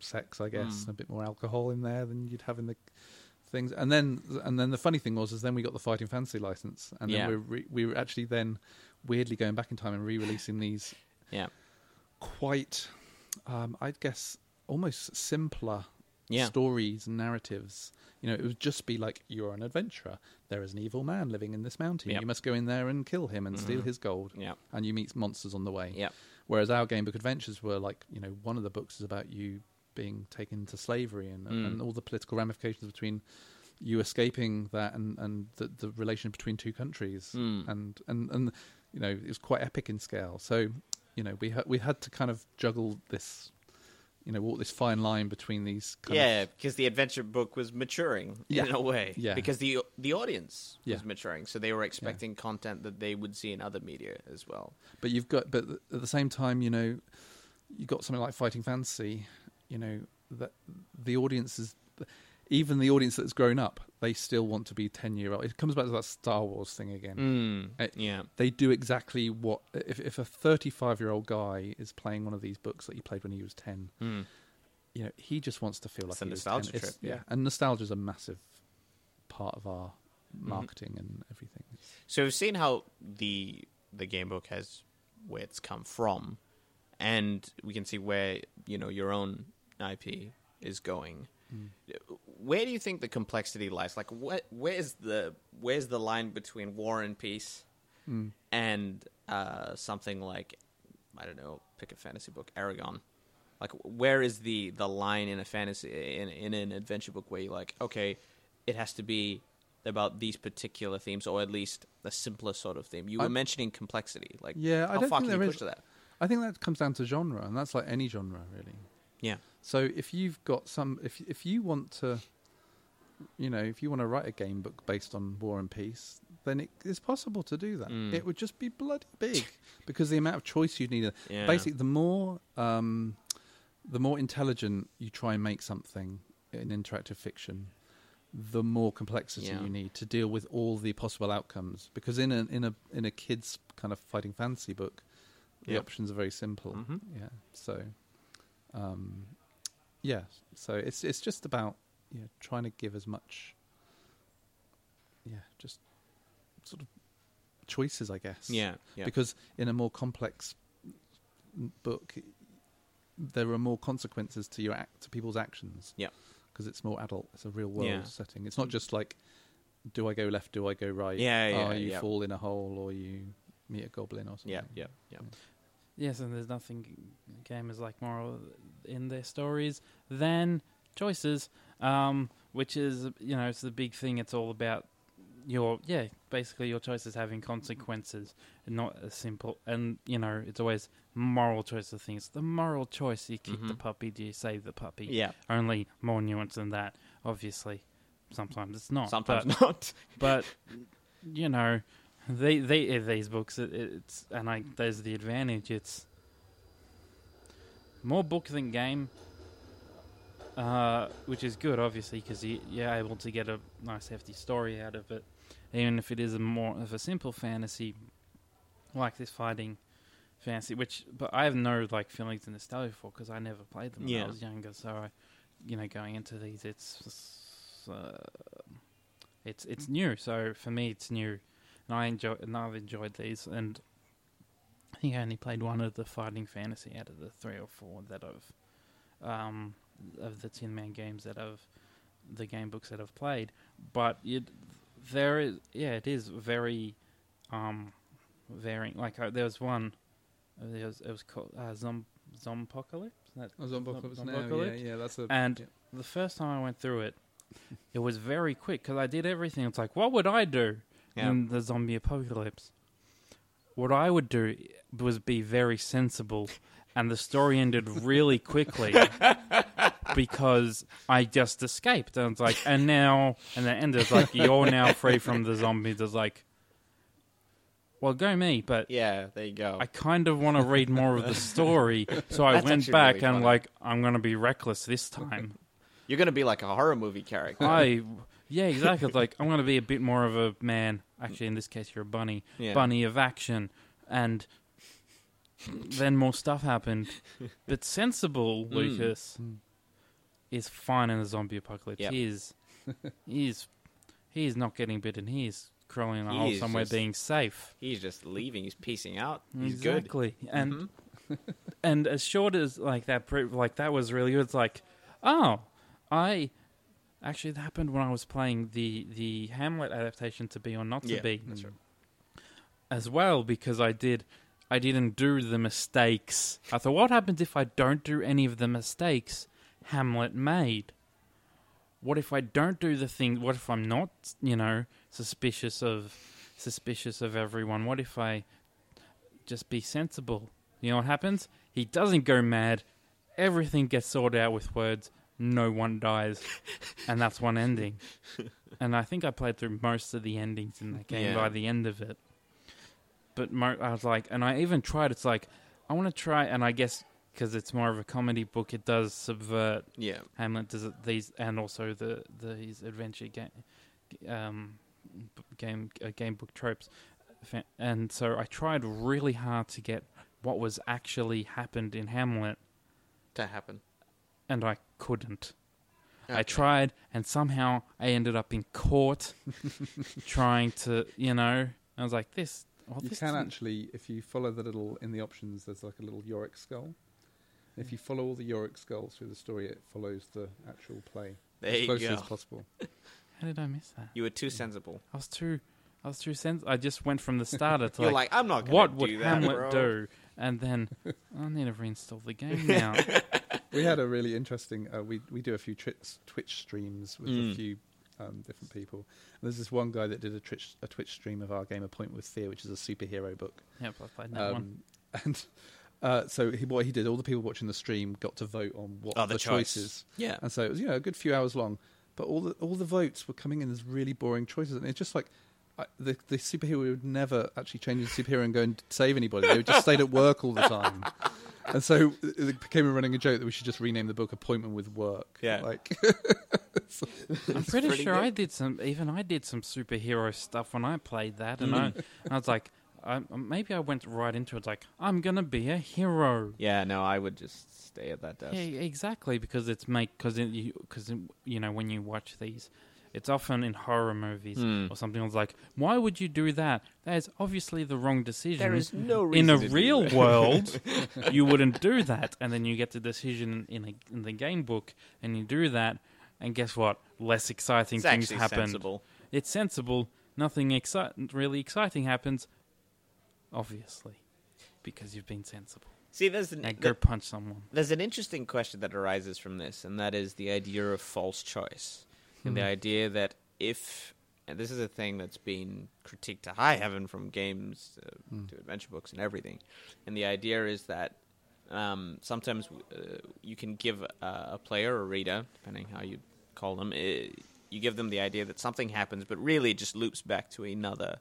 [SPEAKER 4] sex, I guess,
[SPEAKER 2] Mm.
[SPEAKER 4] a bit more alcohol in there than you'd have in the things. And then, and then the funny thing was, is then we got the fighting fantasy license, and
[SPEAKER 2] Yeah.
[SPEAKER 4] then we we're re- we were actually then weirdly going back in time and re-releasing these
[SPEAKER 2] Yeah.
[SPEAKER 4] quite, um, I'd guess, almost simpler
[SPEAKER 2] Yeah.
[SPEAKER 4] stories and narratives. You know, it would just be like you're an adventurer. There is an evil man living in this mountain.
[SPEAKER 2] Yep.
[SPEAKER 4] You must go in there and kill him and steal
[SPEAKER 2] Mhm.
[SPEAKER 4] his gold,
[SPEAKER 2] Yeah.
[SPEAKER 4] and you meet monsters on the way.
[SPEAKER 2] Yeah.
[SPEAKER 4] Whereas our game book adventures were like, you know, one of the books is about you being taken into slavery and,
[SPEAKER 2] Mm.
[SPEAKER 4] and all the political ramifications between you escaping that and, and the, the relation between two countries.
[SPEAKER 2] Mm.
[SPEAKER 4] And, and, and, you know, it was quite epic in scale. So, you know, we, ha- we had to kind of juggle this, you know, walk this fine line between these kind
[SPEAKER 2] yeah,
[SPEAKER 4] of.
[SPEAKER 2] because the adventure book was maturing
[SPEAKER 4] Yeah.
[SPEAKER 2] in a way.
[SPEAKER 4] Yeah.
[SPEAKER 2] Because the the audience was
[SPEAKER 4] Yeah.
[SPEAKER 2] maturing, so they were expecting content that they would see in other media as well.
[SPEAKER 4] But you've got, but at the same time, you know, you got something like Fighting Fantasy. You know that the audience is, even the audience that's grown up, they still want to be ten year old. It comes back to that Star Wars thing again.
[SPEAKER 2] Mm.
[SPEAKER 4] Uh,
[SPEAKER 2] yeah.
[SPEAKER 4] They do exactly what if if a thirty five year old guy is playing one of these books that he played when he was ten.
[SPEAKER 2] mm.
[SPEAKER 4] You know, he just wants to feel like
[SPEAKER 2] It's a
[SPEAKER 4] he was
[SPEAKER 2] nostalgia
[SPEAKER 4] 10. It's-
[SPEAKER 2] trip, yeah.
[SPEAKER 4] yeah, and nostalgia is a massive part of our
[SPEAKER 2] Mm-hmm.
[SPEAKER 4] marketing and everything.
[SPEAKER 2] So we've seen how the the game book has where it's come from, and we can see where you know your own IP is going. Where do you think the complexity lies? Like, what where's the where's the line between War and Peace and uh, something like I don't know, pick a fantasy book, Aragon. Like, where is the the line in a fantasy in in an adventure book where you're like, okay, it has to be about these particular themes, or at least a simpler sort of theme. You were
[SPEAKER 4] I-
[SPEAKER 2] mentioning complexity, like
[SPEAKER 4] Yeah,
[SPEAKER 2] how
[SPEAKER 4] I don't
[SPEAKER 2] far
[SPEAKER 4] think
[SPEAKER 2] can you
[SPEAKER 4] there
[SPEAKER 2] push
[SPEAKER 4] is-
[SPEAKER 2] to that?
[SPEAKER 4] I think that comes down to genre, and that's like any genre really.
[SPEAKER 2] Yeah,
[SPEAKER 4] So if you've got some, if if you want to, you know, if you want to write a game book based on War and Peace, then it is possible to do that.
[SPEAKER 2] Mm.
[SPEAKER 4] It would just be bloody big because the amount of choice you'd need.
[SPEAKER 2] yeah,
[SPEAKER 4] Basically, the more, um, the more intelligent you try and make something in interactive fiction, the more complexity
[SPEAKER 2] Yeah.
[SPEAKER 4] you need to deal with all the possible outcomes. Because in a in a in a kids kind of fighting fantasy book, the
[SPEAKER 2] Yep.
[SPEAKER 4] options are very simple.
[SPEAKER 2] Mhm.
[SPEAKER 4] Yeah. So, um, yeah. So it's it's just about yeah trying to give as much. Yeah, just sort of choices, I guess.
[SPEAKER 2] yeah, yeah.
[SPEAKER 4] Because in a more complex n- book, there are more consequences to your act to people's actions.
[SPEAKER 2] Yeah.
[SPEAKER 4] Because it's more adult. It's a real world
[SPEAKER 2] Yeah.
[SPEAKER 4] setting. It's not just like, do I go left? Do I go right?
[SPEAKER 2] Yeah,
[SPEAKER 4] Or
[SPEAKER 2] yeah,
[SPEAKER 4] you
[SPEAKER 2] yeah.
[SPEAKER 4] fall in a hole, or you meet a goblin, or something.
[SPEAKER 2] yeah, yeah, yeah,
[SPEAKER 3] Yes, and there's nothing g- gamers like more in their stories than choices, um, which is you know it's the big thing. It's all about your yeah, basically your choices having consequences, and not a simple and you know it's always moral choice of things. The moral choice: you kick the
[SPEAKER 2] Mhm.
[SPEAKER 3] puppy, do you save the puppy?
[SPEAKER 2] yeah.
[SPEAKER 3] Only more nuanced than that, obviously. Sometimes it's not.
[SPEAKER 2] Sometimes
[SPEAKER 3] but-
[SPEAKER 2] not.
[SPEAKER 3] but you know, they they in these books it, it's and I there's the advantage. It's more book than game, uh, which is good obviously because you, you're able to get a nice hefty story out of it, even if it is a more of a simple fantasy, like this fighting. Fantasy, which but I have no like feelings in nostalgia for because I never played them when
[SPEAKER 2] Yeah.
[SPEAKER 3] I was younger. So I, you know, going into these, it's uh, it's it's new. So for me, it's new, and I enjoy and I've enjoyed these. And I think I only played one of the fighting fantasy out of the three or four that I've um, of the Tin Man games that I've the game books that I've played. But it there is yeah, it is very um, varying. Like uh, there was one, uh, there was, it was called uh, Zom Zompocalypse. That
[SPEAKER 4] I was on Apocalypse
[SPEAKER 3] Zom-
[SPEAKER 4] Now,
[SPEAKER 3] Apocalypse.
[SPEAKER 4] Yeah, yeah, that's a
[SPEAKER 3] And
[SPEAKER 4] yeah.
[SPEAKER 3] the first time I went through it, it was very quick because I did everything. It's like, what would I do
[SPEAKER 2] Yeah.
[SPEAKER 3] in the zombie apocalypse? What I would do was be very sensible, and the story ended really quickly because I just escaped. And it's like, and now, and the end is like, you're now free from the zombies. It's like, well, go me, but
[SPEAKER 2] Yeah, there you go.
[SPEAKER 3] I kind of want to read more of the story. So I
[SPEAKER 2] That's
[SPEAKER 3] went
[SPEAKER 2] actually
[SPEAKER 3] back
[SPEAKER 2] really
[SPEAKER 3] and
[SPEAKER 2] funny.
[SPEAKER 3] like, I'm going to be reckless this time.
[SPEAKER 2] You're going to be like a horror movie character.
[SPEAKER 3] I, yeah, exactly. It's Like, I'm going to be a bit more of a man. Actually, in this case, you're a bunny.
[SPEAKER 2] Yeah.
[SPEAKER 3] Bunny of action. And then more stuff happened. But sensible
[SPEAKER 2] Hmm.
[SPEAKER 3] Lucas is fine in a zombie apocalypse.
[SPEAKER 2] Yep.
[SPEAKER 3] He is, he is, he is not getting bitten. He is crawling in a
[SPEAKER 2] He
[SPEAKER 3] hole
[SPEAKER 2] is
[SPEAKER 3] somewhere
[SPEAKER 2] just-
[SPEAKER 3] being safe.
[SPEAKER 2] He's just leaving. He's piecing out. He's good. Mm-hmm.
[SPEAKER 3] exactly. And and as short as like that, pre- like that was really good. It's like, oh, I actually it happened when I was playing the the Hamlet adaptation to be or not to
[SPEAKER 2] Yeah,
[SPEAKER 3] be. That's right. As well because I did. I didn't do the mistakes. I thought, what happens if I don't do any of the mistakes Hamlet made? What if I don't do the thing? What if I'm not, you know, suspicious of suspicious of everyone? What if I just be sensible. You know what happens? He doesn't go mad. Everything gets sorted out with words. No one dies, and that's one ending. And I think I played through most of the endings in that game
[SPEAKER 2] Yeah.
[SPEAKER 3] by the end of it. But mo- I was like, and I even tried. It's like I want to try, and I guess because it's more of a comedy book, it does subvert
[SPEAKER 2] Yeah.
[SPEAKER 3] Hamlet does it, these, and also the the his adventure game, um, b- game uh, game book tropes, Fa- and so I tried really hard to get what was actually happened in Hamlet,
[SPEAKER 2] To happen.
[SPEAKER 3] and I couldn't. I
[SPEAKER 2] Okay.
[SPEAKER 3] tried, and somehow I ended up in court, trying to you know. I was like, this. Well,
[SPEAKER 4] you
[SPEAKER 3] this
[SPEAKER 4] can
[SPEAKER 3] doesn't-
[SPEAKER 4] actually, if you follow the little in the options, there's like a little Yorick skull. If you follow all the Yorick skulls through the story, it follows the actual play
[SPEAKER 2] There
[SPEAKER 4] as
[SPEAKER 2] you
[SPEAKER 4] closely
[SPEAKER 2] go.
[SPEAKER 4] as possible.
[SPEAKER 3] How did I miss that?
[SPEAKER 2] You were too sensible.
[SPEAKER 3] I was too. I was too sens. I just went from the starter to
[SPEAKER 2] You're like, I'm not going
[SPEAKER 3] what
[SPEAKER 2] to
[SPEAKER 3] would
[SPEAKER 2] do that,
[SPEAKER 3] Hamlet
[SPEAKER 2] bro.
[SPEAKER 3] do? And then I need to reinstall the game now.
[SPEAKER 4] we had a really interesting. Uh, we we do a few trits, Twitch streams with
[SPEAKER 2] Hmm.
[SPEAKER 4] a few um, different people. And there's this one guy that did a Twitch a Twitch stream of our game, A Point with Fear, which is a superhero book. Um,
[SPEAKER 3] yep, I played that
[SPEAKER 2] Um,
[SPEAKER 3] one.
[SPEAKER 4] And uh, so he, what he did, all the people watching the stream got to vote on what
[SPEAKER 2] Oh,
[SPEAKER 4] the,
[SPEAKER 2] the choice.
[SPEAKER 4] choices.
[SPEAKER 2] Yeah.
[SPEAKER 4] And so it was you know a good few hours long, but all the all the votes were coming in as really boring choices, and it's just like. I, the, the superhero would never actually change into superhero and go and save anybody. They just stayed at work all the time, and so it it became a running joke that we should just rename the book "Appointment with Work."
[SPEAKER 2] Yeah.
[SPEAKER 4] like
[SPEAKER 3] I'm pretty,
[SPEAKER 2] pretty
[SPEAKER 3] sure
[SPEAKER 2] good.
[SPEAKER 3] I did some. Even I did some superhero stuff when I played that, and I,
[SPEAKER 2] Mm.
[SPEAKER 3] and I was like, I, maybe I went right into it. Like, I'm gonna be a hero.
[SPEAKER 2] Yeah, no, I would just stay at that desk.
[SPEAKER 3] Yeah, exactly. Because it's make because you because you know when you watch these, it's often in horror movies
[SPEAKER 2] Hmm.
[SPEAKER 3] or something. It's like, why would you do that? That is obviously the wrong decision.
[SPEAKER 2] There is no
[SPEAKER 3] in
[SPEAKER 2] reason
[SPEAKER 3] a
[SPEAKER 2] to do
[SPEAKER 3] real
[SPEAKER 2] that.
[SPEAKER 3] world you wouldn't do that, and then you get the decision in a, in the game book, and you do that, and guess what? Less exciting
[SPEAKER 2] It's
[SPEAKER 3] things
[SPEAKER 2] actually
[SPEAKER 3] happen.
[SPEAKER 2] sensible.
[SPEAKER 3] It's sensible. Nothing exci- really exciting happens, obviously, because you've been sensible.
[SPEAKER 2] See, there's an,
[SPEAKER 3] Now go punch someone.
[SPEAKER 2] there's an interesting question that arises from this, and that is the idea of false choice. And the idea that if, and this is a thing that's been critiqued to high heaven from games uh, to adventure books and everything, and the idea is that um, sometimes uh, you can give a, a player or reader, depending how you call them, i you give them the idea that something happens, but really it just loops back to another,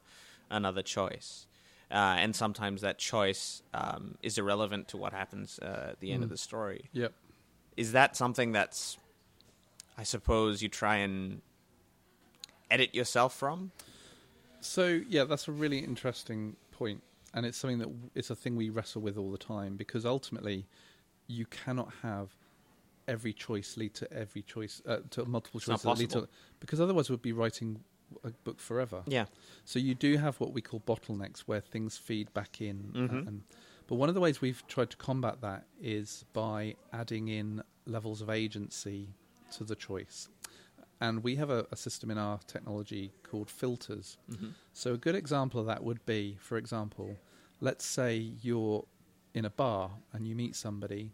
[SPEAKER 2] another choice. Uh, and sometimes that choice um, is irrelevant to what happens uh, at the end of the story
[SPEAKER 4] yep,
[SPEAKER 2] is that something that's i suppose you try and edit yourself from
[SPEAKER 4] So yeah, that's a really interesting point, and it's something that it's a thing we wrestle with all the time because ultimately, you cannot have every choice lead to every choice uh, to multiple
[SPEAKER 2] not
[SPEAKER 4] choices that lead to
[SPEAKER 2] possible.
[SPEAKER 4] because otherwise we'd be writing a book forever.
[SPEAKER 2] yeah
[SPEAKER 4] So you do have what we call bottlenecks where things feed back in. uh, And, but one of the ways we've tried to combat that is by adding in levels of agency to the choice. And we have a, a system in our technology called filters. So a good example of that would be, for example, let's say you're in a bar and you meet somebody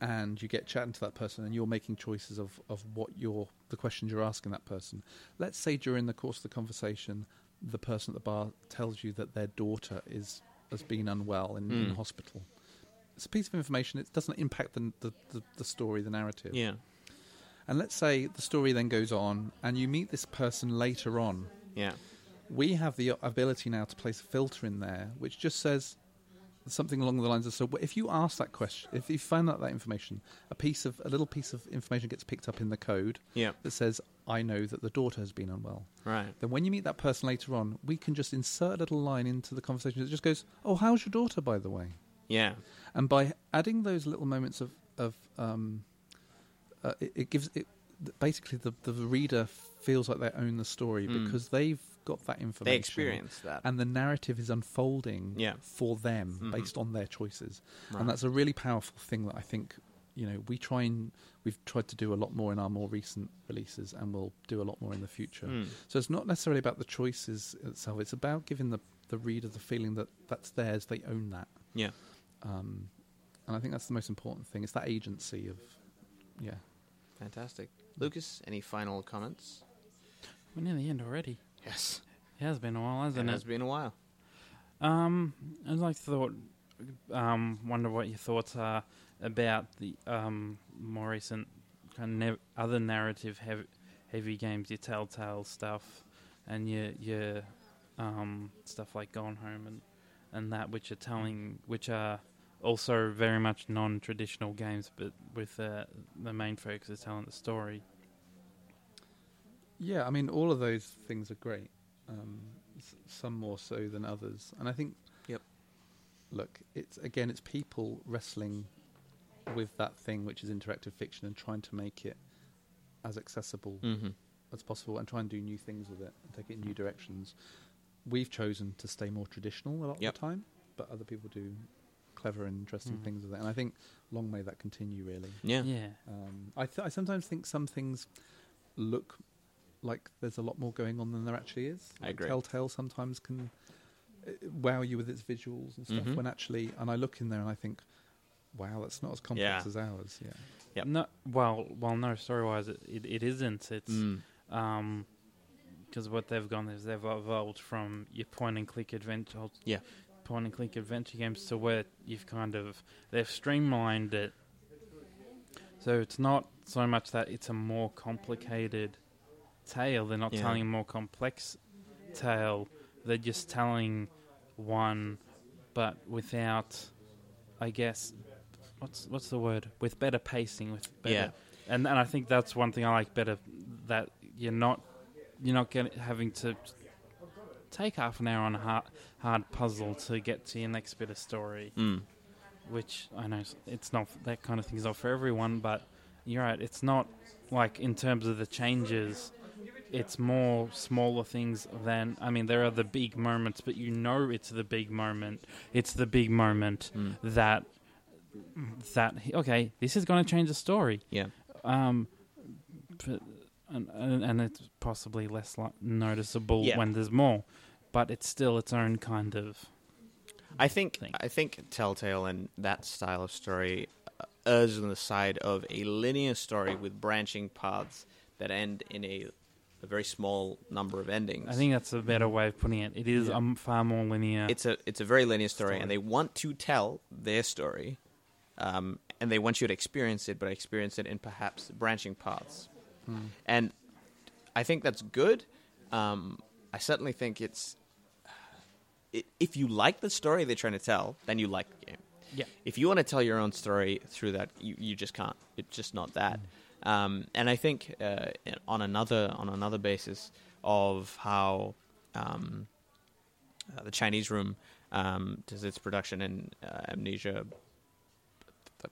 [SPEAKER 4] and you get chatting to that person and you're making choices of, of what you're the questions you're asking that person. Let's say during the course of the conversation the person at the bar tells you that their daughter is has been unwell in, in hospital. It's a piece of information. It doesn't impact the, the, the, the story, the narrative.
[SPEAKER 2] yeah
[SPEAKER 4] And let's say the story then goes on, and you meet this person later on
[SPEAKER 2] yeah
[SPEAKER 4] we have the ability now to place a filter in there, which just says something along the lines of so if you ask that question if you find out that information a piece of a little piece of information gets picked up in the code
[SPEAKER 2] Yeah.
[SPEAKER 4] that says i know that the daughter has been unwell
[SPEAKER 2] Right.
[SPEAKER 4] then when you meet that person later on we can just insert a little line into the conversation that just goes oh how's your daughter by the way
[SPEAKER 2] Yeah.
[SPEAKER 4] and by adding those little moments of of um, uh, it, it gives it basically the the reader feels like they own the story
[SPEAKER 2] Mm.
[SPEAKER 4] because they've got that information
[SPEAKER 2] They experience that.
[SPEAKER 4] and the narrative is unfolding
[SPEAKER 2] Yeah.
[SPEAKER 4] for them
[SPEAKER 2] Mhm.
[SPEAKER 4] based on their choices
[SPEAKER 2] Right.
[SPEAKER 4] and that's a really powerful thing that i think you know we try and we've tried to do a lot more in our more recent releases and we'll do a lot more in the future
[SPEAKER 2] Mm.
[SPEAKER 4] so it's not necessarily about the choices itself it's about giving the the reader the feeling that that's theirs they own that
[SPEAKER 2] Yeah.
[SPEAKER 4] um, and I think that's the most important thing. It's that agency of, yeah.
[SPEAKER 2] Fantastic. Lucas, any final comments?
[SPEAKER 3] We're near the end already.
[SPEAKER 2] Yes.
[SPEAKER 3] It has been a while,
[SPEAKER 2] It
[SPEAKER 3] hasn't
[SPEAKER 2] has
[SPEAKER 3] it?
[SPEAKER 2] been a while.
[SPEAKER 3] Um, I'd like to thought, um, wonder what your thoughts are about the um more recent kind of nev- other narrative heavy, heavy games, your Telltale stuff, and your your um stuff like Gone Home and and that which are telling which are also very much non-traditional games, but with uh, the main focus is telling the story.
[SPEAKER 4] Yeah, I mean, all of those things are great. Um, s- some more so than others, and I think.
[SPEAKER 2] Yep.
[SPEAKER 4] Look, it's again, it's people wrestling with that thing which is interactive fiction and trying to make it as accessible
[SPEAKER 2] Mm-hmm.
[SPEAKER 4] as possible and try and do new things with it and take it in new directions. We've chosen to stay more traditional a lot
[SPEAKER 2] Yep. Mm.
[SPEAKER 4] of the time, but other people do clever and interesting
[SPEAKER 3] Mhm.
[SPEAKER 4] things with it, and I think long may that continue. Really.
[SPEAKER 2] Yeah.
[SPEAKER 3] yeah.
[SPEAKER 4] Um, I, th- I sometimes think some things look like there's a lot more going on than there actually is.
[SPEAKER 2] I
[SPEAKER 4] Like
[SPEAKER 2] agree.
[SPEAKER 4] Telltale sometimes can uh, wow you with its visuals and stuff
[SPEAKER 2] Mhm.
[SPEAKER 4] when actually, and I look in there and I think, wow, that's not as complex
[SPEAKER 2] Yeah.
[SPEAKER 4] as ours. Yeah.
[SPEAKER 2] Yep.
[SPEAKER 3] No, well, well, no. Story-wise, it, it, it isn't. It's
[SPEAKER 2] Mm.
[SPEAKER 3] Um 'cause because what they've gone is they've evolved from your point and click adventure,
[SPEAKER 2] Yeah.
[SPEAKER 3] point and click adventure games to where you've kind of they've streamlined it. So it's not so much that it's a more complicated tale. They're not
[SPEAKER 2] Yeah.
[SPEAKER 3] telling a more complex tale. They're just telling one, but without, I guess, what's what's the word? With better pacing, with better
[SPEAKER 2] Yeah.
[SPEAKER 3] and and I think that's one thing I like better that you're not you're not getting, having to take half an hour on a hard, hard puzzle to get to your next bit of story,
[SPEAKER 2] Mm.
[SPEAKER 3] which I know s- it's not that kind of thing is not for everyone, but you're right, it's not like in terms of the changes. It's more smaller things than I mean. There are the big moments, but you know it's the big moment. It's the big moment
[SPEAKER 2] Mm.
[SPEAKER 3] that that okay. This is going to change the story.
[SPEAKER 2] Yeah.
[SPEAKER 3] Um, but, and, and and it's possibly less li- noticeable
[SPEAKER 2] Yeah.
[SPEAKER 3] when there's more, but it's still its own kind of.
[SPEAKER 2] I think
[SPEAKER 3] thing.
[SPEAKER 2] I think Telltale and that style of story uh, errs on the side of a linear story with branching paths that end in a, a very small number of endings.
[SPEAKER 3] I think that's a better way of putting it. It is
[SPEAKER 4] Yeah.
[SPEAKER 3] um, far more linear.
[SPEAKER 2] it's a it's a very linear story,
[SPEAKER 3] Story.
[SPEAKER 2] and they want to tell their story, um, and they want you to experience it, but experience it in perhaps branching paths. And I think that's good. Um, I certainly think it's uh, i- if you like the story they're trying to tell, then you like the game.
[SPEAKER 3] yeah,
[SPEAKER 2] If you want to tell your own story through that, you, you just can't. It's just not that. Um, and I think uh, on another on another basis of how um, uh, the Chinese Room um, does its production in uh, Amnesia, the,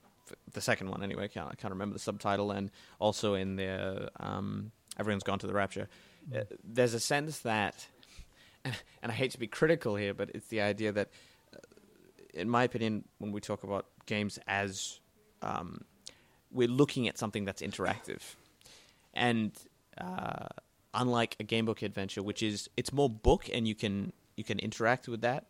[SPEAKER 2] the second one anyway. I can't, I can't remember the subtitle, and also in the um, Everyone's Gone to the Rapture. Uh, there's a sense that, and I hate to be critical here, but it's the idea that, uh, in my opinion, when we talk about games as um, we're looking at something that's interactive, and uh, unlike a game book adventure, which is it's more book and you can you can interact with that.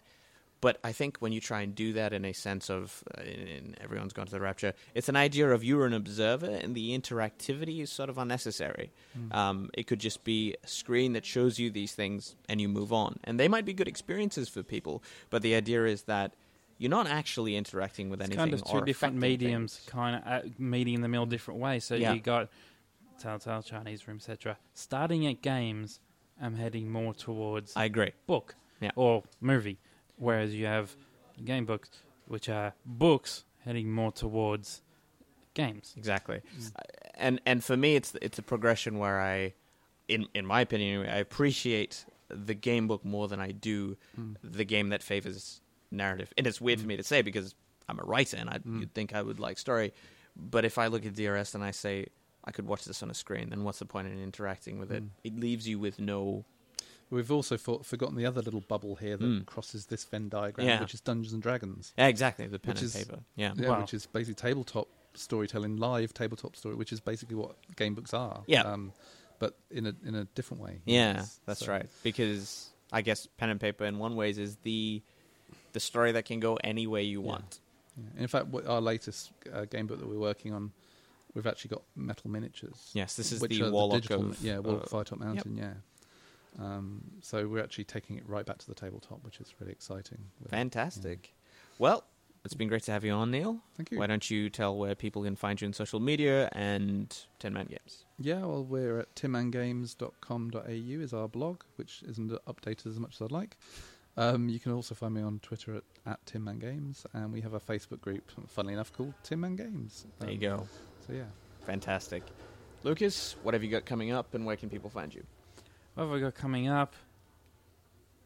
[SPEAKER 2] But I think when you try and do that in a sense of uh, in, in everyone's gone to the rapture, it's an idea of you're an observer and the interactivity is sort of unnecessary. Um, it could just be a screen that shows you these things and you move on. And they might be good experiences for people, but the idea is that you're not actually interacting with
[SPEAKER 3] it's
[SPEAKER 2] anything.
[SPEAKER 3] kind of
[SPEAKER 2] or
[SPEAKER 3] two different
[SPEAKER 2] affecting
[SPEAKER 3] mediums,
[SPEAKER 2] things.
[SPEAKER 3] kind of uh, meeting in the middle different ways. So
[SPEAKER 2] Yeah.
[SPEAKER 3] you got Telltale, Chinese Room, etc. Starting at games am heading more towards
[SPEAKER 2] I agree.
[SPEAKER 3] book
[SPEAKER 2] Yeah.
[SPEAKER 3] or movie, whereas you have game books, which are books heading more towards games.
[SPEAKER 2] Exactly.
[SPEAKER 3] Mm.
[SPEAKER 2] Uh, And and for me, it's it's a progression where I, in in my opinion, I appreciate the game book more than I do
[SPEAKER 3] Mm.
[SPEAKER 2] the game that favors narrative. And it's weird for me to say because I'm a writer and I
[SPEAKER 3] Mm.
[SPEAKER 2] you'd think I would like story, but if I look at DRS and I say I could watch this on a screen, then what's the point in interacting with
[SPEAKER 3] Mm.
[SPEAKER 2] it? It leaves you with no.
[SPEAKER 4] We've also for, forgotten the other little bubble here that
[SPEAKER 2] Mm.
[SPEAKER 4] crosses this Venn diagram,
[SPEAKER 2] Yeah. Oh,
[SPEAKER 4] which is Dungeons and Dragons,
[SPEAKER 2] Yeah, exactly the pen
[SPEAKER 4] Which
[SPEAKER 2] and
[SPEAKER 4] is-
[SPEAKER 2] paper. Yeah.
[SPEAKER 4] yeah,
[SPEAKER 3] Wow.
[SPEAKER 4] which is basically tabletop storytelling, live tabletop story, which is basically what game books are.
[SPEAKER 2] Yeah.
[SPEAKER 4] um, but in a in a different way.
[SPEAKER 2] Yeah,
[SPEAKER 4] Yes,
[SPEAKER 2] that's
[SPEAKER 4] so-
[SPEAKER 2] right. Because I guess pen and paper, in one ways, is the the story that can go any way you
[SPEAKER 4] Yeah.
[SPEAKER 2] want.
[SPEAKER 4] Yeah. In fact, what- our latest uh, game book that we're working on, we've actually got metal miniatures.
[SPEAKER 2] Yes, this is
[SPEAKER 4] which
[SPEAKER 2] the
[SPEAKER 4] are
[SPEAKER 2] Warlock
[SPEAKER 4] digital,
[SPEAKER 2] of
[SPEAKER 4] yeah, Warlock
[SPEAKER 2] uh,
[SPEAKER 4] of Firetop Mountain, yeah. Um, so we're actually taking it right back to the tabletop, which is really exciting. With-
[SPEAKER 2] Fantastic. Well, it's been great to have you on, Neil.
[SPEAKER 4] Thank you.
[SPEAKER 2] Why don't you tell where people can find you on social media and Ten Man Games?
[SPEAKER 4] Yeah, well, we're at timangames.com.au is our blog, which isn't updated as much as I'd like. Um, you can also find me on Twitter at, at timmangames, and we have a Facebook group, funnily enough, called Tim and Games.
[SPEAKER 2] There you
[SPEAKER 4] Um,
[SPEAKER 2] go.
[SPEAKER 4] So yeah,
[SPEAKER 2] Fantastic. Lucas, what have you got coming up, and where can people find you?
[SPEAKER 3] What have we got coming up?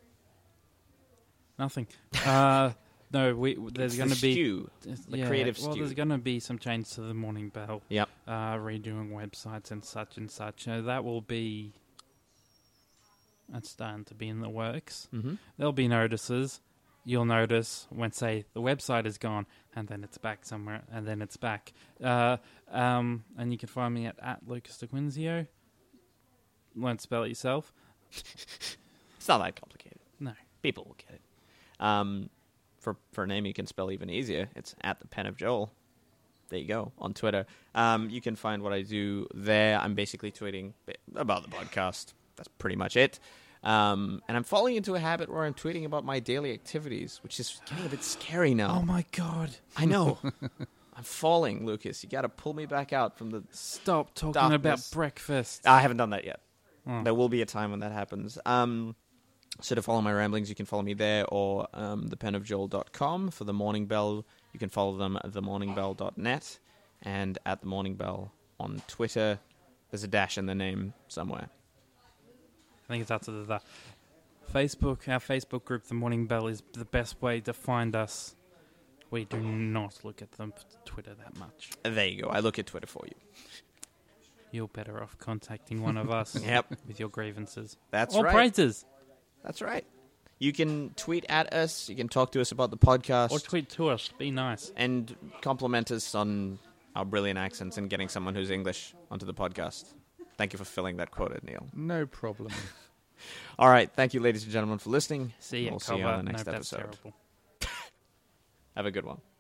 [SPEAKER 3] Nothing. Uh, no, we there's
[SPEAKER 2] It's
[SPEAKER 3] going
[SPEAKER 2] the
[SPEAKER 3] to be
[SPEAKER 2] stew. the
[SPEAKER 3] yeah,
[SPEAKER 2] creative
[SPEAKER 3] Well, there's
[SPEAKER 2] stew.
[SPEAKER 3] going to be some change to the Morning Bell.
[SPEAKER 2] Yep.
[SPEAKER 3] Uh, redoing websites and such and such. Now that will be. That's starting to be in the works.
[SPEAKER 4] Mm-hmm.
[SPEAKER 2] Mhm.
[SPEAKER 3] There'll be notices. You'll notice when, say, the website is gone, and then it's back somewhere, and then it's back. Uh, um, and you can find me at, at Lucas DeQuinzio. Learn to spell it yourself.
[SPEAKER 2] It's not that complicated.
[SPEAKER 3] No.
[SPEAKER 2] People will get it. Um, for for a name you can spell even easier. It's at the pen of Joel. There you go on Twitter. Um, you can find what I do there. I'm basically tweeting bi- about the podcast. That's pretty much it. Um, and I'm falling into a habit where I'm tweeting about my daily activities, which is getting a bit scary now.
[SPEAKER 3] Oh my god.
[SPEAKER 2] I know. I'm falling, Lucas. You got to pull me back out from the.
[SPEAKER 3] Stop talking
[SPEAKER 2] Darkness.
[SPEAKER 3] about breakfast.
[SPEAKER 2] I haven't done that yet.
[SPEAKER 3] Oh.
[SPEAKER 2] There will be a time when that happens. Um, so to follow my ramblings, you can follow me there or um, thepenofjoel.com. For the Morning Bell, you can follow them at themorningbell.net and at the Morning Bell on Twitter. There's a dash in the name somewhere.
[SPEAKER 3] I think it's after the, the Facebook, our Facebook group, The Morning Bell, is the best way to find us. We do not look at them Twitter that much.
[SPEAKER 2] There you go. I look at Twitter for you.
[SPEAKER 3] You're better off contacting one of us
[SPEAKER 2] Yep.
[SPEAKER 3] with your grievances.
[SPEAKER 2] That's
[SPEAKER 3] or
[SPEAKER 2] right.
[SPEAKER 3] praises.
[SPEAKER 2] That's right. You can tweet at us. You can talk to us about the podcast.
[SPEAKER 3] Or tweet to us. Be nice.
[SPEAKER 2] and compliment us on our brilliant accents and getting someone who's English onto the podcast. Thank you for filling that quota, Neil.
[SPEAKER 4] no problem.
[SPEAKER 2] All right. Thank you, ladies and gentlemen, for listening.
[SPEAKER 3] See you,
[SPEAKER 2] We'll see you on the next
[SPEAKER 3] no,
[SPEAKER 2] episode.
[SPEAKER 3] That's terrible.
[SPEAKER 2] Have a good one.